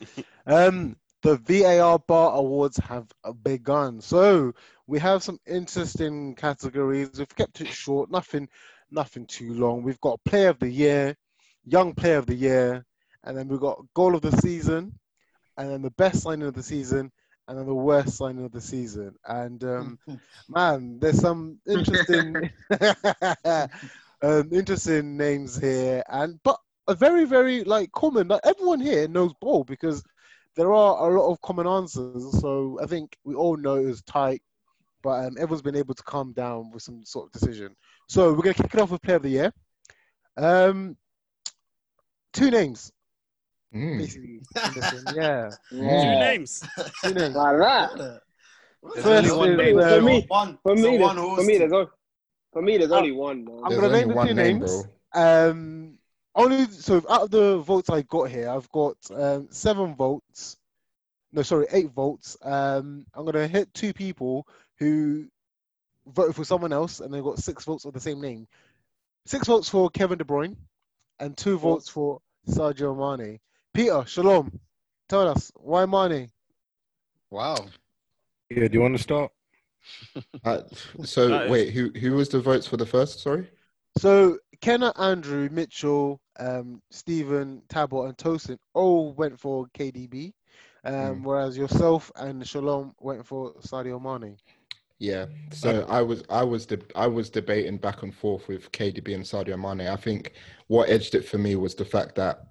um, the VAR Bar Awards have begun. So we have some interesting categories. We've kept it short, nothing nothing too long. We've got Player of the Year, Young Player of the Year, and then we've got Goal of the Season, and then the best signing of the season, and then the worst signing of the season. And um, man, there's some interesting, um, interesting names here, and but a very, very like common. Like everyone here knows ball because there are a lot of common answers. So I think we all know it was tight, but um, everyone's been able to calm down with some sort of decision. So we're gonna kick it off with Player of the Year. Um, two names. Basically, in this one. yeah. Two names. Two names. Like that. There's only First one is, name. For um, me, One- for it's a me, there's, one for horse me, team. there's only, for me, Ah, there's only one. Man. I'm There's gonna only name the one two name, names. Um, only so out of the votes I got here, I've got um, seven votes. No, sorry, eight votes. Um, I'm gonna hit two people who voted for someone else, and they got six votes of the same name. Six votes for Kevin De Bruyne, and two votes for Sergio Mane. Peter, shalom. Tell us why Mane? Wow. Yeah, do you want to start? Uh, so wait, who who was the votes for the first? Sorry. So Kenna, Andrew, Mitchell, um, Stephen, Tabor, and Tosin all went for KDB, um, Hmm. whereas yourself and Shalom went for Sadio Mane. Yeah. So I was I was de- I was debating back and forth with KDB and Sadio Mane. I think what edged it for me was the fact that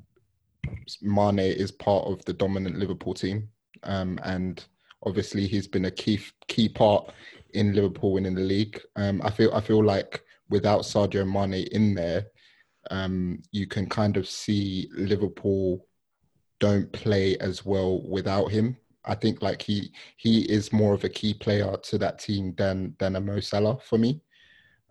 Mane is part of the dominant Liverpool team, um, and obviously he's been a key key part in Liverpool winning the league. Um, I feel I feel like without Sadio Mane in there, um, you can kind of see Liverpool don't play as well without him. I think like he he is more of a key player to that team than than a Mo Salah for me.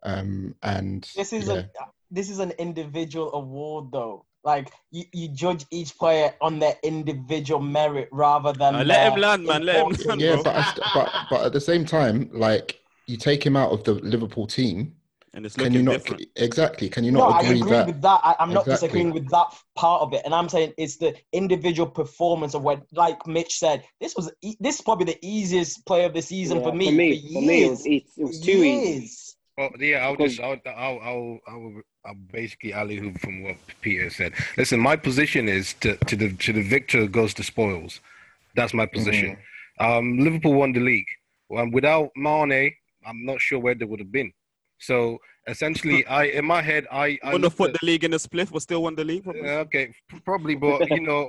Um, and This is yeah. a this is an individual award though. Like you, you judge each player on their individual merit rather than Uh, let their him land, man, let him importance. yeah, but, I st- but but at the same time, like you take him out of the Liverpool team, and it's can you not exactly? Can you No, not I agree agree that? with that. I, I'm not Exactly. disagreeing with that part of it, and I'm saying it's the individual performance of when, like Mitch said, this was e- this is probably the easiest play of the season Yeah, for me for me- for for me, it was years. easy- it was too easy. Years. Well, Oh, yeah, I'll Because- just, I'll, I'll, I'll, I'll, I'll basically alley-oop from what Peter said. Listen, my position is to, to the to the victor goes the spoils. That's my position. Um, Liverpool won the league. Um, without Mane, I'm not sure where they would have been. So essentially, I in my head, I, Wouldn't I have looked put at- the league in a split, but still won the league. Probably. Yeah, okay, p- probably, but you know,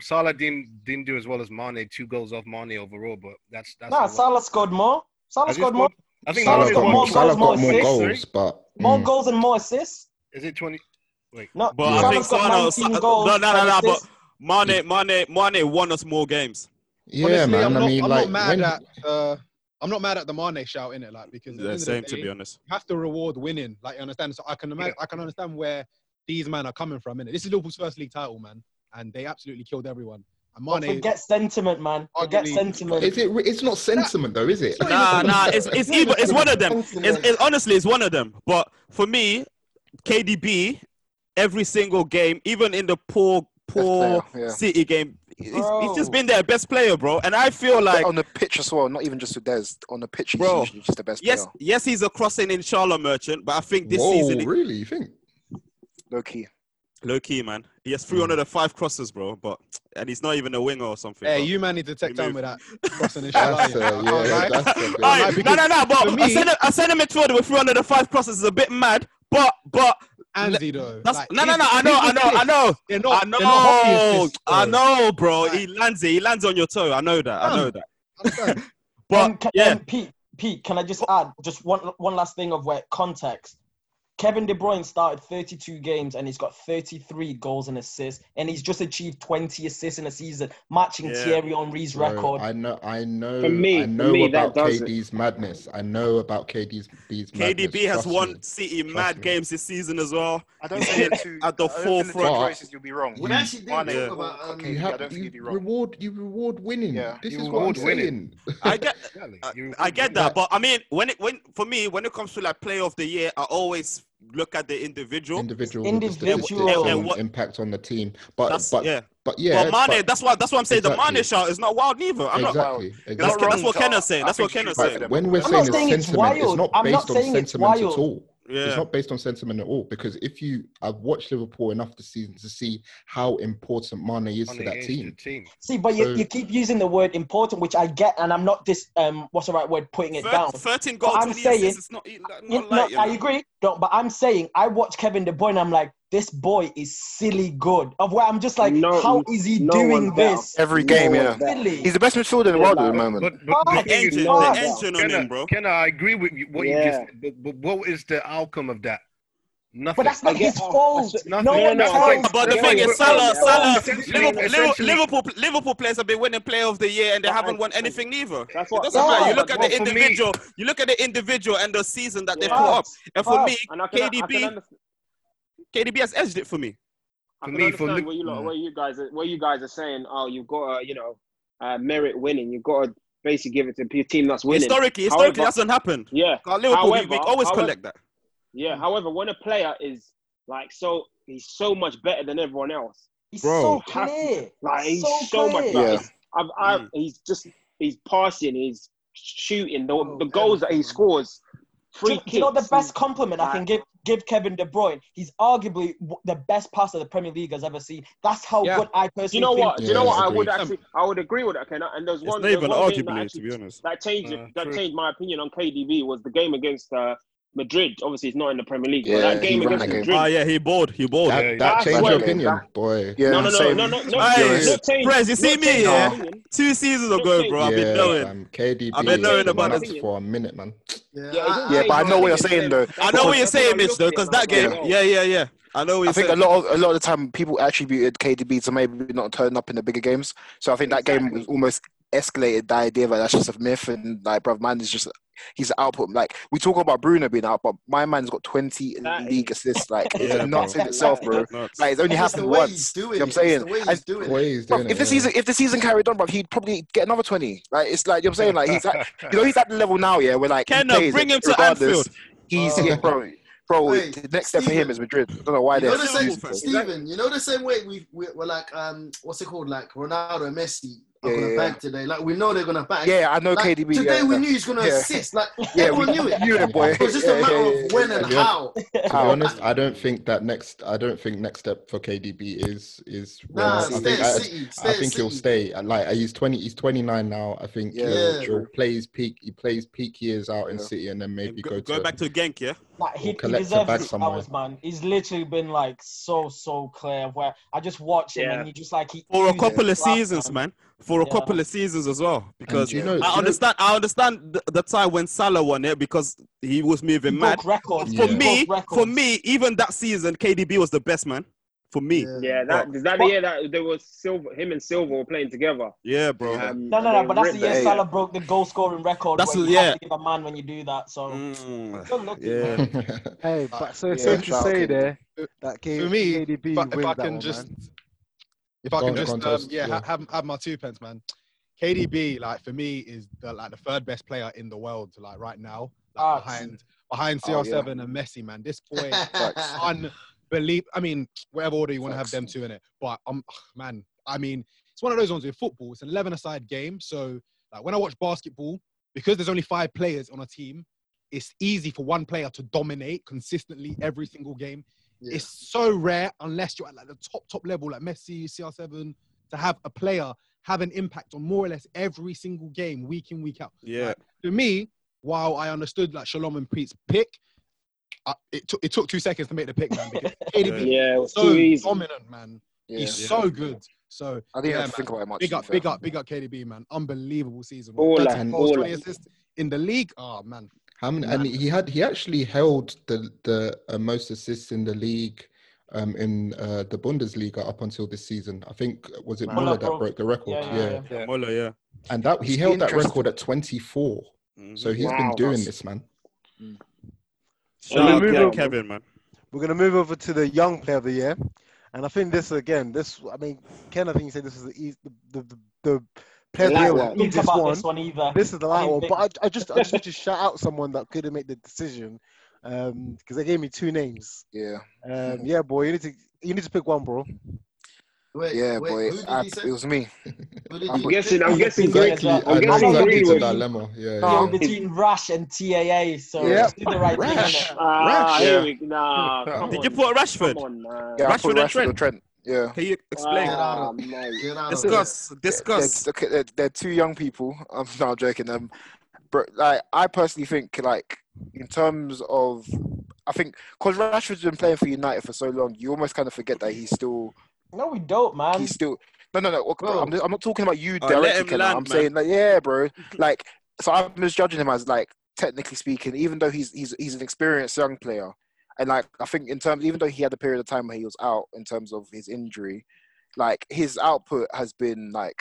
Salah didn't didn't do as well as Mane. Two goals off Mane overall, but that's that's. Nah, the- Salah scored more. Salah Has he scored more. scored- I think Salah Mane scored won- more Salah goals, more got more assists. eh? goals, but More goals and more assists. Is it twenty? Wait, No, But I think Salah's got Salah, 19 Sa- goals, no, no, no, ten no. But assists. Mane, Mane, Mane won us more games. Yeah, Honestly, man. I'm i not, mean, I'm like not mad when at uh, I'm not mad at the Mane shout in it, like because at the Yeah, end of the same, to day, be honest. you have to reward winning. Like you understand, so I can imagine, I can understand where these men are coming from. In it, this is Liverpool's first league title, man, and they absolutely killed everyone. And But Mane, forget sentiment, man. Forget Arguably- sentiment. is it? It's not sentiment though, is it? Nah, nah, it's it's either it's one of them. It's, it's honestly it's one of them. But for me, KDB, every single game, even in the poor Liverpool player, yeah. City game. He's, he's Bro. just been their best player, bro. And I feel like on the pitch as well, not even just with Des. On the pitch, he's Bro, usually just the best yes, player. yes, he's a crossing in Charlotte merchant, but I think this Whoa, season really, you think low key, low key, man. He has Hmm. 305 crosses, bro. But and he's not even a winger or something. Hey, bro. you man need to take time with that. Crossing and shit. That's, like, uh, I can't yeah, lie. that's a bit- I Aye, can't lie, no, no, no. because But for me- I said I said him in Twitter with 305 crosses is a bit mad. But but Andy though. That's, Like, no, no, his- no. I know, I his know, I know. assists, They're not, I know, They're not hockey assists, I bro. know, bro. He lands it. He lands on your toe. I know that. I know that. But Can- yeah, um, Pete, Pete, can I just add just one one last thing of where context? Kevin De Bruyne started 32 games and he's got 33 goals and assists, and he's just achieved 20 assists in a season, matching Yeah. Thierry Henry's Bro, record. I know, I know, For me- I for know me, that about does it. KD's madness. I know about KD's these madness. KDB has Trust won me. City mad games this season as well. I don't think at the forefront. choices, you'll be wrong. We actually did Mane talk or about, KDB, you I have, don't think you you'd be wrong. reward, you reward winning. Yeah, this you is what I'm reward winning. saying. I get, I, I get that, but I mean, when it when for me, when it comes to like player of the year, I always look at the individual. individual, Individual. individual. statistics And and what- impact on the team. But That's- but yeah. but yeah, but Mane, but- that's why that's what I'm saying. The Exactly. Mane shout is not wild neither. I'm exactly, not. exactly. That's, that's what Ken is saying. That's what Ken is saying. But When we're I'm saying not it's saying it's sentiment, it's, wild. not I'm based not on saying it's sentiment at wild. all. Yeah. It's not based on sentiment at all because if you, I've watched Liverpool enough this season to see how important Mane is to that team. See, but you, So- you keep using the word important, which I get, and I'm not this um what's the right word putting it Thir- down. 13 But goals, I'm 20 saying assists. It's not, not you- no, light, you I know. agree. No, but I'm saying I watch Kevin De Bruyne. I'm like, this boy is silly good. Of where I'm just like, No- how is he no doing one's better. this Every game, yeah. Silly. He's the best midfielder in the world at the moment. But, but Fuck, the thing is, engine, the no, no, Oh, engine on Kenna- him, bro. Kenna, I agree with you, what you Yeah. just said, but, but what is the outcome of that? Nothing. But that's not his fault. No, Nothing. one No, no, tells. but- But the Yeah, thing yeah, is, yeah. Salah, Yeah. Salah, Essentially- Liverpool, essentially- Liverpool, Liverpool players have been winning Player of the Year, and they haven't won anything neither. That's what- it doesn't matter. You Yeah, look at the but for me- individual, you look at the individual and the season that they Yeah. put up. And for Facts. me, And I can- I can KDB, understand- KDB has edged it for me. I For can me, for understand Liv- what you lot, Mm. what you guys, are, what you guys are saying. Oh, you've got to, you know, uh, merit winning. You've got to basically give it to the team that's winning. Historically, historically, However- that's not happened. Yeah. Liverpool, we, we However- always however- collect that. Yeah. However, when a player is like so, he's so much better than everyone else. He's Bro. so clear. Like he's So so, much. clear. Mm. Like, Yeah. he's- I've, I've, He's just he's passing. He's shooting. The, Oh, the goals that he scores. Do Free you, do kicks. you know the best compliment I can Like- give give Kevin De Bruyne? He's arguably w- the best passer the Premier League has ever seen. That's how good I personally. Do you know think what? Do you he know is. what? I would actually, I would agree with that, Ken. And there's one, not there's even one game arguably, that to actually, be honest. that changed it. Uh, that true. changed my opinion on KDB was the game against uh, Madrid. Obviously, it's not in the Premier League, but Yeah, that he game ran against that game. Madrid. Ah, yeah, he bored. He bored. That, Yeah, that yeah. changed That's your what- opinion, that- boy. no, no, no, no, no, no, Hey, Prez, you see me, yeah? Two seasons ago, bro. I've been Yeah, knowing. fam, KDB I've been knowing is about nuts it. for a minute, man. Yeah, but I know what you're saying though. I know what you're saying, Mitch, though, because that game. Yeah, yeah, yeah. I know what you're I think saying. a lot of a lot of the time people attributed KDB to maybe not turning up in the bigger games. So I think that game was almost escalated the idea that that's just a myth and like bruv man is just he's output like we talk about Bruno being out, but my man's got twenty league assists. Like it's Yeah, nuts bro. in itself, bro. That's nuts. Like it's only It's happened the way once. he's you know doing what I'm it. saying It's the way he's And- doing it. Way he's Bruv, doing it, if the yeah. season if the season carried on, bruv, he'd probably get another twenty. Like it's like you know what I'm saying? Like he's at you know he's at the level now, yeah, where like he Kenna, plays bring it him to regardless. Anfield. He's yeah, bro. Bro, the next step for him is Madrid. I don't know why You they're know the same, stupid. Stephen. You know the same way we we- we're like um what's it called like Ronaldo and Messi are Yeah, gonna yeah, bang yeah. today. Like we know they're gonna bang. Yeah, I know Like, KDB, Today yeah, we yeah. knew he's gonna Yeah. assist. Like Yeah, everyone we knew it. knew it, boy. It was just Yeah, a matter yeah, yeah, of when and To be hon- how. To be honest, I don't think that next. I don't think next step for KDB is is. Nah, Ronaldo. I stay at think I, City, I stay at think he'll City. stay. I Like he's twenty. He's twenty nine now. I think Yeah. he'll, Yeah. he'll play his peak. He plays peak years out in Yeah. City, and then maybe go, Go to back to Genk, yeah? Like, he, or he collect a deserves bag his somewhere. flowers, man. He's literally been like so so clear. Where I just watch him Yeah. and he just like he for a oozes couple of class, seasons, man. For a Yeah. couple of seasons as well, because do you know- do you I know- understand. I understand the, the time when Salah won it because he was moving He mad. broke records. For He me, broke for records. me, even that season, KDB was the best man. For me, Yeah, that is that the year that there was silver. Him and Silver were playing together. Yeah, bro. Um, No, no, no. they But that's the ripped year it. Salah broke the goal scoring record. That's where the- you yeah. have to give a man when you do that. So Mm. good luck, yeah. man. Hey, but so yeah, it's safe to shout out say KDB. there that game For me, KDB but if wins I that can one, just- man. if I Go can on, just go on, um, Toast. yeah, Yeah. ha- have have my two pence, man. KDB, like for me, is the like the third best player in the world, like right now, like, behind behind Oh, CR7 and Messi, man. This boy, Facts. un, believe. I mean, whatever order you want to have them two in it, but um, man, I mean, it's one of those ones with football. It's an eleven-a-side game, so like when I watch basketball, because there's only five players on a team, it's easy for one player to dominate consistently every single game. It's so rare, unless you're at like the top top level, like Messi, CR7, to have a player have an impact on more or less every single game, week in week out. Yeah. To me, while I understood like Shalom and Pete's pick, I, it took it took two seconds to make the pick, man. Because KDB Yeah, it is was so too easy. dominant, man. Yeah. He's Yeah. so good. So I didn't have to man. think about it much, Big to up, be big fair. up, big up, KDB, man. Unbelievable season. All What, up, 13 goals, all 20 up. assists in the league. Oh man, How many? And he had he actually held the the uh, most assists in the league um, in uh, the Bundesliga up until this season. I think was it Wow. Muller Müller that broke- broke the record. yeah, Yeah, yeah, yeah. Yeah, Müller, yeah. And that he It's held that interesting. record at 24. Mm-hmm. So he's Wow. been doing That's- this, man. Shout out Ke- Kevin, man. We're gonna move over to the young player of the year, and I think this again, this I mean, Ken, I think you said this is the eas- the the, the player of the Light year was one. the easiest Think about one. this one either. This is I the light didn't one, think- but I, I just I just need to shout out someone that couldn't make the decision because they gave me two names. Yeah. Hmm. Um, yeah, boy, you need to you need to pick one, bro. Wait, yeah, wait, boy. who did I- he say? it was me. did I you put- guessing- I'm guessing Exactly, Green as well. I'm I know guessing Green It's a was- dilemma. Yeah. No, yeah. between Rash and TAA, so Yeah. just do the right thing. Rash. innit? Ah, Rash. here Yeah. we nah. Yeah. Come Did on, you put Rashford? Come on, man. Yeah, I put Rashford and Rashford Trent. or Trent. Yeah. Can you explain? Ah, mate. Discuss. Discuss. They're, okay, they're, they're two young people. I'm not joking. Um, but like, I personally think, like, in terms of, I think because Rashford's been playing for United for so long, you almost kind of forget that he's still, No, we don't, man. he's still. No, no, no. okay, Bro. I'm, I'm not talking about you Oh, let directly. him Kenan. land, I'm man. saying, like, yeah, bro. Like, so I'm just judging him as like technically speaking, even though he's he's he's an experienced young player, and like I think in terms, even though he had a period of time where he was out in terms of his injury, like his output has been like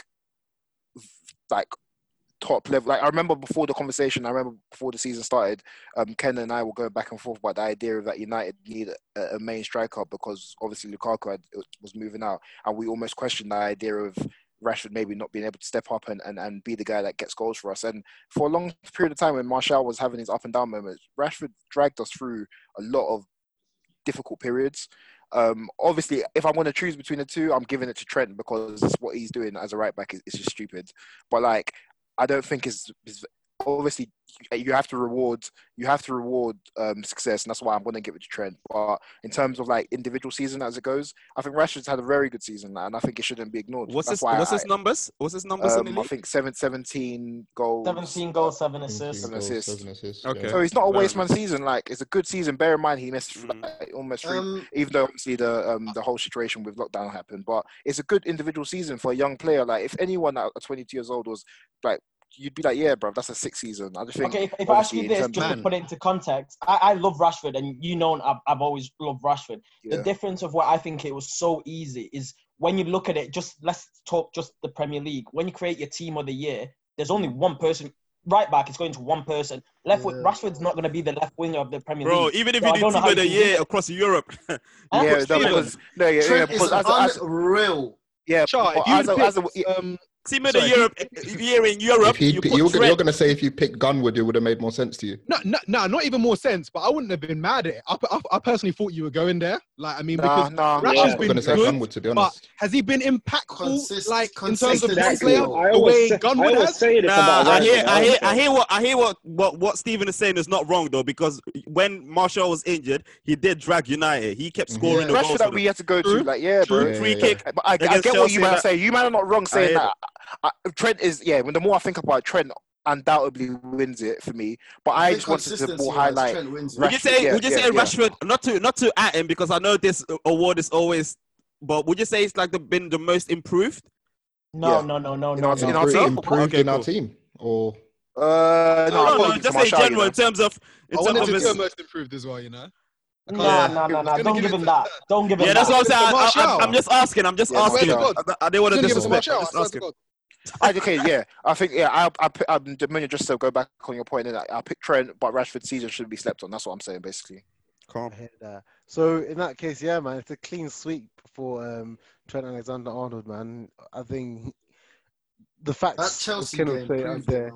like top level. Like I remember before the conversation, I remember before the season started, um, Ken and I were going back and forth about the idea of that United need a, a main striker because obviously Lukaku had, uh, was moving out, and we almost questioned the idea of Rashford maybe not being able to step up and, and, and be the guy that gets goals for us. And for a long period of time, when Martial was having his up and down moments, Rashford dragged us through a lot of difficult periods. Um, obviously, if I'm going to choose between the two, I'm giving it to Trent because what he's doing as a right back is, is just stupid. But like, I don't think is obviously you have to reward you have to reward um, success, and that's why I'm going to give it to Trent. But in terms of like individual season as it goes, I think Rashford's had a very good season, and I think it shouldn't be ignored. What's that's his why What's his I- numbers? What's his numbers in the um, I league? think seven, 17 goals, 17 goals, 7 assists. seven assists. Okay. yeah. So it's not a Fair waste man season. Like it's a good season. Bear in mind he missed Mm. like, almost three, Um, even though obviously the um, the whole situation with lockdown happened. But it's a good individual season for a young player. Like if anyone at 22 years old was like, you'd be like, yeah, bro, that's a six season. I just think. Okay, if, if I ask obviously you in this, terms just of- to put it into context, I, I love Rashford, and you know I've, I've always loved Rashford. Yeah. The difference of where I think it was so easy is when you look at it, just let's talk just the Premier League. When you create your team of the year, there's only one person. Right back, it's going to one person. Left wing, Rashford's not going to be the left winger of the Premier Bro, League. even if So you I did don't team know how of the you can do year across Europe, Huh? Yeah, no, because- no, yeah, yeah, Trent is because as, a- as, unreal. yeah, Char, but if you as, would a- as a, picked, um, team of the sorry, if you- Europe year in Europe, If he, you you put you're, gonna- you're Trent. gonna say if you picked Gunwood, it would have made more sense to you. No, no, no, not even more sense. But I wouldn't have been mad at it. I, I, I personally thought you were going there. Like, I mean, Nah, because nah. Rash Yeah. has I'm been gonna say good, Gunwood, to be but honest. has he been impactful? Consist- like in terms of young Exactly. player, I the always way say- I Gunwood always has. say this Nah, about I hear, Rashford, I I hear, don't I care. hear what I hear what what what Steven is saying is not wrong though because when Marshall was injured, he did drag United. He kept scoring the Rashford goals. that we had to go to, like, Mm-hmm. yeah, bro. Free kick. But I, I get against what you Chelsea, might that- say. You might are not wrong I saying hear that. I, Trent is, yeah. When the more I think about it, Trent, undoubtly wins it for me. But I, think just wanted to more consistency-wise, highlight. Trent wins it. Would you Rashford, say yeah, would you yeah, say yeah. Rashford not to not to at him because I know this award is always but would you say it's like the been the most improved? No, Yeah. no, no, no, In no. our- no. in our team? Improved Okay, in our cool. team, or Uh, No, no, no, no, no, just say general in terms of in I terms wanted of to his, do a most improved as well. You know. I can't- Nah, nah, nah, nah. Gonna Don't give give it him that. Don't give him yeah, that. that's what I'm saying. I, I, Martial. I'm just asking. I'm just Yeah, asking. Martial. I, I didn't want to He's gonna give us disrespect. I'm Martial, just I swear to asking. I, okay, yeah, I think yeah. I, I, pick- um, Dominion just to go back on your point, and I, I pick Trent, but Rashford's season shouldn't be slept on. That's what I'm saying, basically. Calm. So in that case, yeah, man, it's a clean sweep for um, Trent Alexander-Arnold, man. I think the facts Chelsea Ken would game say out proved it, there.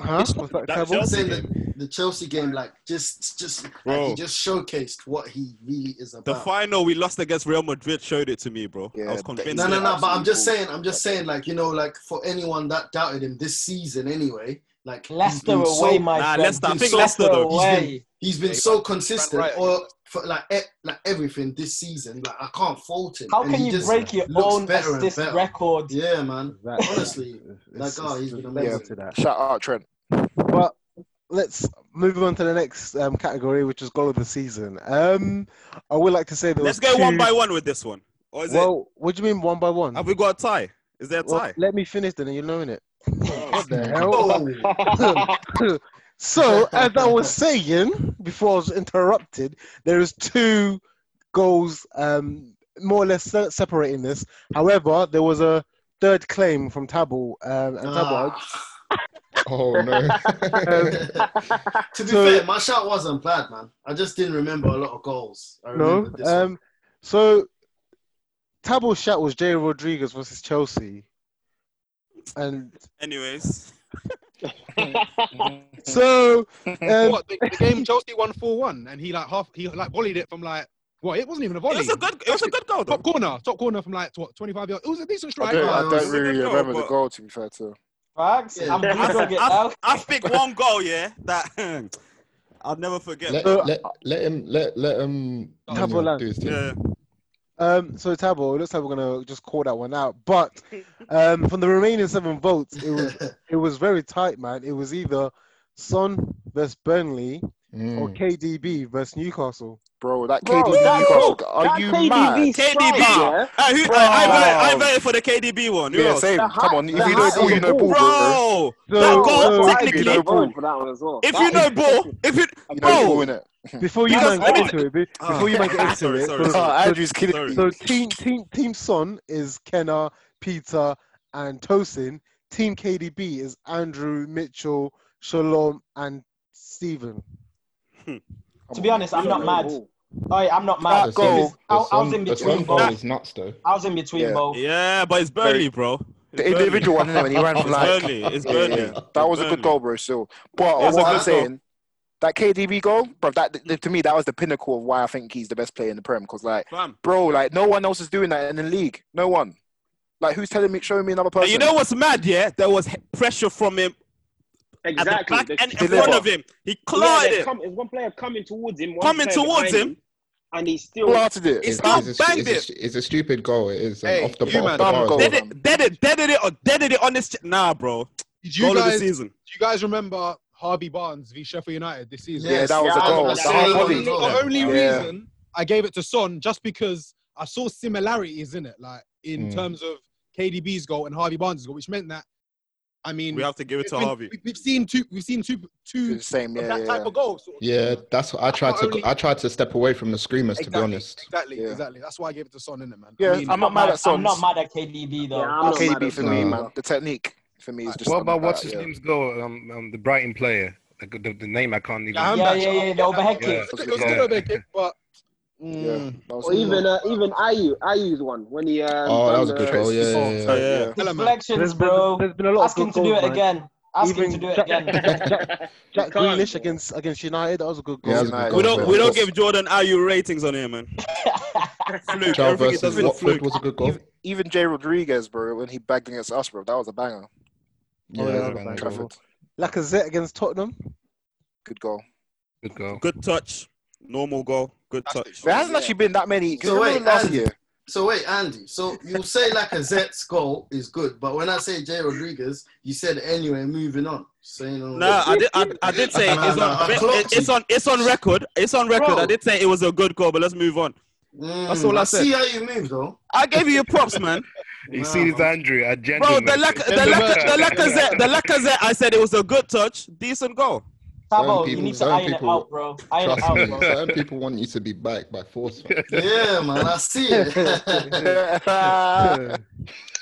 Huh? Was that terrible? Saying that the Chelsea game, like just just like, Bro. he just showcased what he really is The about. final we lost against Real Madrid showed it to me, bro. I was convinced. No, no, we no. But I'm just absolutely- saying, I'm just saying, like you know, like for anyone that doubted him this season, anyway, like he's Leicester been away, my Nah, friend. Leicester. I been think Leicester, though. He's been, Away. he's been Yeah, so he- consistent, Right. or for, like e- like everything this season. Like I can't fault him. How And can he you just break your looks own better and assist better. record? Yeah, man. Honestly, like it's- oh, it's he's been just amazing. level to that. Shout out Trent. But let's move on to the next um, category, which is goal of the season. Um, I would like to say that. Let's go one by one with this one. Or is Well, what do you mean one by one? Have we got a tie? Is there a Well, tie? let me finish then, and you're knowing it. what the hell? Oh. so, as I was saying before I was interrupted, there is two goals um, more or less se- separating this. However, there was a third claim from Tabul um, and Tabard. Ah. Oh no! to be So- fair, my shot wasn't bad, man. I just didn't remember a lot of goals. I No, remember this one. um, so Tabo's shot was Jay Rodriguez versus Chelsea, and Anyways. so um, what, the, the game Chelsea won four one, and he like half he like volleyed it from like what? It wasn't even a volley. It was a good. It was a good goal. Top corner, top corner from like what twenty five yards. It was a decent I strike. don't, but- I don't really remember the goal, to be fair, too. Facts. Yeah. I'm gonna go get I've, out. I've picked one goal, yeah, that I'll never forget. Let, let, let him let let him Double you know, land. do his thing. yeah. Um, so Tabo, it looks like we're gonna just call that one out. But um, from the remaining seven votes, it was it was very tight, man. It was either Son versus Burnley or Mm. KDB versus Newcastle. Bro, that Bro, KDB that- Newcastle, bro, are that you KDB mad? strike, KDB. yeah. Uh, who, Bro. I, I, voted, I voted for the KDB one. Who Yeah, else? same. Come on, if you know height ball, of you the know ball, bro. bro. So- that goal, so- technically, If you know ball. for that one as well. if That you know was- ball, if you, You know bro, ball, innit? Oh! Before you Because- man get oh, into it, be- ah. before you man get into Sorry, it, sorry, so, sorry. so- Andrew's killing Sorry. so team team team Son is Kenna, Peter, and Tosin. Team KDB is Andrew, Mitchell, Shalom, and Stephen. To be honest, I'm You not know mad. ball. Oh, yeah, I'm not The mad. Son- Because the I, I was Son- in the Son between goal both. is nuts though. I was in between Yeah. both. Yeah, but it's Burnley, bro. It's The individual one, innit, when he ran Burnley. from like. It's Burnley. It's Yeah, Burnley. yeah. That was a good goal, bro, still. But It was a what I'm good goal. saying, that KDB goal, bro, that to me, that was the pinnacle of why I think he's the best player in the Prem. Because, like, Fam. bro, like, no one else is doing that in the league. No one. Like, who's telling me, showing me another person? And you know what's mad? Yeah, there was he- pressure from him at the Exactly. back They- and in Deliver. front of him. He Yeah, clotted they it. come- there's one player coming towards him. one Coming player towards behind him. and he still Planted it. It's It- not it's a, banged it's a- it. it's a stupid goal. It is um, Hey, off the, you bar- off man. the Dumb bar. as goal. well. Dead it, dead it, dead it, or dead it on this. Ch- nah, bro. Did you Goal of the guys? season. Do you guys remember Harvey Barnes v Sheffield United this season? Yeah, that was a Yeah, I goal. was The hard gonna volley. say- The only Yeah. reason I gave it to Son just because I saw similarities in it, like in Mm. terms of KDB's goal and Harvey Barnes' goal, which meant that I mean We have to give it to we- Harvey. we- We've seen two. We've seen two. Two It's the same, of yeah, that yeah. type of goal. sort of. Yeah, that's what I That's tried my to. only- I tried to step away from the screamers. To be Exactly, honest, Exactly. Yeah. Exactly. That's why I gave it to Son, innit, man? Yeah, I mean, I'm not mad at I'm Sons. not mad at KDB though. Yeah, I'm I'm not mad KDB at for Sons. me, No. man. The technique for me is just. What about um, what's that, his yeah. name's goal? Um, um, the Brighton player, the, the, the name I can't even. Yeah, I'm yeah, back. yeah, yeah, the overhead Yeah. kick. It was good- it was good over kick, but mm, Yeah, that was Or a good even goal. uh, even Ayu, Ayu's one when he um, oh, that done was a good the- goal. Yeah, yeah, yeah. So, yeah. element. There's Deflections, been- bro. there's been a lot of Ask him good to do goals, it man. again. Ask him Even to do it Jack- again. Jack You can't. Grealish against against United, that was a good goal. Yeah, that was a good United. goal. We don't, as we well. don't give Jordan IU ratings on here, man. fluke. Child Everything he does versus is a Watford fluke. was a good goal. Even, even Jay Rodriguez, bro, when he bagged against us, bro, that was a banger. Yeah, Oh, that yeah, was a that was banger. a Trafford, goal. Lacazette against Tottenham. good goal. Good goal. Good touch. Normal goal. Good touch. There hasn't actually been that many. 'cause So wait, remember last and- year, So wait, Andy. So you say like a Zet's goal is good, but when I say Jay Rodriguez, you said anyway. Moving on. Saying no. No, I did. I, I did say Nah, it's nah, I on. re- clocked It's you. on. It's on record. It's on record. Bro. I did say it was a good goal, but let's move on. that's all I said. Mm, See how you move though. I gave you your props, man. You Nah, see this man. Andrew, a Bro, gentleman. the lack, the lack, the Lacazette, the Lacazette. I said it was a good touch, decent goal. Certain Tabo, you people- need to certain iron people- it out, bro. Iron it Trust out, me, bro. certain people want you to be back by force. Yeah, man. I see it. yeah,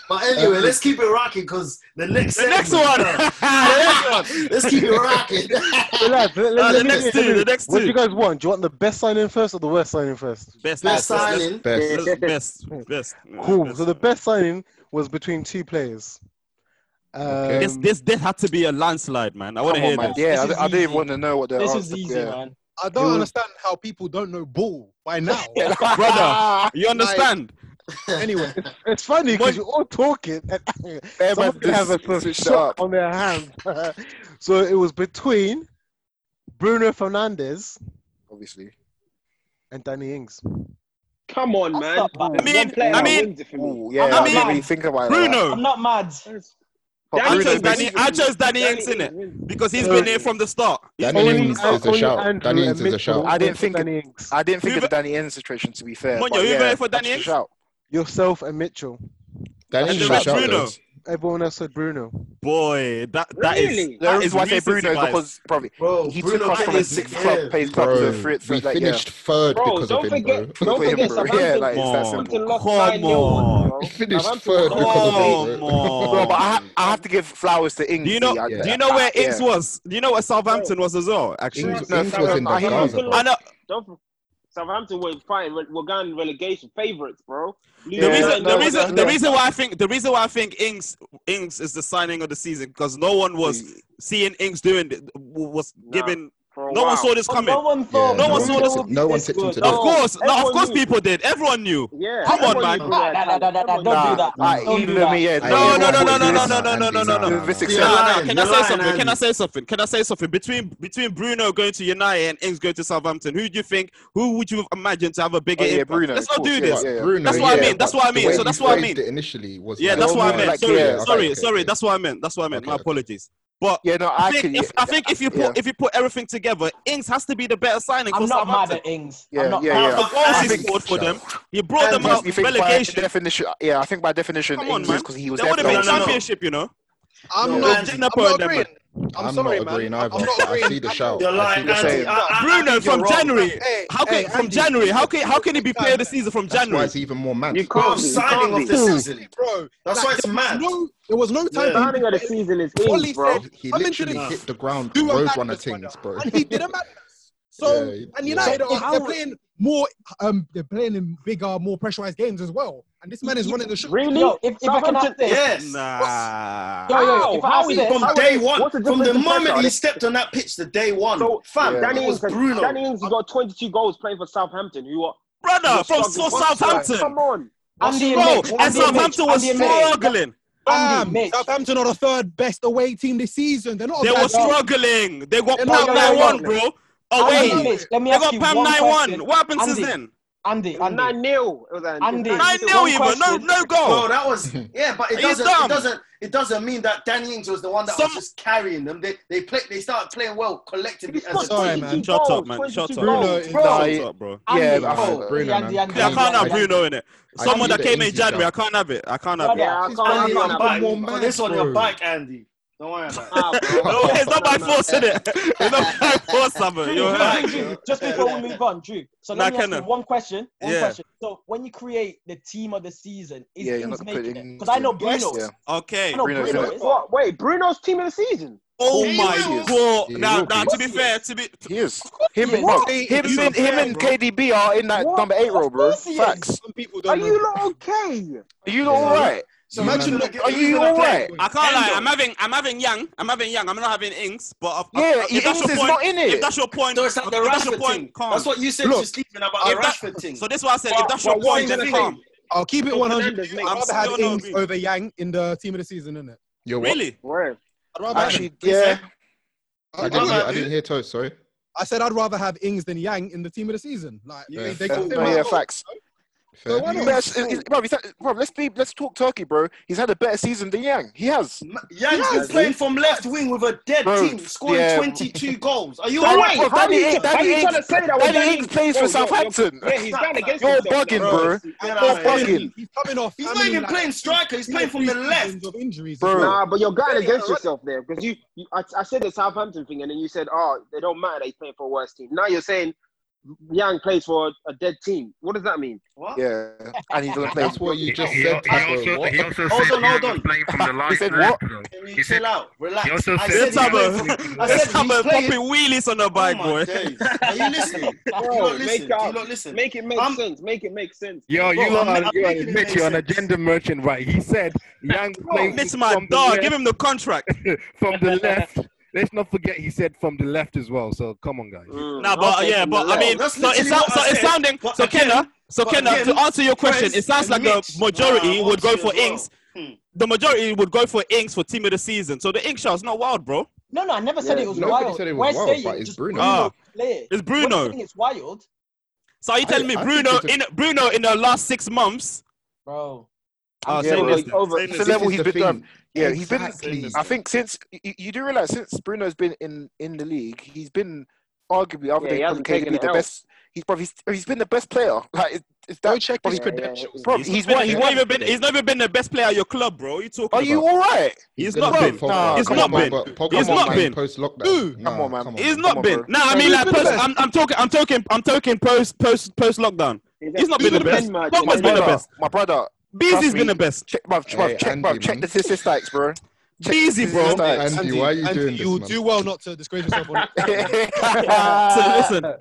but Um, anyway, let's keep it rocking because the next The next segment- one. The let's keep it rocking. Hey, lads, let- let- Uh, let the me- next let two, me- the next What do two. you guys want? Do you want the best signing first or the worst signing first? Best, Best let's- let's- signing. Best. let's- Best, best, Cool. best. So the best signing was between two players. Um, this, this this had to be a landslide, man. I want to Come on, hear man. this. Yeah, I, I don't even want to know what the This answer. is easy, yeah. man. I don't You- understand how people don't know ball by now. Brother, you understand? anyway, it's funny because you're all talking. And someone this- have a sort of switch it shot up. on their hand. so it was between Bruno Fernandez obviously and Danny Ings. Come on, man. I There's mean- one player I that mean- wins it for me. Ooh, yeah, I didn't really think about it like Bruno. that. I'm not mad. I chose Danny. I Danny- chose Danny Ings in it because he's been there from the start. He's Danny been Ings there is a Only shout. Andrew Danny Ings and is a shout. Mitchell I didn't think- Danny Ings. I didn't think of the Danny Ings situation to be fair. Monyo, but who yeah, voted for that's Danny a Ings? shout. Yourself and Mitchell. Danny And Ings the is a rest shout, Bruno. guys. Everyone else said Bruno. Boy, that that is Really? that is why I say recency Bruno bias. because probably Bro, he Bruno took us from a Fernandes, sixth yeah. club place club Bro, to a third. we like, finished yeah. third Bro, because of don't him, forget, bro. don't For him, forget, bro. Yeah, Southampton, like it's that Southampton simple. lost nine 0 bro. We finished Southampton third lost because of 9-0. him, bro. Bro, but I, ha- I have to give flowers to Ings. Do you know? I, Do you know where yeah. Ings was? Do you know where Southampton was as well? Actually, Ings- No, Ings was in the Southampton- Gaza, bro. I know. Don't for- Southampton were fighting. We're, we're going relegation favorites, bro. The Luton reason, went the down reason, to the Leicester. reason why I think the reason why I think Ings Ings is the signing of the season because no one was seeing Ings doing th- was given. a No one while. saw this But coming. no one thought No one Bruno saw this. would be No one this tipped him good. to Of do it. course, no, of Everyone course, knew. people did. Everyone knew. Yeah, Come on, everyone man. knew Bruno had talent. Everyone knew Nah, he had nah, talent. even me, yeah. No, no, no, no, no, no, no, no, no, no, no, no. The six Nah, club- nah, Can I say something? Can I say something? Can I say something? Between between Bruno going to United and Ings going to Southampton, who do you think? Who would you have imagined to have a bigger Oh, yeah, impact? Bruno, Let's of not do course, this. yeah, yeah. Bruno, that's what I yeah, mean. That's but what I the mean. way So he that's what I phrased mean. it initially was Yeah, like- that's what I meant. Sorry, Yeah, okay, sorry, okay. sorry. That's what I meant. That's what I meant. My apologies. But yeah, no, I, I think could- if, I think if you put yeah. if you put everything together, Ings has to be the better signing. I'm for not mad Southampton. at Ings. Yeah, I'm not yeah, mad. The yeah. goals I he think- scored for them, he brought them out You think relegation. by definition? Yeah, I think by definition, Come on, Ings man. is because he was That there would for have the been whole season. championship, you know. I'm Yeah. not, Jenna I'm Pearl not Denman. agreeing. I'm, I'm sorry, not man. agreeing either, I'm not but I agreeing. see the I'm shout. not- I see the shout. Bruno from wrong. January. Hey, how can hey, from Andy, January? How can you're how can he be wrong, player of the man. season from That's why January? it's even more mad. You can't be. You can't be. bro. That's why it's there mad. Was no, there was no time. Signing of the season is Ings, bro. He Come into literally this. hit the ground, Do a roadrunner madness, things, bro. and he did a madness. So Yeah, and yeah. United So are they're playing more um they're playing in bigger, more pressurized games as well. And this man is running the show. Really? Yo, if, if I can Southampton- add this, Ah. Nah. yo, yo, How? yo, if I How add is this, How From is day it- one, what's the from the difference in moment pressure? he stepped on that pitch, the day one, So, fam, fam, Danny that was Ings, has, Bruno. Danny Ings has got 22 goals playing for Southampton, who are who Brother are from struggling. Southampton. Come on, Andy and Bro, Mitch, and Andy and Mitch, Southampton was Andy and Mitch. struggling. Andy, Bam! Mitch. Southampton are the third best away team this season. They're not. a They bad were team. struggling. They got They're pam not- nine one, no, no, bro. Andy, Away. and Mitch, let me They ask got you pam one nine question. one. What happened Andy, since then? Andy, Andy, nine 0 It was an- Andy. it was Nine nine 0 One even. No, question. no No, goal. that was yeah, but Are it you doesn't dumb? it doesn't it doesn't mean that Danny Ings was the one that was Some- just carrying them. They they play they started playing well collectively He's as a got team. Sorry, 22 man. Shut up, goals, man. 22 Shut up. goals. Bruno is- bro. Nah, Shut he- up, bro. Andy, Yeah, bro, but- Bruno, Andy, man. Andy, Yeah, I Andy, can't have Andy, Bruno in it. I Someone see that the came in easy January, I shout. can't have it. I can't have it. brother. Yeah, I This can't. Andy I man's on your can't have even back. it. more Put mad, this on your bro. back, Andy. Don't worry about it. Nah, bro. No, it's not by force, is it? It's not by force, Simon. Drew, You're Drew, right. Drew, Drew, just before we move on, Drew. So Nah, let me ask you Kenneth. one question. One Yeah. question. So when you create the team of the season, is Yeah, Ings you're not putting making it? Ings Because I know in. Bruno. Yeah. Okay. I know Bruno. Bruno is in it. is. What? Wait, Bruno's team of the season. Oh He my will. god! He Now, will now, be. to be fair, to be He is. he Him, is. bro, What? him, You him, him, compare, and bro. KDB are in that What? number eight role, Of bro. course he is. Facts. Some people Are don't know. you not okay? Are you Yeah. all right? So Imagine imagine that- that. Are you all right? I can't lie. I'm having, I'm having Yang. I'm having Yang. I'm not having Inks. But I've- Yeah, if, that's Ings your is point, not in it. if that's your point, So it's like the if that's your Rashford thing. point, calm. That's what you said Look, just leaving about the If that- Rashford thing. so that's why I said, if But- that's your but what point, is then the thing? calm. I'll keep it So 100. Fernandes with you. makes I'd I'm rather have still not Ings agreeing. over Yang in the team of the season, innit? You're what? Really? Where? I'd rather have him. Actually, yeah. I I'd didn't, rather hear, have I didn't hear Toast, sorry. I said I'd rather have Ings than Yang in the team of the season. Like Yeah, they, they fair. got him No, yeah, out. facts. Fair. why not? Bro, it's- it's- bro, he's had- bro, let's be, let's talk Turkey, bro. He's had a better season than Yang. He has. Ma- Yan's been playing from left wing with a dead Bro, team, scoring yeah. 22 goals. Are you So all wait, right? Bro, how are Danny you, Ings- trying- how are Danny you trying to Ings- say that when Danny Ings plays for Bro, you're- you're- Southampton. yeah, he's done against You're himself. bugging, now. bro. Yeah, You're man. Coming- buggking. He's coming off. He's I not mean, even like, playing striker, he's two playing or from three the seasons left. of injuries. Bro. as well. Nah, but you're going Yeah, yeah, against right. yourself there because you, you I, I said the Southampton thing and then you said, oh, they don't matter. They playing for a worse team. Now you're saying Yang plays for a dead team. What does that mean? What? Yeah, and he's gonna play. That's what you just He- said. he also- Tabo. he What? also Hold said on, hold Yang was on. playing from the He last said lap, what? though. Can He you said- chill out? Relax. he also I said- said Let's have he's playing a- for- I let's said have he's a playing- popping wheelies on the bike, my boy. days. Are you listening? Do Bro, you not make listen? it Do up. you not listen? Make it make I'm- sense. Make it make sense. Yo, you Bro, are, I'm ma- I'm you are making it admit make you're an sense. agenda merchant, right? He said Yang was Bro, playing this from my from the dog. left, Give him the contract from the left. Let's not forget he said from the left as well. So come on, guys. Nah, but uh, yeah, but I mean, so it's so it's sounding so Kenna, so Kenna, to answer your question, it sounds like the majority would go for Inks. Hmm. The majority would go for Inks for team of the season. So the Ink shot's not wild, bro. No, no, I never said Yeah, it was nobody wild. said it We're was wild, saying but it's just Bruno. Bruno. Ah. play. It's Bruno. We're saying it's wild, So are you telling me Bruno in Bruno in the last six months? bro. Oh, yeah, same but as- over same it's the as- level this he's is been. the Um, thing. yeah, he's Exactly. been. I think since you, you do realize since Bruno's been in in the league, he's been arguably other Yeah, he than hasn't KDB taken the an L. best. He's probably he's, he's been the best player. Like it, it's that. Go check his credentials. Bro, He's, he's, been, won. he's He's not won. even been. He's never been the best player at your club, bro. What are you talking Are about? you all right? He's, gonna not play been. Pogba. Nah, he's come not on, man. been. Pogba he's won't not play been. Post lockdown. Dude. Come on, man. He's not been. bro. Nah, I Bro, mean who's like been the post, best? I'm, I'm talking. I'm talking. I'm talking post post post lockdown. He's not been the best. Pogba's been the best. My brother. Beezy's trust been me. the best. Check, bruv, Hey, bruv, check, bruv, Andy, check man. the statistics, bro. Check Beezy, the bro. statistics. You do well not to disgrace yourself. On so listen,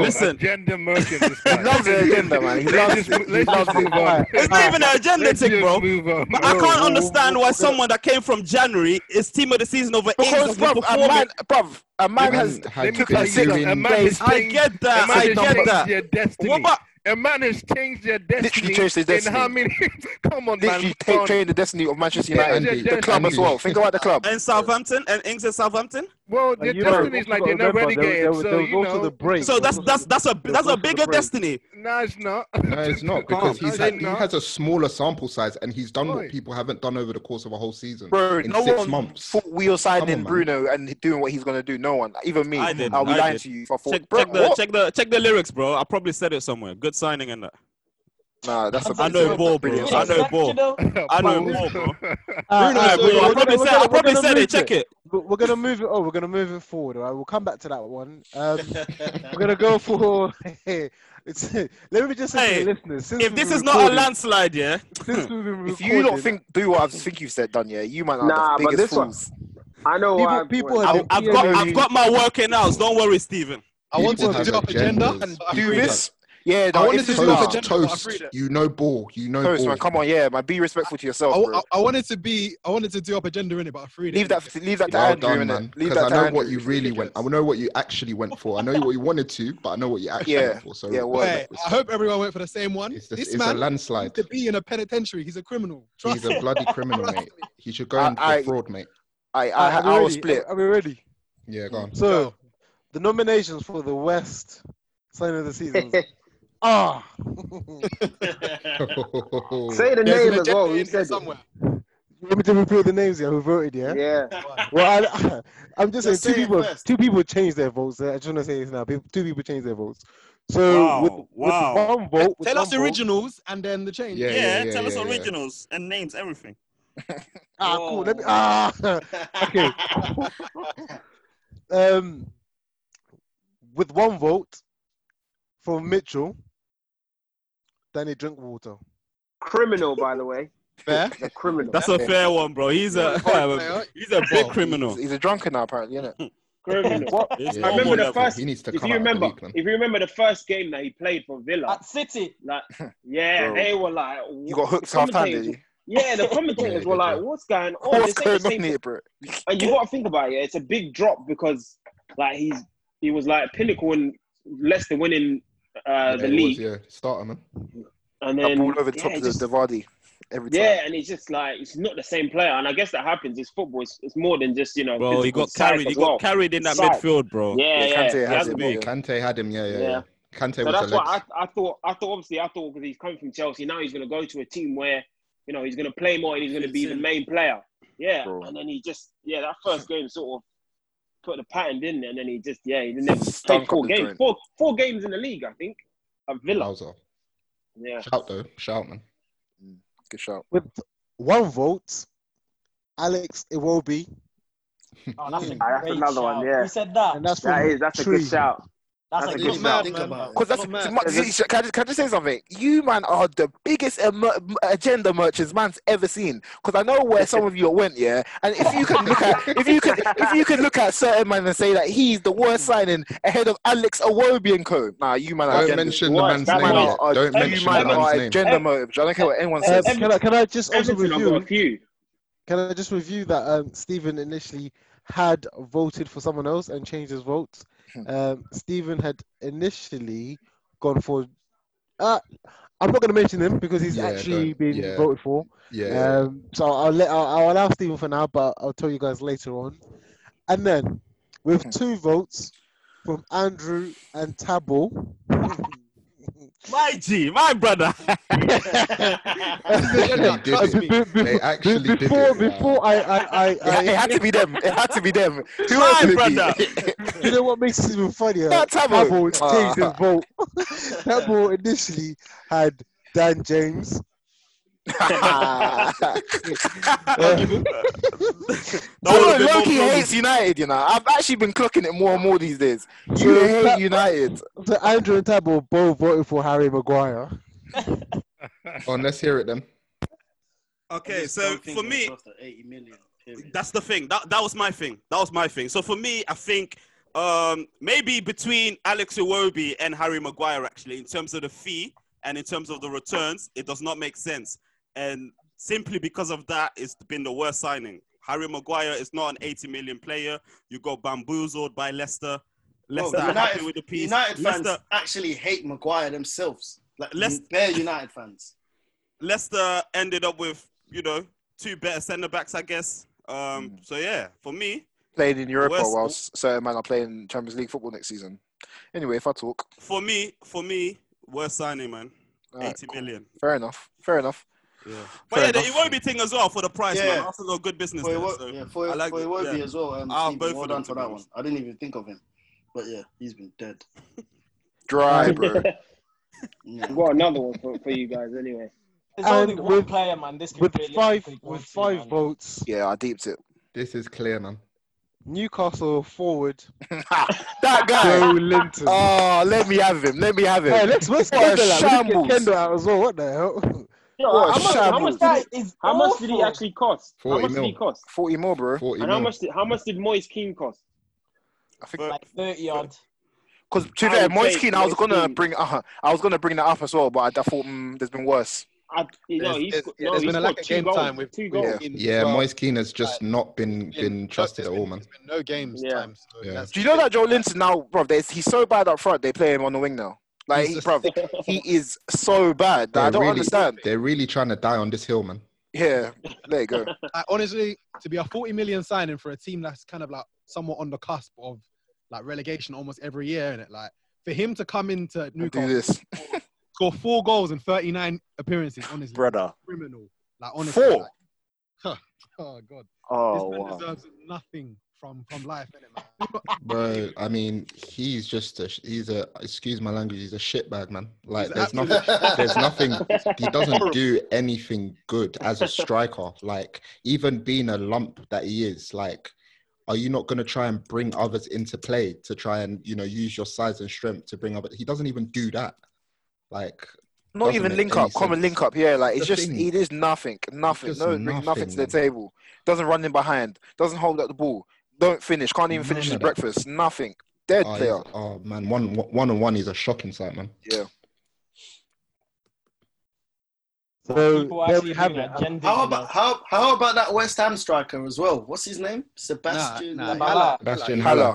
listen. agenda merchant. This He loves the agenda, man. He Let's loves just- it. let's He just loves move on. it. It's not even an agenda Let's thing, just bro. move on. But I Bro, can't we'll- understand why someone that came from January is team of the season over Because, Ings that's been bruv, a man, performing. bruv, a man Man has had took been a six doing- A man days. has I get that, A man I has get changed that. Their destiny. What about- a man has changed their destiny. changed their In how destiny. many? Come on, man. Literally move ta- on. changed the destiny of Manchester Change United, their the club as destiny. well. Think about the club. And Southampton and Ings and Southampton. Well, their you destiny is also like gotta they're not remember, there- relegated, there was- so, there was you also know. the break. So There that's was that's that's a that's a bigger destiny. No, it's not. No, it's not because Come on. he's No, had, it's he not. has a smaller sample size and he's done Oi. what people haven't done over the course of a whole season Bro, in no six one months. thought we were signing on, man. Bruno and doing what he's gonna do. No one, even me. I did. I'll be I lying did. to you. If I thought, Check, bro, check the what? check the check the lyrics, bro. I probably said it somewhere. Good signing and that. Nah, that's a I know ball, bro. brilliant I know signing. ball. I know ball, bro. Alright, Alright, alright, bro, I we're gonna- probably we're said gonna- I we're probably gonna said move it. Check it. We're we're gonna move it. Oh, we're gonna move it forward. All right, we'll come back to that one. Um, we're gonna go for. it's, let me just say Hey, to the listeners, since If we've this been is not a recording- landslide, yeah. Since we've been If you don't recording- think do what I think you've said, done yeah, you might Nah, not the but biggest this one, fools. I know People- why. I'm- people have I've, been I've E. got I've PMing. got my working hours. Don't worry, Stephen. I wanted People to have do up agenda agendas. and- do Agreed. this. Yeah, no, I wanted it's to do nah. up agenda, but I Toast, agreed it. you know ball, you know Toast, ball. man. Come on, yeah, man. Be respectful to yourself, I, bro. I, I wanted to be, I wanted to do up agenda in it, but I freed it. Leave that, leave that to Well Andrew, done, innit? man. Leave Because that I to know Andrew. what you really went. I know what you actually went for. I know what you wanted to, but I know what you actually Yeah, went for. So yeah, respect, word. Wait, I hope everyone went for the same one. This- this it's a man landslide. needs to be in a penitentiary. He's a criminal. Trust He's a me. bloody criminal, mate. He should go in for I- fraud, mate. I, Alright, are we ready? Are, are we ready? Yeah, go on. So, the nominations for the West sign of the season Ah. Oh. Say the There's an name as agenda well. in Who here said it? somewhere. You want me to reveal the names yeah, who voted, yeah? Yeah. Well, I, I'm just Just say saying two it people first. two people changed their votes. uh, I just want to say this now. People, two people changed their votes. So Wow, with, wow. with one vote, with Tell us one vote- originals and then the change. Yeah, yeah, yeah, yeah, yeah. originals and names, everything. Ah, cool. Let me. Ah, okay. um, with one vote from Mitchell, Danny Drinkwater. Criminal, by the way. Fair. The criminal. That's a fair one, bro. He's a he's a big criminal. He's a drunken now, apparently, isn't it? Criminal. It's I normal remember the level. first. He needs to if come you out of the remember, league, man. if you remember the first game that he played for Villa at City. like, yeah, Bro. they were like, you got hooked half-time, did you? Yeah, the Yeah, commentators he were did, like, yeah. "What's going on?" What's This ain't the going on same here, bro? and you got to think about it. It's a big drop because, like, he's he was like pinnacle in Leicester winning uh, Yeah, the it was, league, yeah, starter, man. and That then ball over the top yeah, of it's the just- Divardi every time. yeah, and it's just like it's not the same player. And I guess that happens. It's football. It's, it's more than just you know. Bro, he physical. got It's psych carried. as He well. got carried in that Psych. midfield, bro. Yeah, yeah. Kante he has had been- him. Kante had him. Yeah, Yeah. yeah, yeah. Kante So was that's the why legs. I, I thought I thought obviously I thought because he's coming from Chelsea now he's going to go to a team where you know he's going to play more and he's going to be the main player. Yeah, Bro. and then he just yeah that first game sort of put the pattern in and then he just yeah he didn't have played Stunk up four the games joint. four four games in the league I think at Villa. Wowza. Yeah, Shout though, shout man. Good shout. With one vote, Alex Iwobi. Oh, that's a Ah, that's great another shout. one. Yeah, Who said that? And that's that from is that's a Tree. good shout. That's, a a good good shout. man. Think man. Because that's Ma- see, sh- can, I just, can I just say something? You man are the biggest em- agenda merchants man's ever seen. Because I know where some of you went, yeah. And if you can look at if you can if you can look at certain man and say that he's the worst signing ahead of Alex Owobi and co. Nah, you man. are Don't agenda- mention you the man man's name are- yet. are- Don't you mention man the man's are name. agender merchants. I don't care what anyone Um, says. can, I, can I just also Everton, I've review? got a few. Can I just review that um, Stephen initially had voted for someone else and changed his vote? Hmm. Um, Stephen had initially gone for. Uh, I'm not going to mention him because he's Yeah, actually don't- been yeah. voted for. Yeah. Um, so I'll let I'll, I'll allow Stephen for now, but I'll tell you guys later on. And then Hmm. with two votes from Andrew and Tabo. My G, my brother. actually did it. Be- be- They be- actually did it. before, Before I, I, I, I It had to be them. It had to be them. Who My else would brother. it be? you know what makes this even funnier? Not Tabo. has changed his Ah. vote. Tabo initially had Dan James. Ah. Paul Oh, Loki hates United, you know. I've actually been clocking it more and more these days. You So hate that- United. So Andrew and Tabo both voted for Harry Maguire. Oh, On, let's hear it then. Okay, so for me, that's the thing. That that was my thing. That was my thing. So for me, I think um, maybe between Alex Iwobi and Harry Maguire, actually, in terms of the fee and in terms of the returns, it does not make sense. And simply because of that, it's been the worst signing. Harry Maguire is not an 80 million player. You got bamboozled by Leicester. Leicester are happy with the piece. United fans Leicester, actually hate Maguire themselves. Like Leicester- they're United fans. Leicester ended up with, you know, two better centre backs, I guess. Hmm. Um, So yeah, for me, Playing in Europa Worst- whilst certain man are playing Champions League football next season. Anyway, if I talk, for me, for me, worst signing, man. right, Eighty million. fair enough. Fair enough. Yeah. But Fair yeah, enough. it won't be thing as well for the price, Yeah. man. Arsenal got good business For there. Iwo- So yeah, for, I like for it, Iwobi yeah. Ah, as well. Um, I'll Stephen, both well of them, done to for be that one. honest. I didn't even think of him, but yeah, he's been dead. Dry, bro. I've got another one for, for you guys anyway. There's only And one with- player, man. This could with really five- quick with one too, five man. votes. Yeah, I deeped it. This is clear, man. Newcastle forward. Ah, That guy. Joe Linton. Oh, let me have him. Let me have him. Hey, let's let's what a Kendall out. We need to shambles. get Kendall out as well. What the hell? Yo, What a how, much, how much shambles. it, did is how much did he awful. actually cost? How 40 much did mil. he cost? 40 more, bro. 40 And how mil. much did how much did Moise Keane cost? I think Like 30 odd. because to I that would Moise take Keane, I was Moise gonna Keane. bring. Uh, I was gonna bring that up as well, but I thought mm, there's been worse. I, you know, There's- he's, there's- sco- yeah, no, there's he been a scored lack of two game goals. time with two with goals. Keane as Yeah, well. Moise Keane has just not been There's been been trusted there's at been- all, man. There's been no games Yeah. time. So Yeah. that's Do you know that Joe Linton now, bro? There's, he's so bad up front. They play him on the wing now. Like, He's he, just- bro, he is so bad. that I They're don't really understand. they're really trying to die on this hill, man. Yeah, there you go. Like, honestly, to be a 40 million signing for a team that's kind of like somewhat on the cusp of like relegation almost every year, and it like for him to come into And do Newcastle, this, score four goals in 39 appearances, honestly, brother. criminal. Like honestly, Four? like, huh, oh god, this Oh man wow. deserves nothing from from life, innit, man. Bro, I mean, he's just a he's a excuse my language, he's a shitbag, man. Like He's there's absolute nothing there's nothing he doesn't Horrible. do anything good as a striker. Like even being a lump that he is, like are you not going to try and bring others into play to try and you know use your size and strength to bring up he doesn't even do that like Not doesn't even make link any up, common sense. link up. Yeah, like it's The just thing- it is nothing, nothing. just No, bring nothing to the nothing. table. Doesn't run in behind. Doesn't hold up the ball. Don't finish. Can't even finish None his of that. breakfast. Nothing. Dead Oh, he's, player. oh man, one one on one is a shocking sight, man. Yeah. So People there we actually have being it. agendas, How you know. about how how about that West Ham striker as well? What's his name? Sebastian nah, Lallana. Hala, Sebastian Hala.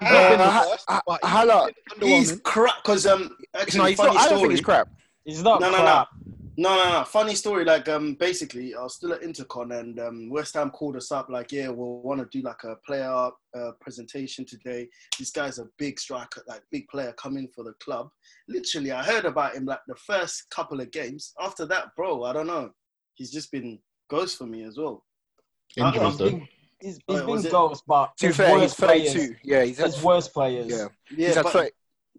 Haller. Nah, nah. He's not been the Uh, worst, Ha- but he's Hala. been He's underwhelming. crap because um No, actually he's not. funny I don't think story. he's crap. He's not No, no, no. crap. No, no, no. Funny story. Like, um, basically, I was still at Intercon, and um, West Ham called us up. Like, yeah, we'll want to do like a player uh, presentation today. This guy's a big striker, like big player coming for the club. Literally, I heard about him like the first couple of games. After that, bro, I don't know. He's just been ghost for me as well. I- I'm Injuries though. Been, Oh, he's he's yeah, been was it- ghosts, but To be there's fair, he's worse players. 32. Yeah, he's had, There's worse players. yeah. he's Yeah, had but 30, he had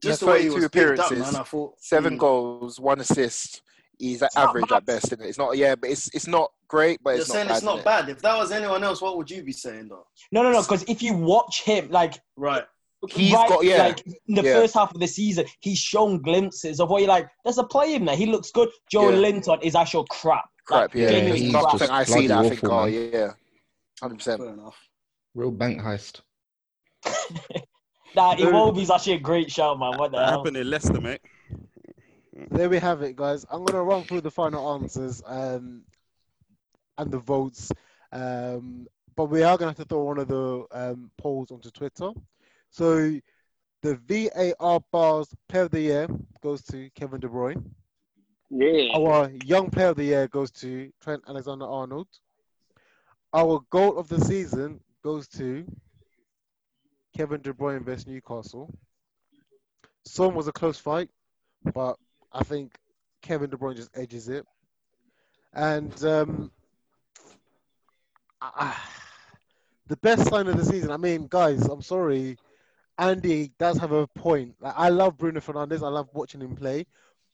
just the way he 32 was picked up, man. appearances, I thought seven mm, goals, one assist. He's at It's not average bad. at best, is it? It's not, yeah, but it's it's not great, but you're it's not saying it's bad, not is bad. If that was anyone else, what would you be saying though? No, no, no. Because if you watch him, like Right. He's got- yeah. Like in the Yeah. first half of the season, he's shown glimpses of what you're like. There's a play in there. He looks good. Joe Yeah. Linton is actual crap. Like, crap. Yeah, genuine There's crap. nothing I see that I think. awful, Oh man. yeah, hundred percent. Real bank heist. Nah, Dude. Iwobi's actually a great shout, man. What the hell? happened in Leicester, mate? There we have it, guys. I'm gonna run through the final answers um, and the votes, um, but we are gonna have to throw one of the um, polls onto Twitter. So the VAR bars player of the year goes to Kevin De Bruyne. Yeah. Our young player of the year goes to Trent Alexander-Arnold. Our goal of the season goes to Kevin De Bruyne versus Newcastle. Son was a close fight, but I think Kevin De Bruyne just edges it. And um, ah, the best sign of the season. I mean, guys, I'm sorry, Andy does have a point. Like, I love Bruno Fernandez. I love watching him play,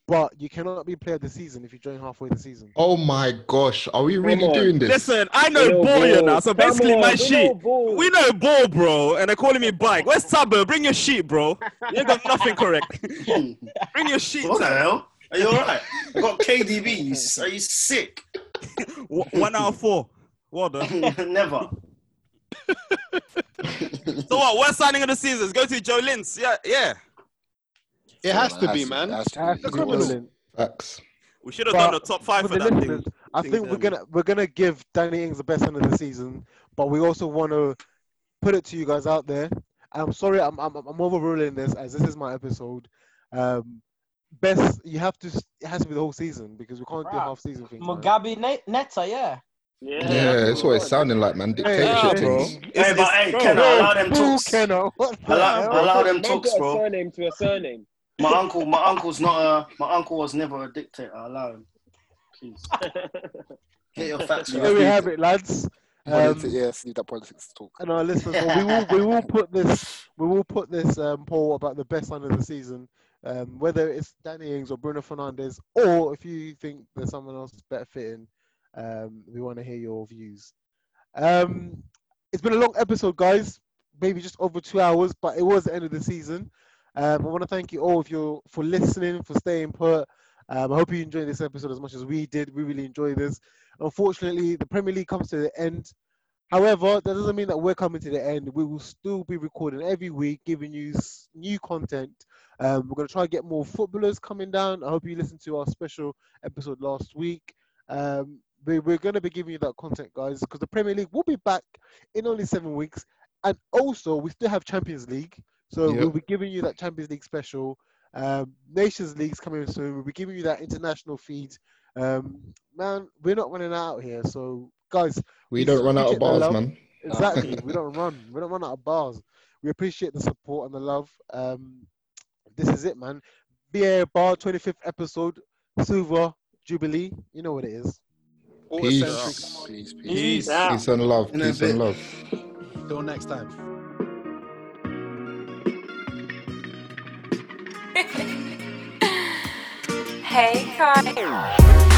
but you cannot be player of the season if you join halfway the season. Oh my gosh, are we really on. doing this? Listen, I know ball, you know. So basically, my shit. We know ball, bro. And they're calling me bike. Where's Sabo? Bring your shit, bro. You got nothing correct. Hmm. Bring your shit. What the hell? Are you alright? I got KDBs. Are you sick? One out of four. Well done. Never. So what? Worst signing of the season? Let's Go to Joe Linz. Yeah, yeah. It has to be, man. That's the criminal. Facts. We should have But done the top five for for the that listeners, thing. I think we're gonna we're gonna give Danny Ings the best end of the season, but we also want to put it to you guys out there. And I'm sorry, I'm I'm, I'm overruling this as this is my episode. Um, best you have to s- it has to be the whole season because we can't do Right. half season things. man. Mugabe Ne- Neta, yeah. Yeah, that's what it's sounding like, man. Dictatorship yeah, bro. things. Hey, but hey, Ken, bro. allow them Who talks. Kenno? Allow, allow them Man talks, got bro. A surname to a surname. My uncle, my uncle's not a. My uncle was never a dictator. Allow him, please. Get your facts There we right. have it, lads. Politi- Um, yes, leave that politics talk. and our listeners, well, we will we will put this we will put this um, poll about the best line of the season, um, whether it's Danny Ings or Bruno Fernandez, or if you think there's someone else better fitting, um, we want to hear your views. Um, it's been a long episode, guys. Maybe just over two hours, but it was the end of the season. Um, I want to thank you all of you for listening, for staying put. Um, I hope you enjoyed this episode as much as we did. We really enjoyed this. Unfortunately, the Premier League comes to the end. However, that doesn't mean that we're coming to the end. We will still be recording every week, giving you s- new content. Um, we're going to try and get more footballers coming down. I hope you listened to our special episode last week. Um, we, we're going to be giving you that content, guys, because the Premier League will be back in only seven weeks. And also, we still have Champions League. So Yep. we'll be giving you that Champions League special. Um, Nations League's coming soon. We'll be giving you that international feed. Um, man, we're not running out here. So, guys, We don't run out of appreciate the bars, love. man. Exactly. we don't run. We don't run out of bars. We appreciate the support and the love. Um, this is it, man. BA Bar 25th episode, Silver Jubilee. You know what it is. Peace. Peace, Peace. Peace and love. In a Peace and bit. love. Till next time. Hey, Kyle.